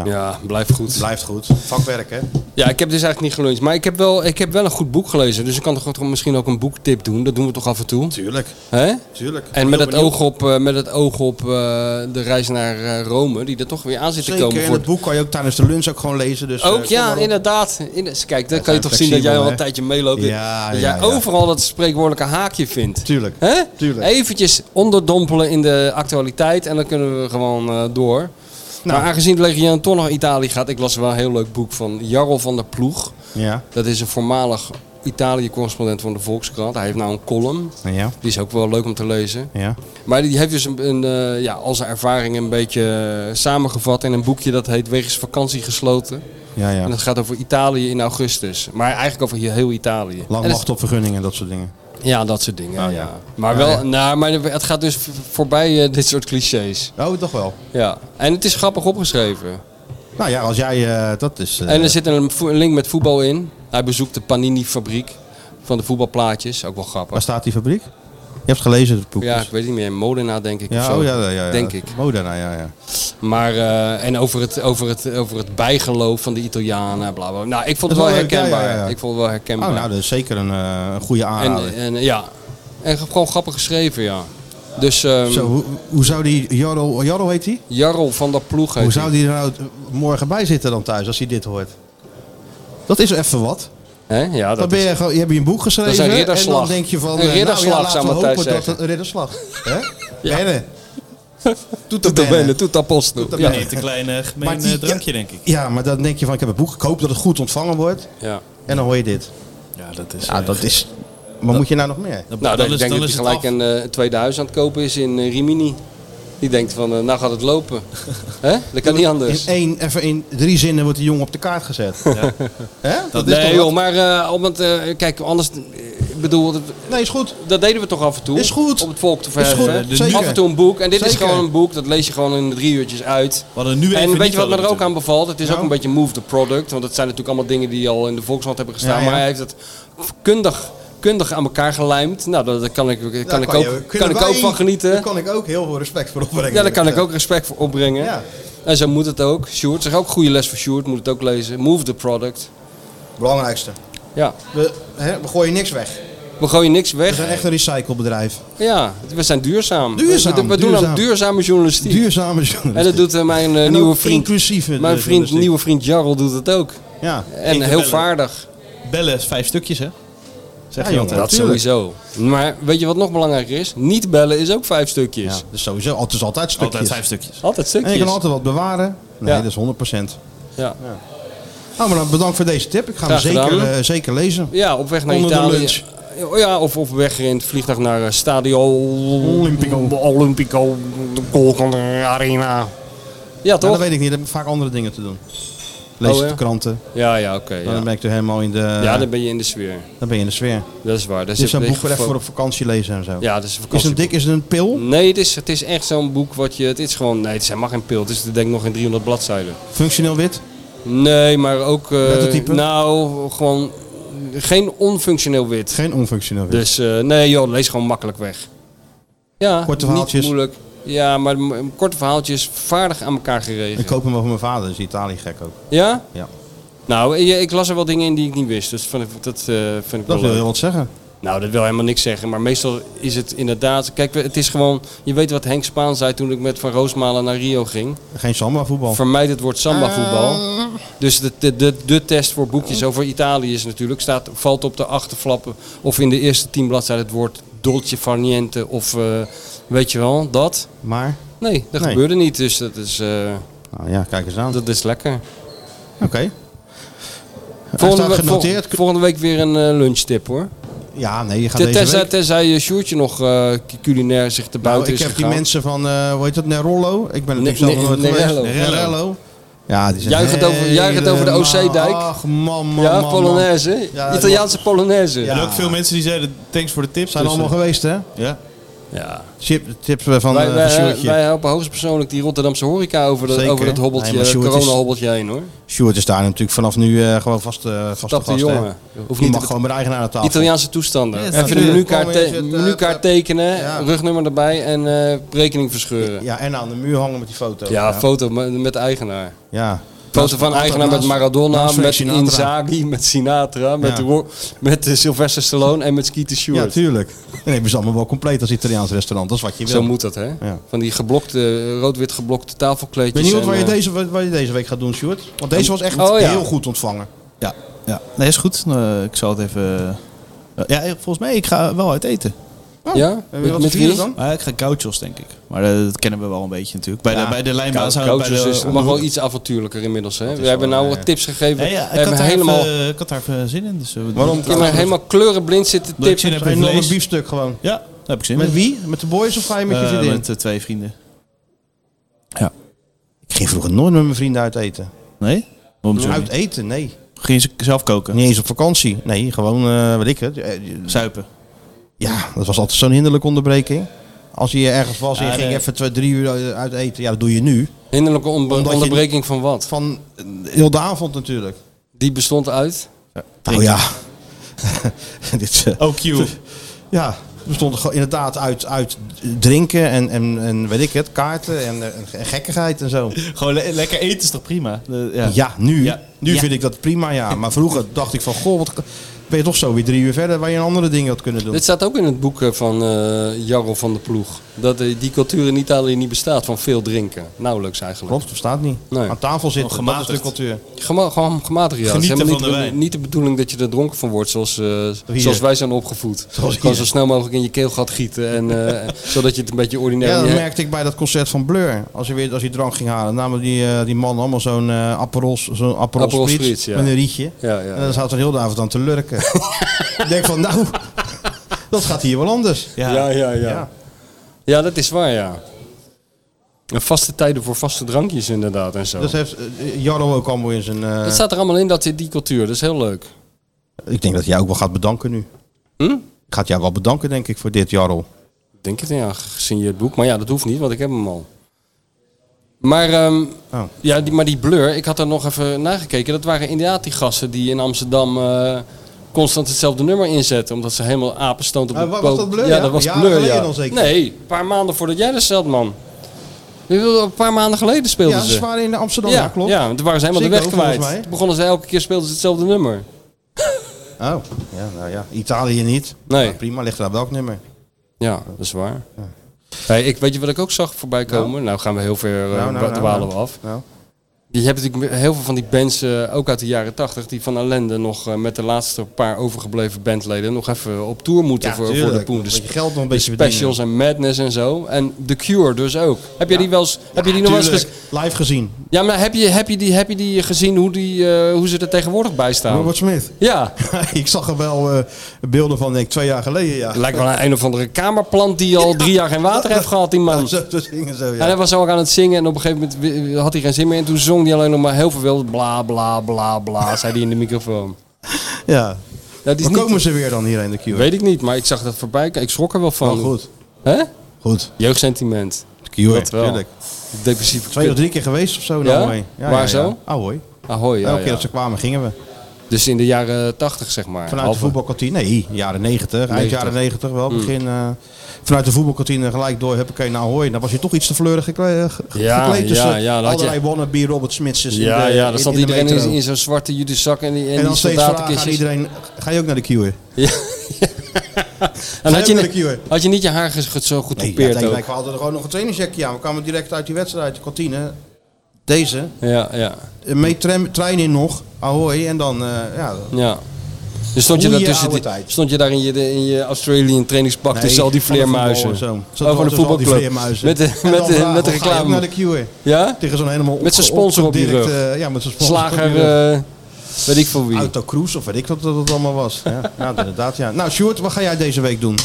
Ja, blijft goed.
Blijft goed. Vakwerk, hè?
Ja, ik heb dus eigenlijk niet geluncht. Maar ik heb wel, ik heb wel een goed boek gelezen. Dus ik kan toch ook- misschien ook een boektip doen. Dat doen we toch af en toe.
Tuurlijk.
Hè?
Tuurlijk.
En met
Heel
het,
benieuwd.
oog op, eh, met het oog op eh, de reis naar eh, Rome, die er toch weer aan zit te
Zeker,
komen.
en
Voor...
het boek kan je ook tijdens de lunch ook gewoon lezen. Dus, eh,
Ook
kom
ja,
maar op.
inderdaad. In, kijk, dan kan je
zijn
toch zien dat jij
flexibel,
al
hè?
een tijdje meeloopt.
Ja,
dat
ja,
jij
ja.
overal dat spreekwoordelijke haakje vindt.
Tuurlijk.
Hè?
Tuurlijk.
Eventjes onderdompelen in de actualiteit en dan kunnen we gewoon eh, door.
Nou.
maar aangezien de Legion toch naar Italië gaat, ik las wel een heel leuk boek van Jarl van der Ploeg.
Ja.
Dat is een voormalig Italië-correspondent van de Volkskrant. Hij heeft nou een column.
Ja.
Die is ook wel leuk om te lezen.
Ja.
Maar die heeft dus een, een, eh, ja, al zijn ervaringen een beetje eh, samengevat in een boekje dat heet Wegens vakantie gesloten.
Ja, ja.
En dat gaat over Italië in augustus. Maar eigenlijk over hier heel Italië.
Lang
En dat-
wachten op vergunningen en dat soort dingen.
Ja, dat soort dingen.
Oh,
ja.
ja.
Maar,
Ja,
wel,
ja.
Nou, maar het gaat dus v- voorbij eh, dit soort clichés.
Oh, toch wel.
Ja. En het is grappig opgeschreven.
Nou ja, als jij... eh, dat is... eh,
En er zit een, vo- een link met voetbal in. Hij bezoekt de Panini-fabriek van de voetbalplaatjes. Ook wel
waar
grappig.
staat die fabriek? Je hebt gelezen het boek.
Ja,
dus.
ik weet niet meer. In Modena, denk ik. of
ja,
zo.
oh, ja, ja, ja, ja.
Denk ik.
Modena, ja, ja.
Maar, eh, en over het, over, het, over het bijgeloof van de Italianen, bla bla. Nou, ik vond
Dat
het wel
wel leuk, ja,
herkenbaar.
ja, ja.
Ik vond het wel
Oh,
herkenbaar.
nou, dat is zeker een eh, een goede aanrader.
en, en, ja. En gewoon grappig geschreven, ja. Dus ehm,
Zo, hoe, hoe zou die... Jarl, Jarl heet die?
Jarl van der Ploeg heet
Hoe zou
hij.
die er nou morgen bij zitten dan thuis, als hij dit hoort? Dat is even wat.
Hè? Ja, dat
dan ben je, gewoon- je hebt je een boek geschreven
Dat is een
en dan
ridderslag.
denk je van,
Een
eh, nou ja,
ridderslag,
laten
zou
we
Matthijs
hopen dat
zeggen.
het een ridderslag hè? Benne. Doet
de benne, doet de apostel.
Doet de
Ja.
benne.
Niet een klein eh, gemeen
Maar die-
eh, drankje, denk ik.
Ja, maar dan denk je van, ik heb het boek, ik hoop dat het goed ontvangen wordt.
Ja.
En dan hoor je dit.
Ja, dat is...
Ja, dat is... Maar moet je nou nog meer?
Nou, dan, ik denk dat hij gelijk een eh, tweede huis aan het kopen is in eh, Rimini. Die denkt van, eh, nou gaat het lopen. Hè? Dat kan niet anders.
In één, even in drie zinnen wordt die jongen op de kaart gezet. Hè? Dat is
nee
toch
joh,
wat?
maar eh, om het, eh, kijk, anders, eh, ik bedoel, dat,
nee is goed.
Dat deden we toch af en toe.
Is goed.
Om het volk te
Is goed,
verheffen.
eh, de zeker.
Af en toe een boek. En dit is
Zeker.
gewoon een boek, dat lees je gewoon in drie uurtjes uit.
hadden nu even
en weet
niet
je wat me er
willen
ook aan bevalt? Het is
Nou?
ook een beetje move the product. Want het zijn natuurlijk allemaal dingen die al in de Volkskrant hebben gestaan.
Ja, ja.
Maar hij heeft het kundig, kundig aan elkaar gelijmd. Nou, daar daar kan ik, kan
Daar
ik
je-
ook, kan
kunnen
ik ook
wij-
van genieten.
Daar kan ik ook heel veel respect voor opbrengen.
Ja, daar kan ik ook respect voor opbrengen.
Ja.
En zo moet het ook. Sjoerd, zeg ook goede les voor Sjoerd, moet het ook lezen. Move the product.
Belangrijkste.
Ja.
We, hè, we gooien niks weg.
We gooien niks weg.
We zijn echt een recyclebedrijf.
Ja, we zijn duurzaam.
Duurzaam,
We, we doen
duurzaam.
aan duurzame journalistiek.
Duurzame journalistiek.
En dat doet eh, mijn eh,
En
nieuwe
ook
vriend.
inclusieve
Mijn vriend,
journalistiek.
nieuwe vriend Jarl doet het ook.
Ja.
En heel vaardig.
Bellen is vijf stukjes, hè? Zeg
Ja,
je
jongen,
altijd.
dat sowieso. Maar weet je wat nog belangrijker is? Niet bellen is ook vijf stukjes.
dus sowieso. Het is altijd stukjes.
Altijd vijf stukjes.
Altijd
En
stukjes.
je kan altijd wat bewaren. Nee,
Ja.
dat is 100%.
Ja.
Nou, maar dan bedankt voor deze tip. Ik ga
Graag
hem zeker,
gedaan.
eh, zeker lezen.
Ja, op weg naar
Onder de
Italië.
lunch.
Ja, of, of weg in het vliegtuig naar eh, Stadio
Olimpico.
Olympico Golden Arena. Ja,
Nou,
toch?
dat weet ik niet. Ik heb vaak andere dingen te doen. Lees
Oh, ja?
de kranten.
Ja, ja, oké.
Dan
ja.
ben ik er helemaal in de,
ja, dan ben je in de sfeer.
dan ben je in de sfeer.
Dat is waar. Daar
Dus is
zit
zo'n
echt
boek voor, even
gefo-
voor op vakantie lezen en zo.
Ja, dat is een
Is het
vakantie.
een dik, is het een pil?
Nee, het is, het is echt zo'n boek wat je... Het is gewoon... Nee, het is helemaal geen pil. Het is denk ik nog geen 300 bladzijden.
Functioneel wit?
Nee, maar ook... eh,
Met het type?
Nou, gewoon... Geen onfunctioneel wit.
Geen onfunctioneel wit.
Dus eh, nee joh, lees gewoon makkelijk weg. Ja,
Korte
niet
verhaaltjes.
moeilijk. Ja, maar m- korte verhaaltjes, vaardig aan elkaar geregen.
Ik koop hem wel voor mijn vader, dus Italië gek ook.
Ja?
Ja.
Nou, je- ik las er wel dingen in die ik niet wist. Dus van, dat eh, vind
Dat
ik wel
wil
leuk.
heel wat zeggen.
Nou, dat wil helemaal niks zeggen. Maar meestal is het inderdaad... Kijk, we- het is gewoon... Je weet wat Henk Spaan zei toen ik met Van Roosmalen naar Rio ging.
Geen samba voetbal.
Vermijd het woord samba-voetbal.
Ah.
Dus de, de, de, de test voor boekjes over Italië is natuurlijk... Staat, valt op de achterflappen of in de eerste tien bladzijden het woord dolce far niente of eh, weet je wel, dat.
Maar?
Nee, dat
Nee.
gebeurde niet. Dus dat is, eh,
Nou ja, kijk eens aan.
dat is lekker.
Oké.
Volgende,
staat
we- vol-
genoteerd.
volgende week weer een eh, lunchtip hoor.
Ja, nee, je gaat
Ten-
deze
Tenzij,
week...
tenzij je Sjoertje nog eh, culinair zich te
Nou,
buiten
ik
is
heb die
gegaan.
mensen van, eh, hoe heet dat, Nerollo? Ik ben natuurlijk
Ne-
zelf nog nooit
ne-
geweest.
Nerello.
Nerello. Ja, die zijn
Juich het over, juich het over de
helemaal-
OC-dijk.
Ach, man, man,
ja,
man,
Polonaise.
man. Ja,
Italiaanse Polonaise.
Ja.
En ook veel mensen die zeiden, thanks voor de tips.
Zijn
Dus,
allemaal
eh,
geweest, hè?
Ja.
Ja.
Chip, tips van, van
wij, wij,
van Sjoerdje.
wij helpen hoogstpersoonlijk die Rotterdamse horeca over, dat
Zeker.
over dat hobbeltje,
Nee, maar Sjoerd is-
corona-hobbeltje heen hoor.
Sjoerd is daar natuurlijk vanaf nu eh, gewoon vast, eh vaste
Stap de
gast, hè?
jongen.
Die
Hoeft niet
mag
te-
gewoon met de eigenaar aan tafel.
Italiaanse toestanden.
Ja,
Even de
natuurlijk.
menukaart,
Kom,
te-
is het, eh,
menukaart tekenen,
ja.
rugnummer erbij en eh, rekening verscheuren. Ja,
Ja, en aan de muur hangen met die foto.
foto met, met de eigenaar.
Ja.
Foto van
Naast-
eigenaar met
naast-
Maradona,
naast Frank
met
Sinatra.
Inzaghi, met Sinatra, met,
Ja.
Ro- met eh, Sylvester Stallone en met Skeeter
Ja,
Stewart.
tuurlijk. Dan hebben ze allemaal wel compleet als Italiaans restaurant. Dat is wat je wil.
Zo moet dat, hè?
Ja.
Van die geblokte, eh, rood-wit geblokte
Ik
tafelkleedjes.
ben benieuwd waar je,
en, eh,
deze, wat- wat je deze week gaat doen, Sjoerd. Want deze was echt
Oh, ja.
heel goed ontvangen.
Ja, ja. Nee, is goed. Eh, ik zal het even... eh, ja, eh, volgens mij, ik ga wel uit eten.
Ja?
Heb
Met-
je wat
met
te vieren
wie?
dan?
Maar ik ga gauchos, denk ik. Maar eh, dat kennen we wel een beetje natuurlijk. Bij,
Ja,
de, bij de lijnbaan zijn we bij
Nou, Coaches
de...
is- mag wel iets avontuurlijker inmiddels. Hè? We hebben
wel, eh,
nou
ja.
wat tips gegeven.
Nee, ja,
we
ik, had
hebben
daar
helemaal,
even, ik had daar even zin in. Dus eh, we doen
Waarom?
het.
ik heb helemaal kleurenblind zitten
Dat ik zin
tippen.
heb
Een
in
enorme
vlees.
biefstuk gewoon.
Ja, daar heb ik zin
Met
in.
wie? Met de boys of ga je met je
Eh,
vriendin?
met eh, twee vrienden.
Ik ging vroeger nooit met mijn vrienden uit eten.
Nee? Waarom zo
Uit
niet?
eten? Nee.
Ging ze zelf koken?
Niet eens op vakantie. Nee, gewoon, eh weet ik het. Eh,
Zuipen?
Ja, dat was altijd zo'n hinderlijke onderbreking. Als je ergens was en je
Ja,
ging
nee.
even twee, drie uur eh, uit eten. Ja, dat doe je nu.
Hinderlijke onbe-
Omdat je-
onderbreking van wat?
Van eh, heel de avond natuurlijk.
Die bestond uit.
Nou ja. Dit, is, eh,
Oh, cute.
ja, we stonden gewoon inderdaad uit, uit drinken en, en, en weet ik het, kaarten en, eh, en gekkigheid en zo.
Gewoon le- lekker eten is toch prima? De-
Ja, nu,
Ja.
nu
Ja.
vind ik dat prima, ja. Maar vroeger dacht ik van, goh, wat, ben je toch zo weer drie uur verder waar je een andere ding had kunnen doen.
Dit staat ook in het boek eh, van eh Jarro van de Ploeg. Dat eh, die cultuur in Italië niet bestaat van veel drinken. Nauwelijks eigenlijk.
Klopt, bestaat niet. Aan tafel zitten,
Gewoon
dat is de
gematigd.
cultuur.
Gema- gewoon gematigd, ja. Het is
Genieten
helemaal
van de
niet,
wijn.
niet de bedoeling dat je er dronken van wordt zoals, eh,
Hier.
zoals wij zijn opgevoed.
Zoals
Gewoon
hier.
zo snel mogelijk in je keelgat gieten. En, eh, zodat je het een beetje ordinair...
Ja, dat
je-
merkte ik bij dat concert van Blur. Als hij, weer, als hij drank ging halen, namen die, eh, die man allemaal zo'n eh aperol, zo'n aperol,
Aperol
spritz
spritz, ja.
met een rietje.
Ja, ja,
en dan zat er heel de avond aan te lurken. ik denk van, nou, dat gaat hier wel anders.
Ja, ja, ja. ja. dat is waar, ja. En vaste tijden voor vaste drankjes inderdaad en zo.
Dat heeft eh, Jarro ook allemaal in zijn... eh,
Dat staat er allemaal in, dat, die cultuur. Dat is heel leuk.
Ik denk dat jij ook wel gaat bedanken nu.
Hm?
Ik ga het jou wel bedanken, denk ik, voor dit, Jarro.
Ik denk het, ja, gezien je het boek. Maar ja, dat hoeft niet, want ik heb hem al. Maar, ehm,
Oh.
ja, die, maar die blur, ik had er nog even nagekeken. Dat waren inderdaad die gasten die in Amsterdam eh, constant hetzelfde nummer inzetten. Omdat ze helemaal apenstoond op
Ah,
de
wa-
po-
was dat Blur,
Ja,
ja?
dat was
Jaren
blur,
geleden
ja.
al zeker?
Nee, een paar maanden voordat jij er zat, man. Ik bedoel, Een paar maanden geleden speelden
Ja,
ze.
ze waren in Amsterdam,
ja,
ja, klopt.
Ja, want toen waren ze helemaal de
Ziggo,
weg kwijt.
volgens mij.
Toen begonnen ze elke keer speelden ze hetzelfde nummer.
Oh, ja, nou ja. Italië niet.
Nee. Eh,
Maar prima, ligt er aan welk nummer.
Ja, dat is waar. Hey, ik, weet je wat ik ook zag voorbij komen? Nou, gaan we heel ver, eh
Nou, nou, nou,
dwalen
nou.
we af.
Nou.
Je hebt natuurlijk heel veel van die bands, eh, ook uit de jaren tachtig, die van ellende nog eh, met de laatste paar overgebleven bandleden nog even op tour moeten
Ja,
voor, voor de
tuurlijk.
poen.
Moet
Dus
je geld nog een
de
beetje
specials en Madness en zo. En The Cure dus ook. Heb je die wel eens, heb je die nog wel eens
Tuurlijk,
gez-
live gezien.
Ja, maar heb je, heb je, die, heb je die gezien hoe, die, eh, hoe ze er tegenwoordig bij staan?
Robert Smith.
Ja.
ik zag er wel eh, beelden van, denk ik, twee jaar geleden. Ja.
Lijkt wel een, een of andere kamerplant die al drie jaar geen water heeft gehad, die man.
Zo, zo zingen zo,
En
ja.
hij was ook aan het zingen en op een gegeven moment wi- had hij geen zin meer. En toen zong hij alleen nog maar heel veel bla bla bla bla, zei hij in de microfoon.
ja.
Ja, die is
Maar
niet-
komen ze weer dan hierheen, de Cure?
Weet ik niet, maar ik zag dat voorbij. komen. Ik schrok er wel van.
Oh, goed.
Hè?
Goed.
Jeugdsentiment.
Cure,
dat wel.
tuurlijk.
Depressieve
Twee of
kut.
drie keer geweest of zo.
Ja?
Nou, hé. ja
Waar
ja,
zo?
Ja. Ahoy.
Ahoy, ja,
Elke keer
ja.
dat ze kwamen, gingen we.
Dus in de jaren tachtig, zeg maar.
Vanuit
Halve-
de voetbalkantine? Nee, jaren 90, eind
90.
jaren 90 wel.
Mm.
Begin, eh, vanuit de voetbalkantine gelijk door, heb ik een ahoy. Dan was je toch iets te fleurig gekle- eh, ge- gekleed.
Ja, ja,
eh,
ja, dan had je-
allerlei wannabe Robert Smits. is in
Ja,
de-
ja,
in-
dan zat
in de
iedereen
metro.
in, in zo'n zwarte judeszak en die, en
En
die
dan steeds vragen aan
soldatenkistjes.
iedereen, ga je ook naar de cure?
Ja. En
Ga
had je,
je ook naar de
niet,
Cure?
had je niet je haar ges- ge- zo
Nee,
getypeerd
ja, denk,
ook?
ik, we hadden er gewoon nog een trainingsjackje aan. We kwamen direct uit die wedstrijd, uit de kantine. Deze, eh,
Ja, ja.
mee tram, trein in nog, ahoy. En dan, eh, ja,
ja. Dus stond je,
Goeie
daar tussen
oude
die-
tijd.
stond je daar in je, in je Australian trainingspak
Nee,
tussen al die
van de
vleermuizen?
voetbal en zo.
Oh, van de
Tussen al die
voetbalclub.
vleermuizen.
Met de,
En
met
dan
de,
vragen
met de
we, ga je ook
reclame.
naar de Cure?
Ja?
Tegen zo'n helemaal
Met zijn
op-
sponsor op je
opgedirkt,
rug.
eh, ja, met zijn sponsor op je
Slager,
rug.
eh, weet ik voor wie.
Autocruise of weet ik wat dat het allemaal was. Ja, ja inderdaad. Ja. Nou, Sjoerd, wat ga jij deze week doen?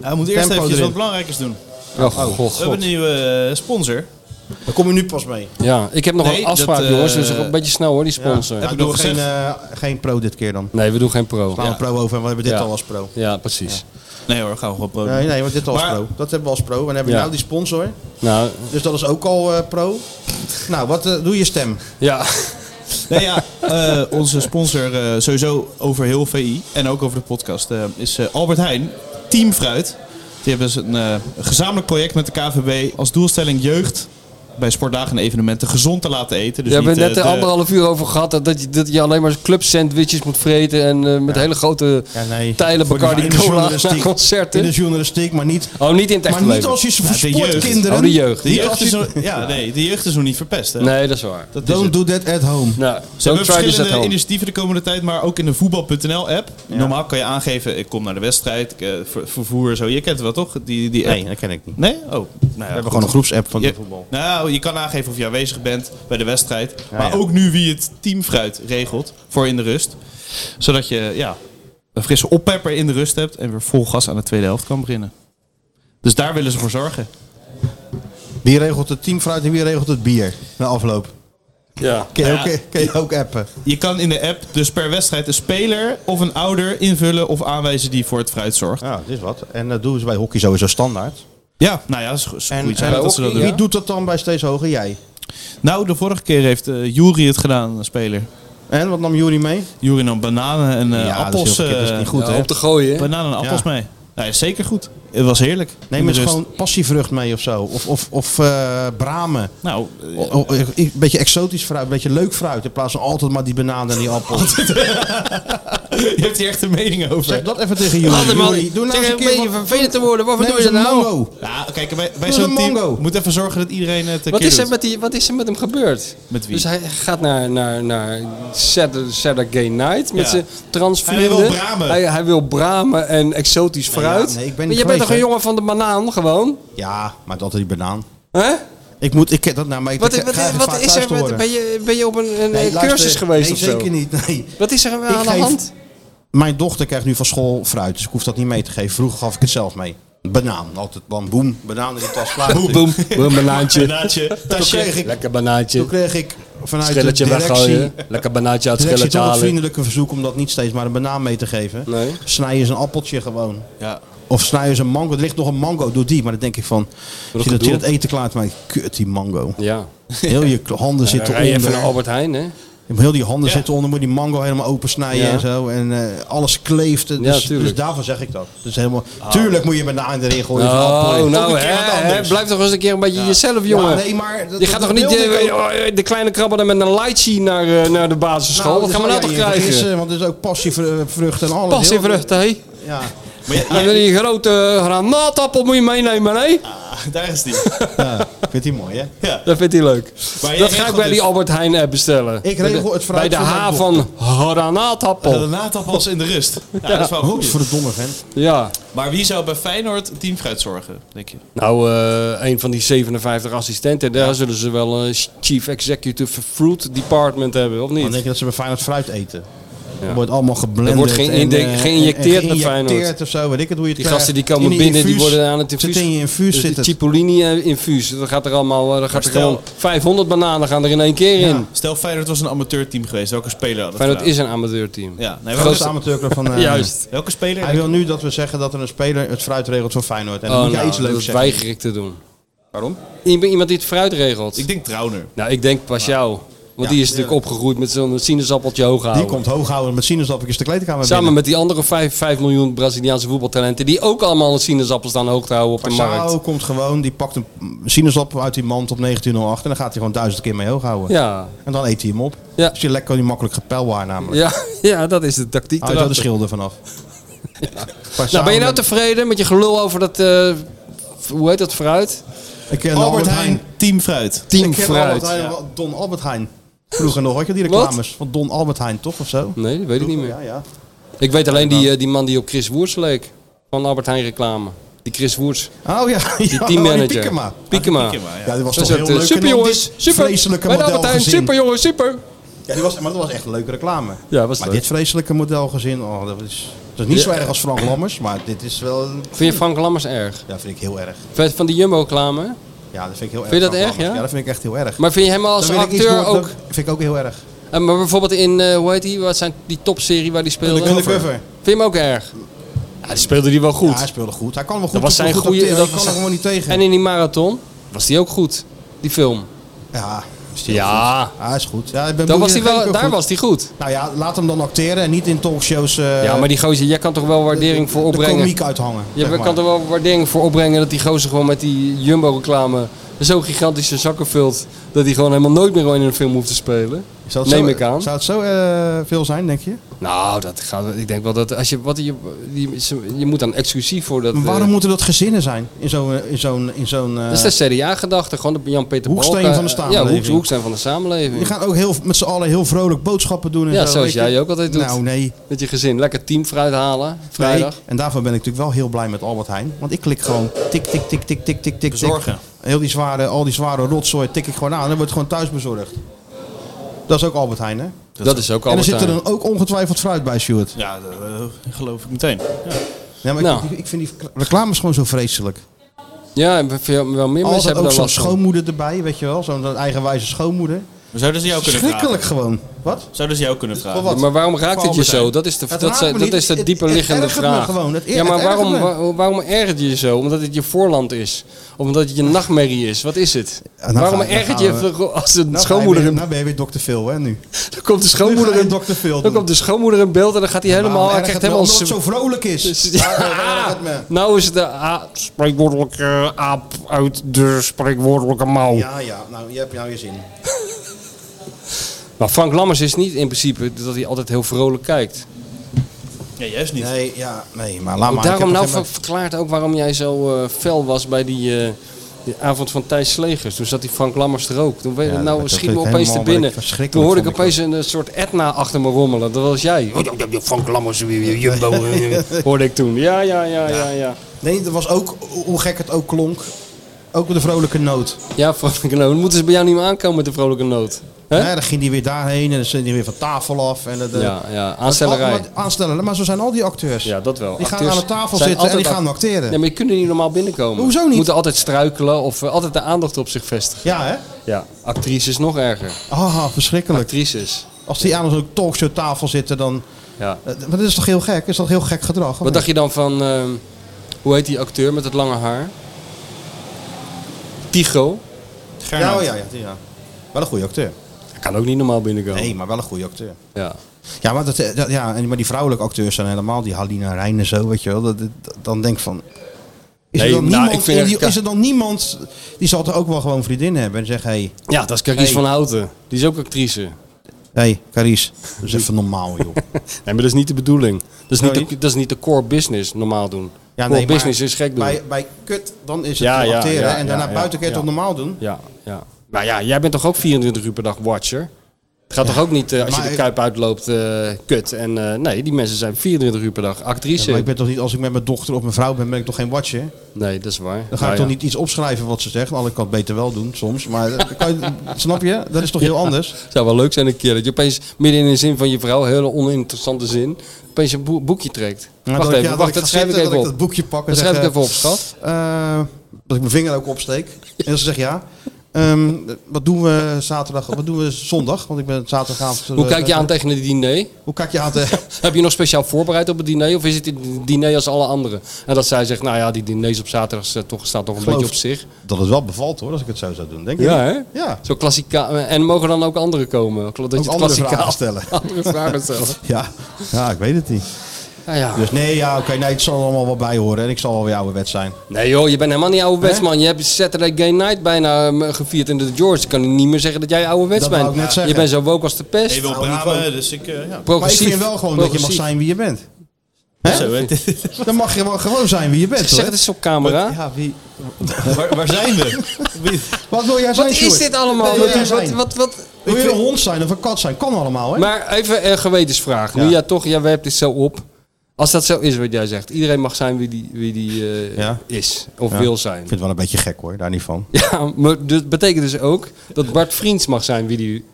Hij moet Nou, eerst
Tempo
even
erin.
wat belangrijkers doen.
Oh, god,
We hebben een nieuwe eh, sponsor.
Daar kom je nu pas mee.
Ja, ik heb nog
Nee,
een afspraak,
dat, eh,
jongens. Dus een beetje snel hoor, die sponsor.
Ja,
ik
doe
nog
geen,
gezegd?
eh, geen pro dit keer dan.
Nee, we doen geen pro.
Slaan we pro over en we hebben dit al als pro.
Ja, precies.
Nee hoor, gaan we gewoon proberen.
Nee, nee, want dit al als
Maar-
pro. Dat hebben we als pro. En dan hebben we
Ja.
nou die sponsor.
Nou,
Dus dat is ook al eh, pro. Nou, wat eh, doe je stem?
ja.
Dus
Nee, ja, eh, onze sponsor eh, sowieso over heel VI en ook over de podcast eh, is eh, Albert Heijn, Team Fruit. Die hebben dus een eh, gezamenlijk project met de KVB als doelstelling jeugd bij sportdagen en evenementen gezond te laten eten. Dus
we hebben
niet,
het net
eh,
er
de-
anderhalf uur over gehad dat- dat je, dat je alleen maar club sandwiches moet vreten en eh, met hele grote tijlen
Voor die-
Bacardi
in de
cola
journalistiek.
naar concerten.
In de journalistiek, maar niet,
Oh, niet in het echte
maar niet
leven.
als je ze
Nou,
voor
de jeugd.
sportkinderen...
Oh, de jeugd.
De jeugd
Als je-
is nog, ja, nee, de jeugd is nog niet verpest. Hè?
Nee, dat is waar.
Dat is
Don't
het.
do that at home.
Nou,
Ze
don't
hebben
try this at
verschillende
home.
initiatieven de komende tijd, maar ook in de voetbal.nl-app. Normaal kan je aangeven, ik kom naar de wedstrijd, ik, eh, ver- vervoer, zo. Je kent het wel, toch? Die, die app.
Nee, dat ken ik niet.
Nee? Oh, nou ja, We
hebben gewoon een groepsapp van de voetbal.
Nou, je kan aangeven of je aanwezig bent bij de wedstrijd.
Ja,
maar
ja.
ook nu wie het team fruit regelt voor in de rust. Zodat je ja, een frisse oppepper in de rust hebt en weer vol gas aan de tweede helft kan beginnen. Dus daar willen ze voor zorgen.
Wie regelt het teamfruit en wie regelt het bier na afloop?
Ja.
Kun je,
Nou ja.
ook, kun je ook appen?
Je kan in de app dus per wedstrijd een speler of een ouder invullen of aanwijzen die voor het fruit zorgt.
Ja, dat is wat. En dat doen ze bij hockey sowieso standaard.
Ja, nou ja, dat is go- is een
En,
goede
en
zaak dat ze dat
wie
doen.
doet dat dan bij steeds hoger? Jij.
Nou, de vorige keer heeft eh Jury het gedaan, een speler.
En wat nam Jury mee?
Jury nam bananen en eh,
Ja, dat is
appels.
heel verkeerd, dat is
eh,
niet goed,
Ja,
hè?
Nou, op te gooien.
Bananen en appels
Ja.
mee. Nou, is zeker goed. Het was heerlijk.
Neem
In de
eens
rust.
gewoon passievrucht mee of zo. Of, of, of eh, bramen.
Nou,
een beetje exotisch fruit, een beetje leuk fruit. In plaats van altijd maar die banaan en die appel.
Je hebt hier echt een mening over.
Zeg eh, dat even tegen jullie.
Laat hem al-
Jullie, Doe nou
zeg
eens een
een
keer
beetje
wat-
vervelend te worden. Waarvoor
Neem
doe je
eens
dat
een
nou?
mango.
Ja, kijk, bij,
Doe
bij
eens
zo'n
een
team
mango.
moet even zorgen dat iedereen het eh,
Wat is, er met die, wat is er met hem gebeurd?
Met wie?
Dus hij gaat naar, naar, naar Saturday, Saturday Night met
Ja.
zijn transvrienden.
Hij wil bramen.
Hij, hij wil bramen en exotisch fruit.
ja, nee, ik ben niet
maar je bent
geweest,
toch een
hè?
jongen van de banaan gewoon?
Ja, maar altijd die banaan.
Hè?
Ik moet, ik ken dat nou, maar ik
Wat,
ik
wat,
krijg het
wat
vaak
is
thuis
er
te
met,
horen.
ben, je, ben je op een, een
Nee,
een
luister,
cursus geweest
nee,
of zo?
zeker niet, nee.
Wat is er aan
Ik
de
geef-
hand?
Mijn dochter krijgt nu van school fruit, dus ik hoef dat niet mee te geven. Vroeger gaf ik het zelf mee. Banaan, altijd bam, boem, banaan in de tas, klaar.
Boem, boem, boem, banaantje.
Banaantje,
tasje. kreeg ik-
Lekker banaantje.
Toen kreeg ik vanuit
Schilletje
de directie,
weggooien. Lekker banaantje uit het
directie
schilletje
toch het
halen.
vriendelijke verzoek om dat niet steeds maar een banaan mee te geven.
Nee.
Snijden ze een appeltje gewoon.
Ja.
Of snijden ze een mango. Er ligt nog een mango, doe die. Maar dan denk ik van, als je dat, je
gedoe.
dat eten klaart, maar kut die mango.
Ja.
Heel je handen
Ja,
zitten
dan rij je
onder.
even naar Albert Heijn, hè?
Heel die handen zitten onder, moet je die mango helemaal opensnijden
Ja.
en zo. En eh, alles kleeft. Dus,
Ja, tuurlijk. Ah.
dus daarvan zeg ik dat. Dus helemaal, Tuurlijk moet je met de eind erin gooien. van appel
Oh,
en
nou,
toch een keer
hè,
wat
hè,
anders.
blijf toch eens een keer een beetje jezelf, jongen.
Ja, nee, maar dat-
je gaat
dat
toch niet
wilde
eh,
ik ook.
eh, de kleine krabber met een lightsie naar, eh, naar de basisschool?
Nou,
Wat
daar
gaan we
zou
nou toch
jij in vergissen,
krijgen?
Want er is ook passievrucht en alles.
Pas in vruchten, hé.
eh, Ja.
En dan die grote eh, granaatappel moet je meenemen, hè?
Daar is die.
Vindt hij mooi, hè?
Dat vindt hij leuk.
Maar jij
Dat ga ik
regelt
bij
dus-
die Albert Heijn app bestellen.
Ik
Bij de-
regel het
Bij
fruit
de
voor mijn
H van granaatappel.
Granaatappels in de rust. Ja, dat is wel een goeie.
Godverdomme, vent.
Ja.
Maar wie zou bij Feyenoord teamfruit zorgen, denk je?
Nou, eh, een van die 57 assistenten, daar zullen ze wel een Chief Executive Fruit Department hebben, of niet?
Dan denk je dat ze bij Feyenoord fruit eten.
Ja.
Er wordt allemaal geblend.
Er wordt geïnde- geïnjecteerd met Feyenoord.
of zo, weet ik het hoe je het
Die
krijgt.
gasten die
In
komen
een
binnen, die
infuus.
worden aan het infuus.
Zit in je infuus
dus
zitten.
die Cipollini eh, infuus. Dan gaat er allemaal, eh, dan gaat er
stel-
gewoon 500 bananen gaan er in één keer in.
Stel Feyenoord was een amateurteam geweest. Welke speler had het
Feyenoord is
gedaan?
een amateurteam.
Ja, nee,
Dat is
welke-
de amateurclub van... eh,
Juist.
Welke speler?
Hij wil nu dat we zeggen dat er een speler het fruit regelt voor Feyenoord. En dan
Oh,
moet jij
nou,
iets leuks
dat
zeggen.
weiger ik te doen.
Waarom?
Iem- Iemand die het fruit regelt.
Ik denk Trauner.
Nou, ik denk pas jou. Want
Ja,
die is natuurlijk opgegroeid met zo'n sinaasappeltje hoog
Die
houden.
komt hooghouden met sinaasappeltjes de kleedkamer
Samen
binnen.
met die andere 5, miljoen Braziliaanse voetbaltalenten. die ook allemaal een sinaasappel staan hoog te houden op de markt.
Sao komt gewoon, die pakt een sinaasappel uit die mand op 1908 en dan gaat hij gewoon duizend keer mee hooghouden.
Ja.
En dan eet hij hem op.
Ja.
Dus je lekker kan die makkelijk gepelwaar namelijk.
Ja, ja, dat is de tactiek.
Hou je
erachter.
de schilder vanaf.
Nou, ben je nou tevreden met je gelul over dat. eh, f- hoe heet dat fruit?
Ik ken
Albert, Heijn, teamfruit.
Team
Ik ken
fruit.
Albert Heijn, wel Don Albert Heijn. Vroeger nog had je die reclames van Don Albert Heijn, toch? Of zo?
Nee, dat weet ik niet meer.
Ja, ja.
Ik weet alleen die, eh, die man die op Chris Woerts leek. Van Albert Heijn reclame. Die Chris Woerts.
Oh ja,
Die
ja,
teammanager.
die Piekema.
Piekema.
Ja, die was
Hij
toch
zegt,
heel
eh,
leuk.
Super
en dan
jongens,
dit
super.
Vreselijke
Bij de
model
Albert Heijn,
gezien.
super jongens, super.
Ja, die was, maar dat was echt een leuke reclame.
Ja, was
maar
leuk.
dit vreselijke modelgezin, oh, dat is, dat is niet zo
Ja.
erg als Frank Lammers, maar dit is wel... een-
Vind je Frank Lammers erg?
Ja, vind ik heel erg.
Vind- Van die Jumbo-reclame?
Ja, dat vind ik heel erg.
Vind je dat
Frank
erg,
Lammers.
ja?
Ja, dat vind ik echt heel erg.
Maar vind je hem
Dan
als
wil ik iets
acteur
doen,
ook...
dat vind ik ook heel erg.
Eh, maar bijvoorbeeld in, eh, hoe heet die? Wat zijn die topserie waar die speelde?
Undercover.
Vind je hem ook erg? Ja, die speelde die wel goed.
Ja, hij speelde goed. Hij kan wel goed.
dat was
hij
zijn
kan goed
goede...
acteren,
Dat
je kan
was
er gewoon niet tegen.
En in die marathon was die ook goed. Die film.
Ja, is die
Ja.
goed. Ja, hij is goed. Ja, ik ben
Dan
Boeien
was die wel,
Geek ook
daar
goed.
was die goed.
Nou ja, laat hem dan acteren en niet in talkshows eh
ja, maar die gozer, jij kan toch wel waardering voor
de
opbrengen.
komiek uithangen.
Je
zeg maar.
kan er wel waardering voor opbrengen dat die gozer gewoon met die Jumbo-reclame zo gigantische zakken vult. dat hij gewoon helemaal nooit meer in een film hoeft te spelen.
Zou het
Neem
zo-
ik aan.
Zou het zo eh, veel zijn, denk je?
Nou, dat gaat, ik denk wel dat als je. Wat, je, die- ze- je moet dan exclusief voor dat.
Maar waarom
eh,
moeten dat gezinnen zijn in zo'n... In zo'n, in zo'n eh,
dat is dus- de CDA-gedachte, gewoon de Jan-Peter
Hoeksteen
Balken,
van de
eh, Ja,
samenleving.
hoek- hoeksteen van de samenleving.
die gaan ook heel, met z'n allen heel vrolijk boodschappen doen en
ja,
zo.
zoals
weet je.
jij ook altijd doet.
Nou, nee.
Met je gezin. Lekker teamfruit halen,
Nee,
vrijdag.
en daarvoor ben ik natuurlijk wel heel blij met Albert Heijn. Want ik klik gewoon tik, tik, tik, tik, tik, tik, tik.
Bezorgen.
tik. Heel die zware, al die zware rotzooi tik ik gewoon aan. En dan wordt het gewoon thuis bezorgd. Dat is ook Albert Heijn, hè?
Dat, is ook
en er
altijd.
zit er dan ook ongetwijfeld fruit bij, Stuart.
Ja, dat eh, geloof ik meteen.
Ja, maar
Nou.
ik, ik vind die reclames gewoon zo vreselijk.
Ja, en veel- wel meer mensen
Altijd
hebben
ook
daar
zo'n
last van.
schoonmoeder erbij, weet je wel. Zo'n eigenwijze schoonmoeder.
We zouden ze jou kunnen vragen.
Schrikkelijk gewoon. Wat?
Zouden ze jou kunnen vragen.
Maar waarom raakt het je zo? Dat is de,
Het
dat,
raakt
zijn-
me
dat
niet.
is de
Het-
diepe
het
liggende
ergert me
vraag.
gewoon. Het-
ja,
het
maar
ergert
waarom,
me.
waar- waarom ergert je je zo? Omdat het je voorland is. Omdat het je nachtmerrie is. Wat is het?
Nou,
waarom
ga- nou
ergert
gaan
je
we-
je als een
nou ga je
schoonmoeder...
weer-
in-
nou ben je weer dokter Phil, hè, nu.
Dan komt de schoonmoeder in,
dokter Phil
dan
doen.
komt de schoonmoeder in beeld en dan gaat hij helemaal...
Nou,
Hij krijgt helemaal Dus-
Omdat het zo
zw-
vrolijk is. Daar- daar ergert het me.
Nou is het de a- spreekwoordelijke aap uit de spreekwoordelijke mouw.
Ja, ja. Nou, je hebt nou je zin.
Maar Frank Lammers is niet in principe dat hij altijd heel vrolijk kijkt.
Ja, juist niet.
Nee, ja, nee. Maar laat maar.
Daarom
Ik heb
nou
nog geen-
ver- verklaart ook waarom jij zo eh, fel was bij die, eh, die avond van Thijs Slegers. Toen zat die Frank Lammers er ook. Toen weet-
Ja,
nou
dat
schiet
vind
me
ik
opeens te
helemaal
binnen.
verschrikkelijk,
Toen hoorde ik
vond ik
opeens een, eh, soort Etna achter me rommelen. Dat was jij. Frank Lammers, Jumbo. eh, hoorde ik toen. Ja, ja, ja, ja, ja.
Nee, dat was ook, hoe gek het ook klonk, ook met de vrolijke noot.
Ja, vrolijke noot. Moeten ze bij jou niet meer aankomen met de vrolijke noot?
Ja, dan ging die weer daarheen en dan zijn die weer van tafel af. En dat, eh,
Ja, ja,
dat-
aanstellerij.
maar- Aanstellerij, maar zo zijn al die acteurs.
Ja, dat wel.
Die gaan
Acteurs
aan de tafel
zijn
zitten en die
altijd
gaan
act-
acteren.
Nee, maar die kunnen niet normaal binnenkomen.
Hoezo niet?
Moeten altijd struikelen of eh, altijd de aandacht op zich vestigen.
Ja, hè?
Ja, actrices nog erger.
Ah, verschrikkelijk.
Actrices.
Als die aan zo'n talkshow tafel zitten, dan...
Ja.
eh, maar dat is toch heel gek? Is dat heel gek gedrag?
Wat dacht je dan van, ehm, hoe heet die acteur met het lange haar? Tycho.
Ja, ja, ja, ja, ja. Wel een goede acteur.
Hij kan ook niet normaal binnenkomen.
Nee, maar wel een goede acteur.
Ja.
Ja, maar, dat, eh, dat- ja, en- maar die vrouwelijke acteurs zijn helemaal, die Halina Rijn en zo, weet je wel. Dat, dat- dan denk ik van... Is,
Nee,
er dan
nou,
niemand,
ik vind
in die-
eigenlijk-
is er dan niemand... Die zal toch ook wel gewoon vriendinnen hebben en zeggen... Hey,
Ja, dat is Carice
Hey.
van Houten. Die is ook actrice.
Hé, hey, Carice, dat is even normaal, joh.
Nee, maar dat is niet de bedoeling. Dat is, niet
Sorry?
de, dat is niet de core business normaal doen.
Ja,
core
nee, maar
business is gek doen.
Bij, bij kut, dan is het
Ja, ja,
acteren.
ja,
en daarna
ja,
buiten kun je
ja.
het toch normaal doen?
Ja, ja. Maar ja, jij bent toch ook 24 uur per dag watcher? Het gaat toch ook niet, eh, als je
Maar
de
ik-
kuip uitloopt, eh, kut. En eh, nee, die mensen zijn 24 uur per dag
Ja,
actrice.
maar ik ben toch niet, als ik met mijn dochter of mijn vrouw ben, ben ik toch geen watcher?
Nee, dat is waar.
Dan ga
Nou
ik
ja.
toch niet iets opschrijven wat ze zegt? Al ik kan het beter wel doen, soms. Maar eh, kan je, snap je? Dat is toch heel
Ja.
anders?
Zou wel leuk zijn een keer dat je opeens midden in een zin van je vrouw, een hele oninteressante zin, opeens een boe- boekje trekt.
Maar
wacht
dat ik-
even,
ja,
wacht,
ik
dat
ga
schrijf ik
zitten,
even op.
dat ik dat boekje pak en
Dat
zeg,
schrijf ik
eh,
even op, schat.
eh, dat ik mijn vinger ook opsteek. En dat ze zegt ja. ehm, wat doen we zaterdag? Wat doen we zondag? Want ik ben zaterdagavond.
Hoe kijk
eh,
je aan tegen het diner?
Hoe kijk je aan tegen...
Heb je nog speciaal voorbereid op het diner? Of is het een diner als alle anderen? En dat zij zegt, nou ja, die diners op zaterdag is, eh, toch, staat toch een
Geloof-
beetje op zich.
Dat het wel bevalt hoor, als ik het zo zou doen. Denk ik.
Ja, hè?
Ja.
Zo klassika en mogen dan ook anderen komen? Dat je
Ook
het
andere
klassikaal-
vragen stellen.
andere vragen stellen.
Ja. ja, ik weet het niet.
Ja, ja.
Dus nee, ja, oké, nee, het zal er allemaal wel bij horen. En ik zal wel weer ouderwets zijn.
Nee joh, je bent helemaal niet ouderwets man. Je hebt Saturday Gay Night bijna ehm, gevierd in de George. Ik kan niet meer zeggen dat jij ouderwets
Dat
bent.
wou ik net
Je
zeggen.
bent zo woke als de pest.
Ik wil bramen, dus ik... eh, ja.
Maar ik
Progressief.
vind wel gewoon dat je mag
Progressief.
zijn wie je bent.
Zo, hè.
Dan mag je wel gewoon zijn wie je bent.
Zeg
hoor.
het eens op camera.
Ja, wie...
waar, waar zijn we?
Wat wil jij zijn,
Wat is
Sjoerd?
dit allemaal?
Nee,
Wat-
wil jij
wat,
zijn?
wat, wat?
Wil je een hond zijn of een kat zijn? Kan allemaal, hè?
Maar even een gewetensvraag. Nu
Ja.
ja toch, jij werpt dit zo op. Als dat zo is wat jij zegt. Iedereen mag zijn wie die, wie die eh,
Ja.
is of
Ja.
wil
Ik
zijn.
vind het wel een beetje gek hoor, daar niet van.
Ja, maar dat betekent dus ook dat Bart Vriends mag zijn wie die,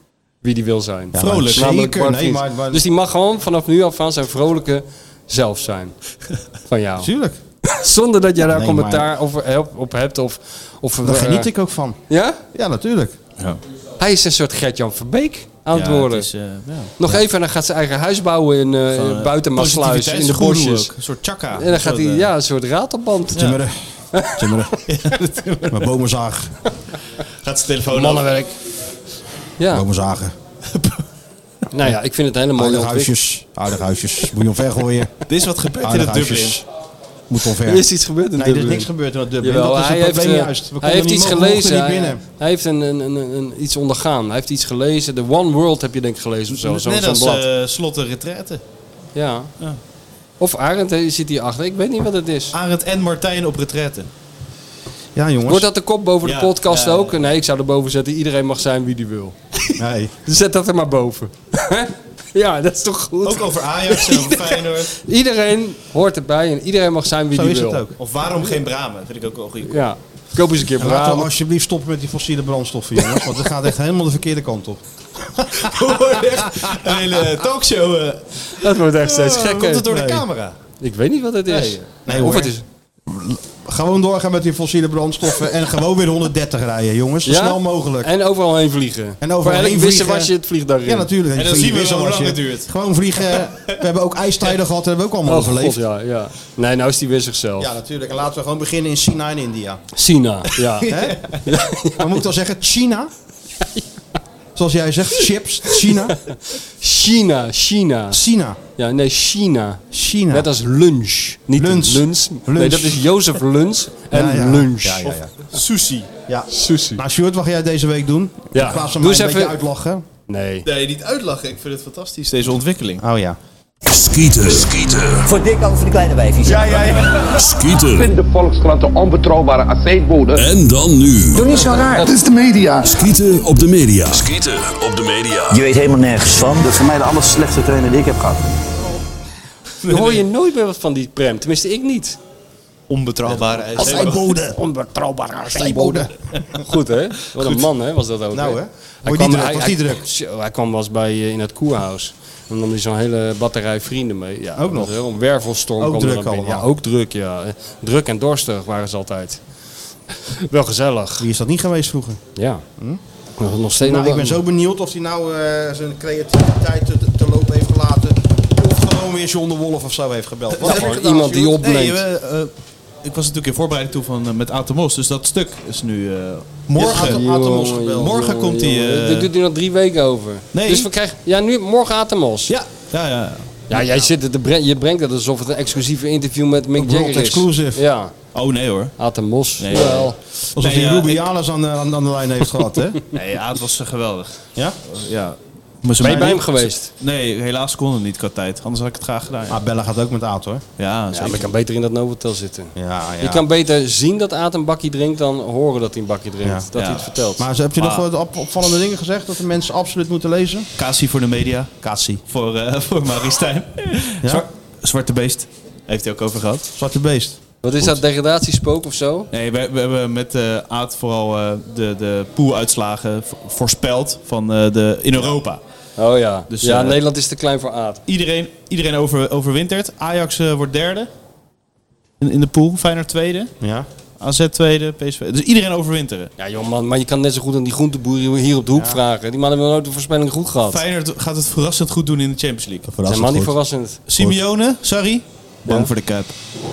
wie die wil zijn.
Ja, Vrolijk. maar
Namelijk
zeker.
Bart
Nee,
Vriends.
maar- maar-
Dus die mag gewoon vanaf nu af aan zijn vrolijke zelf zijn. Van jou.
Tuurlijk.
Zonder dat jij daar
nee,
commentaar over, eh, op, op hebt. Of, of,
Daar
eh,
geniet ik ook van.
Ja?
Ja, natuurlijk.
Hij is een soort Gert-Jan Verbeek aan het
Ja,
worden.
het is, eh, ja.
Nog even en dan gaat zijn eigen huis bouwen in, eh, in buiten Maassluis, in de
Positiviteitsgoeroe
bosjes.
ook, Een soort chakka.
En dan gaat hij,
Een soort, eh,
ja, een soort ratelband.
Timmeren. Timmeren. Met bomenzaag.
eh, Gaat zijn telefoon af.
Mannenwerk. Ja,
Bomenzagen.
nou ja, ik vind het een hele mooie
Aardig
ontwikkeling.
huisjes. Aardig huisjes. Moet je omvergooien.
Dit is wat gebeurt in
Aardig
het Dublin.
huisjes. Moet omver.
Er is iets gebeurd in
Nee, er is
Dublin.
niks gebeurd in het Dublin.
Jawel,
dat is
hij
het probleem
heeft, eh,
juist. We
hij
konden
heeft iets
niet- we mochten
gelezen.
niet
Hij,
binnen.
hij heeft een, een, een, een- iets ondergaan. Hij heeft iets gelezen. The One World heb je denk ik gelezen of zo. zo-
Net
Zo'n
als
blad.
eh, slot en retraite.
ja.
ja.
Of Arend hè, zit hier achter. Ik weet niet wat het is.
Arend en Martijn op retraite.
Ja, jongens.
Wordt dat de kop boven
Ja,
de podcast
ja, ja.
ook? Nee, ik zou erboven zetten. Iedereen mag zijn wie die wil.
Nee.
Dus Zet dat er maar boven. ja, dat is toch goed?
Ook over Ajax en over Feyenoord.
Iedereen hoort erbij en iedereen mag zijn wie
Zo
die
is
wil.
het ook.
Of waarom geen bramen? Vind ik ook wel een goede
Ja. Koop eens een keer
En laten we
bramen.
alsjeblieft stoppen met die fossiele brandstoffen, jongens. Want het gaat echt helemaal de verkeerde kant op.
Een hele talkshow. eh,
Dat wordt echt steeds
eh, Komt het
gekker.
door de
Nee.
camera?
Ik weet niet wat het is.
Nee,
of
hoor.
het is.
Gewoon doorgaan met die fossiele brandstoffen en gewoon weer 130 rijden, jongens. Zo
Ja?
snel mogelijk.
En overal heen vliegen.
En overal
Voor elk
heen
wissen
vliegen.
was je het vliegtuig in.
Ja, natuurlijk.
En dan
Vliegen
zien we
is
wel hoe
als
lang
je-
het duurt.
Gewoon vliegen. We hebben ook ijstijden gehad, dat hebben we ook allemaal
Oh,
overleefd.
God, ja, ja. Nee, nou is die weer zichzelf.
Ja, natuurlijk. En laten we gewoon beginnen in China en India.
China, ja.
Hè? Maar moet ik dan zeggen China? Zoals jij zegt, chips, China.
China, China.
China.
Ja, nee, China.
China.
Net als lunch. Niet lunch. Nee,
Lunch.
dat is Jozef Lunch en
Ja, ja.
lunch.
Ja, ja, ja.
Of sushi.
Ja.
Sushi.
Nou, Sjoerd, wat ga jij deze week doen?
Ja.
In plaats van
Doe
mij een
eens
beetje
even-
uitlachen.
Nee.
Nee, niet uitlachen. Ik vind het fantastisch, deze ontwikkeling.
Oh ja.
Skieten. Skieten.
Voor dik of voor de kleine wijfjes. Ja, ja, ja.
Skieten.
Ik vind de Volkskrant een onbetrouwbare aceetbode.
En dan nu.
Doe niet zo raar. Dat is de media.
Skieten op de media.
Skieten op de
media.
Je weet helemaal nergens van. Dat is voor mij de aller slechtste trainer die ik heb gehad.
Dan hoor je nooit meer wat van die prem. Tenminste, ik niet.
Onbetrouwbare
Aceetbode. Onbetrouwbare aceetbode. Goed, hè? Wat een
Goed.
man, hè? Was dat ook.
Nou, hè?
Hij
Word je
kwam,
niet druk,
hij,
word je
hij-
niet
Zo, hij kwam wel eens bij, eh, in het koerhuis. En dan is zo'n hele batterij vrienden mee. Ja, ook nog. Een wervelstorm.
Ook
kwam er
druk
dan binnen.
allemaal.
Ja, ook druk, ja. Druk en dorstig waren ze altijd. Wel gezellig.
Wie is dat niet geweest vroeger?
Ja.
Hm?
Nog, nog steeds
Nou,
nog
ik ben zo benieuwd of hij nou eh, zijn creativiteit te, te lopen heeft gelaten. Of gewoon weer John de Wolf of zo heeft gebeld. Wat heb je gedaan, Sjoerd?
Nee, eh, eh, ik was natuurlijk in voorbereiding toe van, eh, met Atomos, dus dat stuk is nu... eh,
Ja,
morgen.
jongen,
Morgen
jongen,
komt hij...
jongen.
eh,
Dit doet hij nog drie weken over.
Nee.
Dus we krijgen... Ja, nu, morgen Atemos.
eh, Ja. Ja, ja.
Ja, jij zit het te bre- je brengt het alsof het een exclusieve interview met Mick
World
Jagger is.
exclusive.
Ja.
Oh nee hoor.
Atemos.
Nee,
Wel.
Alsof hij Rubiales aan, de, aan, aan de lijn heeft gehad, hè?
Nee, Aad was eh, geweldig.
Ja?
Ja.
Ben je bij hem
geweest?
Nee, helaas kon het niet qua tijd. Anders had ik het graag gedaan. ja.
Maar Ah, Bella gaat ook met Aad, hoor.
Ja,
Ja,
zeker.
maar je kan beter in dat Novotel zitten.
Ja, ja.
Je kan beter zien dat Aad een bakje drinkt dan horen dat hij een bakje drinkt. Dat hij het vertelt.
Maar ze, heb je nog wat op- opvallende dingen gezegd dat de mensen absoluut moeten lezen?
Cassie voor de media. Cassie. Voor, eh voor Marie Stijn. Zwa- Zwarte Beest. Heeft hij ook over gehad.
Zwarte Beest.
Wat is dat, degradatiespook of zo?
Nee, we, we hebben met eh Aad vooral eh, de, de pooluitslagen vo- voorspeld van, eh, de, in Europa.
Oh ja.
Dus,
ja,
eh,
Nederland is te klein voor Aad.
Iedereen, iedereen over, overwintert. Ajax eh, wordt derde in, in de pool. Feyenoord tweede.
Ja.
AZ tweede. PSV. Dus iedereen overwinteren.
Ja joh man, maar je kan net zo goed aan die groenteboer hier op de hoek vragen. Die man hebben nooit de voorspelling goed gehad.
Feyenoord gaat het verrassend goed doen in de Champions League.
Dat is helemaal niet verrassend.
Simeone, sorry. Bang voor de cup.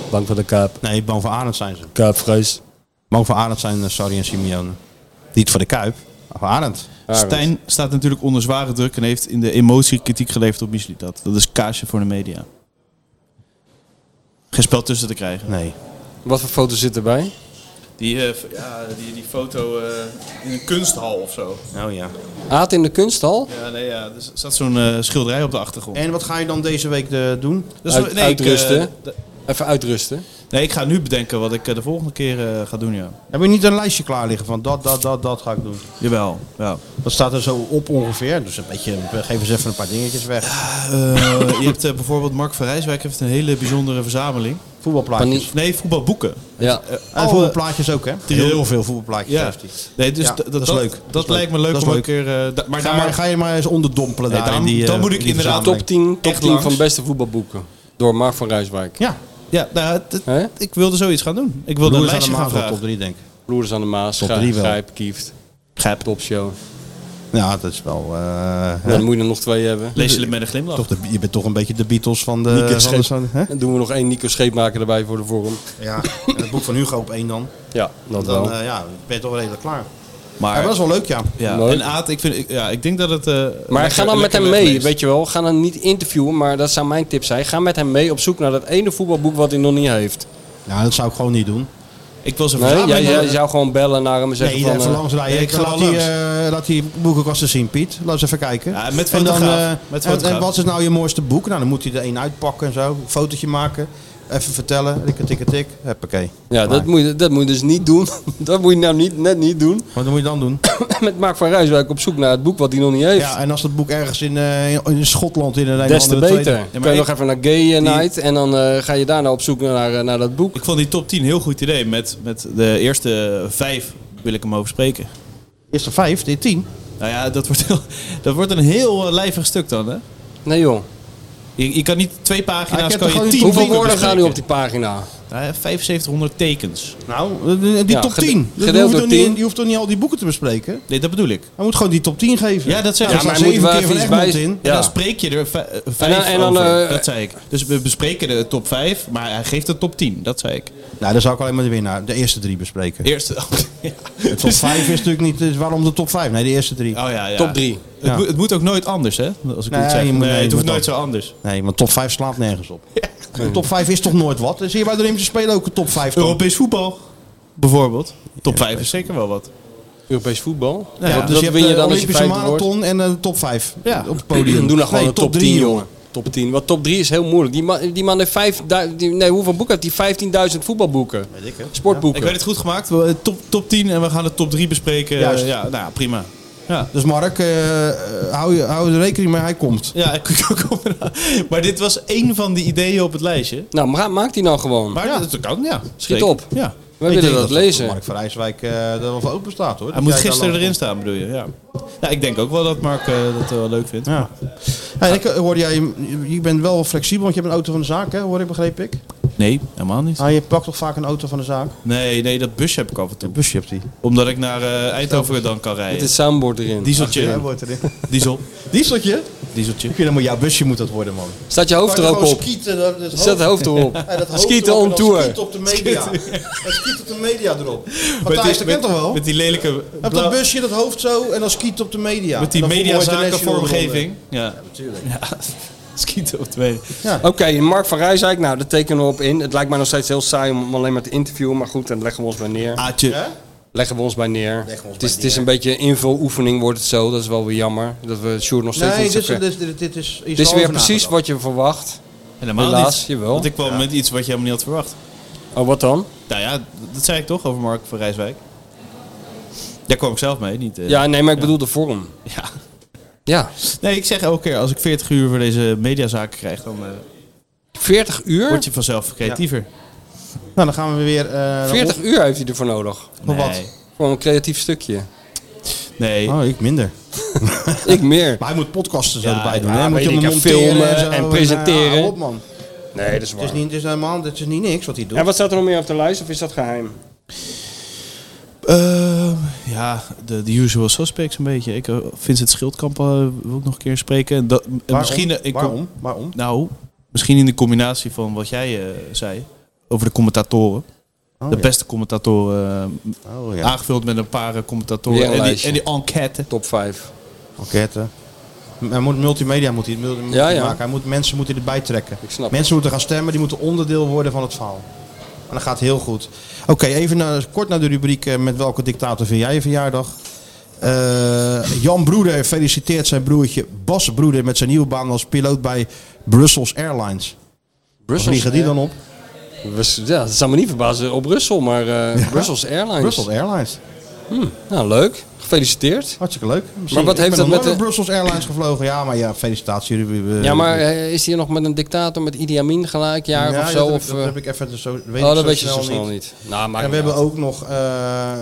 Bang voor de kaap.
Nee, bang voor Arend zijn ze.
Kaapvrees.
Bang voor Arend zijn eh, Sarri en Simeone. Niet voor de Kuip, maar voor Arend.
Stijn staat natuurlijk onder zware druk en heeft in de emotie kritiek geleverd op Mislitat. Dat is kaasje voor de media. Geen spel tussen te krijgen.
Nee.
Wat voor foto zit erbij?
Die, eh, ja, die, die foto eh, in een kunsthal of zo.
Oh ja.
Aad in de kunsthal?
Ja, nee, ja. Er staat zo'n eh, schilderij op de achtergrond.
En wat ga je dan deze week eh, doen?
Dus,
Uit-
nee, ik, eh,
uitrusten.
d-
Even uitrusten.
nee, ik ga nu bedenken wat ik eh, de volgende keer eh, ga doen, ja.
Heb je niet een lijstje klaar liggen van dat, dat, dat, dat ga ik doen?
Jawel, ja.
Dat staat er zo op ongeveer. Dus een beetje, we geven ze even een paar dingetjes weg.
Eh, je hebt eh, bijvoorbeeld Mark van Rijswijk heeft een hele bijzondere verzameling.
Voetbalplaatjes.
Nee, voetbalboeken.
Ja.
En Ah, voetbalplaatjes ook, hè?
Heel
Heel veel voetbalplaatjes
Ja.
heeft hij.
Nee, dus
Ja,
d- dat, dat, dat, lijkt me leuk
Dat is
om een keer... eh, da- maar
Ga,
daar...
maar, ga je maar eens onderdompelen
Nee,
daar
dan-
in die, eh,
dan moet ik
in die
inderdaad
verzameling.
Top 10, top
Echt
10 van
langs.
beste voetbalboeken. Door Mark van Rijswijk.
Ja,
Ja, nou, het- het-
Hè?
ik wilde zoiets gaan doen. Ik wilde een
Bloemen
lijstje
zijn
gaan
allemaal wel
vragen.
top 3, denk ik.
Broeders aan de Maas,
Top
Gij-
drie wel.
Gijp, Kieft.
Gijp.
Topshow.
Ja, dat is wel... eh,
Dan moet je er nog twee hebben.
Lees je het met een glimlach.
toch de, je bent toch een beetje de Beatles van de...
Nieke
van de-
Scheep.
Eh, hè?
Dan doen we nog één Nico Scheepmaker erbij voor de vorm.
Ja, en het boek van Hugo op één dan.
Ja, dat
Dan
wel.
eh, ja, ben je toch wel redelijk klaar.
Maar,
Ja, dat is wel leuk, ja.
ja.
Leuk.
En Aad, ik, vind, ik- ja, ik denk dat het... eh,
Maar
lekker-
ga dan met
lekker
hem mee,
wegleest.
weet je wel. Ga dan niet interviewen, maar dat zou mijn tip zijn. Ga met hem mee op zoek naar dat ene voetbalboek wat hij nog niet heeft.
Nou, dat zou ik gewoon niet doen.
Ik was een
Nee, jij,
verzameling.
jij zou gewoon bellen naar hem en zeggen
Nee,
van...
even
eh,
langs rijden.
nee, ik
ik
ga
laat,
wel
die,
langs.
eh, laat die boekenkasten zien, Piet. Laat eens even kijken.
Ja, met
en, dan,
fotograaf.
eh,
Met
en,
fotograaf.
en wat is nou je mooiste boek? Nou, dan moet hij er één uitpakken en zo. Een fotootje maken. Even vertellen. Rikke, tikke, tik. Huppakee.
Ja, dat moet, je, dat moet je dus niet doen. dat moet je nou niet, net niet doen.
Wat moet je dan doen?
Met Mark van Rijswijk op zoek naar het boek wat hij nog niet heeft.
Ja, en als dat boek ergens in, eh, in, in Schotland in een een of
Des te
andere
beter.
tweede-
Kun je nog even naar Gay eh, Night en dan eh, ga je daarna op zoek naar, eh, naar dat boek.
Ik vond die top 10 heel goed idee. Met, met de eerste vijf wil ik hem over spreken.
Eerste vijf, dit tien.
Nou ja, dat wordt, heel, dat wordt een heel eh, lijvig stuk dan, hè?
Nee joh.
Je, je kan niet twee
Ah, ik
pagina's, kan
heb Ah, er
je
gewoon
tien
niet-
Hoeveel
boeken
woorden gaan nu
bespreken.
op die pagina?
eh, 7500 tekens.
Nou, die top 10. Dat hoef je, toch niet, je hoeft toch niet al die boeken te bespreken?
Nee, dat bedoel ik.
Hij moet gewoon die top 10 geven.
Ja, dat zeg ik.
Ja, maar zeven keer van Egmond in.
En dan spreek je er vij- eh, vijf
Hm? En dan- en dan,
over.
eh,
dat zei ik. Dus we bespreken de top vijf, maar hij geeft de top 10. Dat zei ik.
Nou, dan zou ik alleen maar de winnaar, de eerste drie bespreken.
Eerste. ja.
De top 5 is natuurlijk niet, dus waarom de top 5? Nee, de eerste drie.
Oh ja, ja.
Top drie.
Het,
Ja.
moet- het moet ook nooit anders, hè? Als ik
Nee,
het zeg.
je moet-
nee,
nee,
het
je
hoeft
moet
nooit
ook-
zo anders.
Nee, want top 5 slaat nergens op. De top 5 is toch nooit wat? Dus hier bij de Olympische Spelen ook een top 5.
Europees voetbal, bijvoorbeeld. Top 5 is zeker wel wat.
Europees voetbal?
Ja,
Wat-
dus
wat
je hebt de
win dan als je
Olympische
vijfde wordt?
marathon en eh, de top 5 op het
Dan
podium.
Doe nou gewoon
Nee,
een top, 10,
drie,
jongen. Top 10. Want top 3 is heel moeilijk. Die man, die man heeft vijf, die, nee, hoeveel boeken heeft hij? 15.000 voetbalboeken. Sportboeken.
Ik weet het goed gemaakt. We, eh, Top, top 10 en we gaan de top 3 bespreken.
Juist.
Eh, Ja, nou ja, prima. Ja.
Dus Mark, eh, eh, hou, je, hou er rekening mee, hij komt.
Ja, ik kom eraan. Maar dit was één van de ideeën op het lijstje.
Nou, ma- maak die nou gewoon.
Maar
Ja.
dat kan, ja.
Schiet
Zeker.
op.
Ja.
Wij willen dat lezen.
Mark van IJswijk eh daar wel voor open staat hoor.
Hij moet gisteren erin staan, bedoel je? Ja. ja, ik denk ook wel dat Mark eh, dat wel leuk vindt.
Ja. Hey, ik eh, hoorde jij, je bent wel flexibel, want je hebt een auto van de zaak hè, hoor ik, begreep ik.
Nee, helemaal niet.
Ah, je pakt toch vaak een auto van de zaak?
Nee, nee, dat busje heb ik af en toe.
busje hebt hij.
Omdat ik naar eh, Eindhoven dan kan rijden.
Met het soundboard erin.
Dieseltje.
Ja, wordt erin.
Diesel.
Dieseltje?
Dieseltje.
Ik vind helemaal jouw busje moet dat worden man.
Staat je hoofd er ook op? Zet het hoofd erop. Skieten on tour.
Skieten op de media. Het skiet op de media erop.
Met
Matthijs, dat
met-
kent toch wel?
Met die lelijke...
Op
blauw-
dat busje, dat hoofd zo en dan skiet op de media.
Met die
En dan
mediazaken
voetbal international
vormgeving.
eronder.
Ja,
natuurlijk.
Ja, schieten op twee.
Ah. Oké, Mark van Rijswijk, nou, daar tekenen we op in. Het lijkt mij nog steeds heel saai om alleen maar te interviewen, maar goed, dan leggen we ons bij neer.
Aatje.
Ah. Leggen we ons bij neer. het, is, het is een beetje een invuloefening, wordt het zo. Dat is wel weer jammer. Dat we Sjoerd nog steeds
Nee,
niet zo
dit,
ver-
is- dit, dit, dit is...
Dit is weer precies wat je verwacht.
Helemaal
Helaas,
niet.
jawel.
Want ik kwam met iets wat je helemaal niet had verwacht.
Oh, wat dan?
Nou ja, dat zei ik toch over Mark van Rijswijk. Daar kwam ik zelf mee, niet... eh,
Ja, nee, maar ik bedoel de vorm.
Ja.
Ja.
Nee, ik zeg elke keer, als ik 40 uur voor deze mediazaken krijg, dan eh,
40 uur?
word je vanzelf creatiever.
Nou, dan gaan we weer... eh,
40 uur heeft hij ervoor nodig.
Voor wat?
Nee.
Gewoon een creatief stukje.
Nee.
Oh, ik minder.
Ik meer.
Maar hij moet podcasten zo
Ja,
erbij doen.
ja,
hè? moet
weet
je
ik,
hem
en
monteren
filmen
zo.
en presenteren.
nou, hou op, man.
Nee, dat is waar.
Het is, niet, het, is helemaal, het is niet niks wat hij doet.
En wat staat er nog meer op de lijst, of is dat geheim?
Ehm, ja, de, de usual suspects een beetje. Ik eh, Vincent Schildkamp eh, wil ik nog een keer spreken. En dat, en
Waarom?
misschien, eh, ik,
waarom? Waarom?
Nou, misschien in de combinatie van wat jij eh, zei over de commentatoren.
Oh,
de
ja.
beste commentatoren. eh,
Oh, ja.
Aangevuld met een paar eh, commentatoren.
Weer een
En die,
lijstje.
en die enquête.
Top 5.
Enquête. M- Hij moet multimedia moet hij, moet, moet
Ja,
hij
ja.
maken. Hij moet, mensen moeten erbij trekken.
Ik snap
Mensen moeten gaan stemmen, die moeten onderdeel worden van het verhaal. En dat gaat heel goed. Oké, even naar, kort naar de rubriek eh, met welke dictator vind jij je verjaardag? Eh, Jan Broeder feliciteert zijn broertje Bas Broeder met zijn nieuwe baan als piloot bij Brussels Airlines. Wat
Brussels
vliegen die dan op?
Brus- Ja, dat zou me niet verbazen op Brussel, maar eh, Brussels Airlines.
Brussels Airlines.
Nou, leuk. Gefeliciteerd.
Hartstikke leuk.
wat
Ik
heeft
ben
dat
nog
met
nooit
de-
Brussels Airlines gevlogen? Ja, maar ja, felicitaties. jullie, eh,
Ja, maar eh, is hier nog met een dictator met Idi Amin gelijk jaar
Ja,
of
dat
zo?
heb
of,
ik- dat
eh,
heb ik even zo, weet
oh,
ik
dat
zo
weet je
snel
zo snel niet.
niet.
Nou, maakt
En we
niet
hebben
uit.
ook nog eh, eh,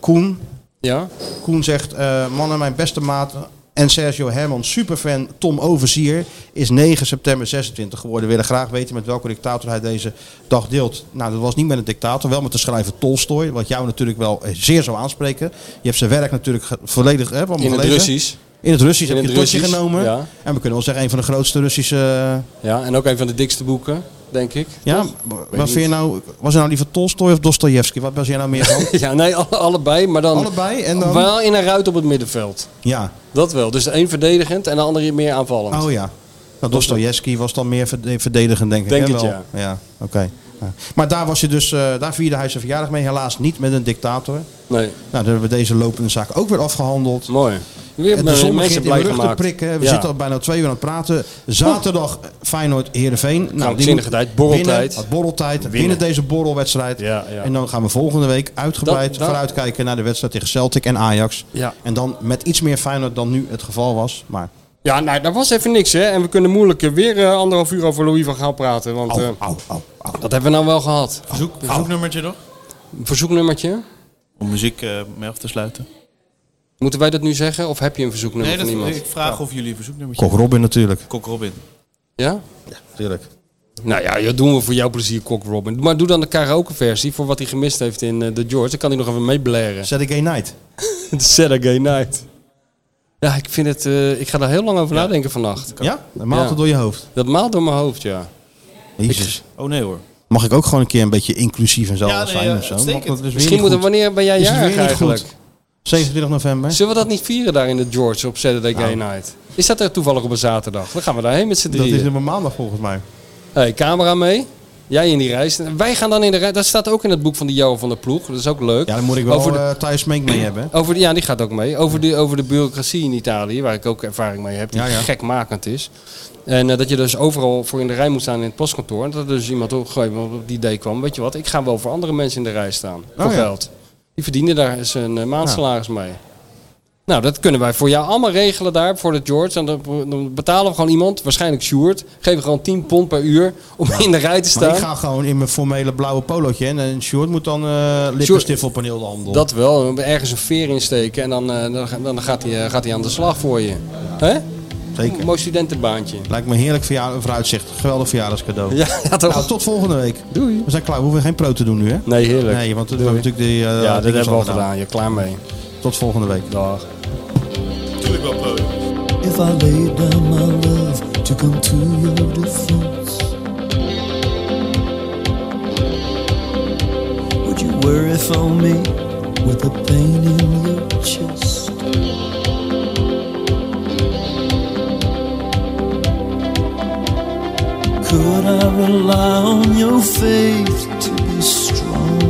Koen.
Ja?
Koen zegt, eh, mannen, mijn beste maat en Sergio Herman, superfan Tom Overzier, is 9 september 26 geworden. We willen graag weten met welke dictator hij deze dag deelt. Nou, dat was niet met een dictator, wel met de schrijver Tolstoy, wat jou natuurlijk wel eh, zeer zou aanspreken. Je hebt zijn werk natuurlijk ge- volledig hè, allemaal
In het
gelezen.
Russisch.
In het Russisch
In
heb
het
je het totje
Russisch,
genomen.
ja.
En we kunnen wel zeggen, een van de grootste Russische... eh,
Ja, en ook een van de dikste boeken, denk ik.
Ja,
Toch?
wa-
Weet
wat
ik
vind je
niet.
nou, was het nou liever Tolstoy of Dostojevski? Wat was jij nou meer van?
Ja, nee, alle- allebei, maar dan,
Allebei en dan...
wel in en uit op het middenveld.
Ja.
Dat wel. Dus de een verdedigend en de andere meer aanvallend.
Oh ja. Nou, Dostojevski was dan meer verde- verdedigend, denk ik.
Denk
hè,
het,
wel.
ja.
oké. Ja. Maar daar, was je dus, eh, daar vierde hij zijn verjaardag mee. Helaas niet met een dictator. Nou,
Nee,
dan hebben we deze lopende zaak ook weer afgehandeld.
mooi. Weer
En de zon
eh, mensen
begint in
blij
de rug te
gemaakt.
prikken. We
Ja.
zitten al bijna twee uur aan het praten. Zaterdag Feyenoord Heerenveen. Nou,
Krankzinnige tijd, borreltijd.
winnen. Wat borreltijd. Winnen.
Winnen.
deze borrelwedstrijd.
Ja, ja.
En dan gaan we volgende week uitgebreid
Dat- dat-
vooruitkijken naar de wedstrijd tegen Celtic en Ajax.
Ja.
En dan met iets meer Feyenoord dan nu het geval was. Maar
Ja, nou, daar was even niks, hè. En we kunnen moeilijk eh, weer eh, anderhalf uur over Louis van Gaal praten. Want eh,
au, au, au.
dat hebben we nou wel gehad.
Verzoek, verzoeknummertje nog?
Een verzoeknummertje.
Om muziek eh, mee af te sluiten.
Moeten wij dat nu zeggen? Of heb je een verzoeknummer
Nee, dat,
van iemand?
ik vraag of jullie een verzoeknummertje
Kok Robin natuurlijk.
Kok Robin.
Ja?
Tuurlijk.
Nou ja, dat doen we voor jouw plezier, Kok Robin. Maar doe dan de karaoke versie voor wat hij gemist heeft in eh, The George. Dan kan hij nog even meeblaren.
Saturday Night.
Saturday Night. Ja, ik vind het... eh, ik ga daar heel lang over nadenken vannacht.
Ja? Dat maalt het door je hoofd?
Dat maalt door mijn hoofd, ja.
Jezus.
Oh nee hoor.
Mag ik ook gewoon een keer een beetje inclusief en zo zijn of zo? Want dat is weer
Misschien
niet
moeten we...
goed.
Wanneer ben jij
Is het weer
jarig
niet
eigenlijk?
goed? 27 november.
Zullen we dat niet vieren daar in de George op Saturday Gay Night? Is dat er toevallig op een zaterdag? Dan gaan we daarheen met z'n
Dat
drieën.
is nummer maandag volgens mij.
Hey, camera mee. Jij in die reis. Wij gaan dan in de reis. Dat staat ook in het boek van de Johan van der Ploeg. Dat is ook leuk. Ja, dan moet
Ik eh, wil over Thijs Meek mee hebben. hè?
Over de, ja, die gaat ook mee. Over de, over de bureaucratie in Italië, waar ik ook ervaring mee heb, die
Ja, ja.
gekmakend is. En eh, dat je dus overal voor in de rij moet staan in het postkantoor. En dat er dus iemand op een gegeven moment op het idee kwam, weet je wat, ik ga wel voor andere mensen in de rij staan. Voor
Oh, ja.
geld. Die verdienen daar zijn eh, maandsalaris mee. Nou, dat kunnen wij voor jou allemaal regelen daar, voor de George. En dan, dan betalen we gewoon iemand, waarschijnlijk Sjoerd. Geven we gewoon 10 pond per uur om in de rij te
Maar
staan.
ik ga gewoon in mijn formele blauwe polootje. En een short moet dan eh lippenstift op een heel handel.
Dat wel, ergens een veer insteken en dan, eh, dan, ga- dan gaat hij eh, gaat hij aan de slag voor je. Hè?
Zeker.
Een mooi studentenbaantje.
Lijkt me een heerlijk verjaar- vooruitzicht. Geweldig verjaardagscadeau.
Ja, ja, toch.
Nou, tot volgende week.
Doei.
We zijn klaar. We hoeven geen pro te doen nu, hè?
Nee, heerlijk.
Nee, want we
Doei.
hebben natuurlijk die... eh,
ja,
dinges
dat hebben we
al
al gedaan. Je klaar mee.
Tot volgende week.
Dag.
Tuurlijk wel, Paul.
If I lay down my love to come to your defense, would you worry for me with the pain in your chest? Could I rely on your faith to be strong?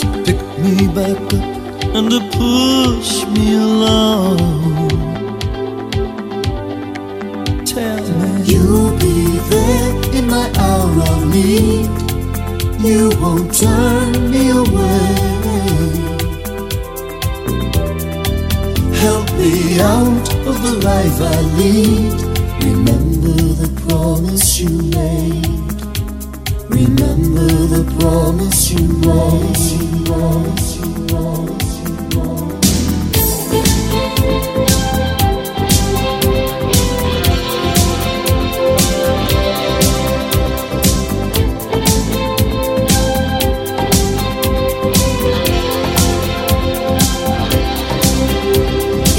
To pick me back up and to push me along. Tell me
You'll be there in my hour of need. You won't turn me away. Help me out of the life I lead. Remember the promise you made. Remember the promise you made. Promise you made. Promise you made.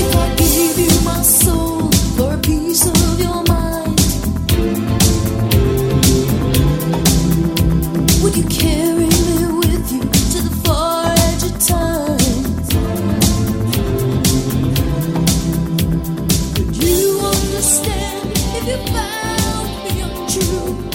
If I gave you my soul for a piece of your mind, would you carry me with you to the far edge of time? Could you understand if you found me untrue?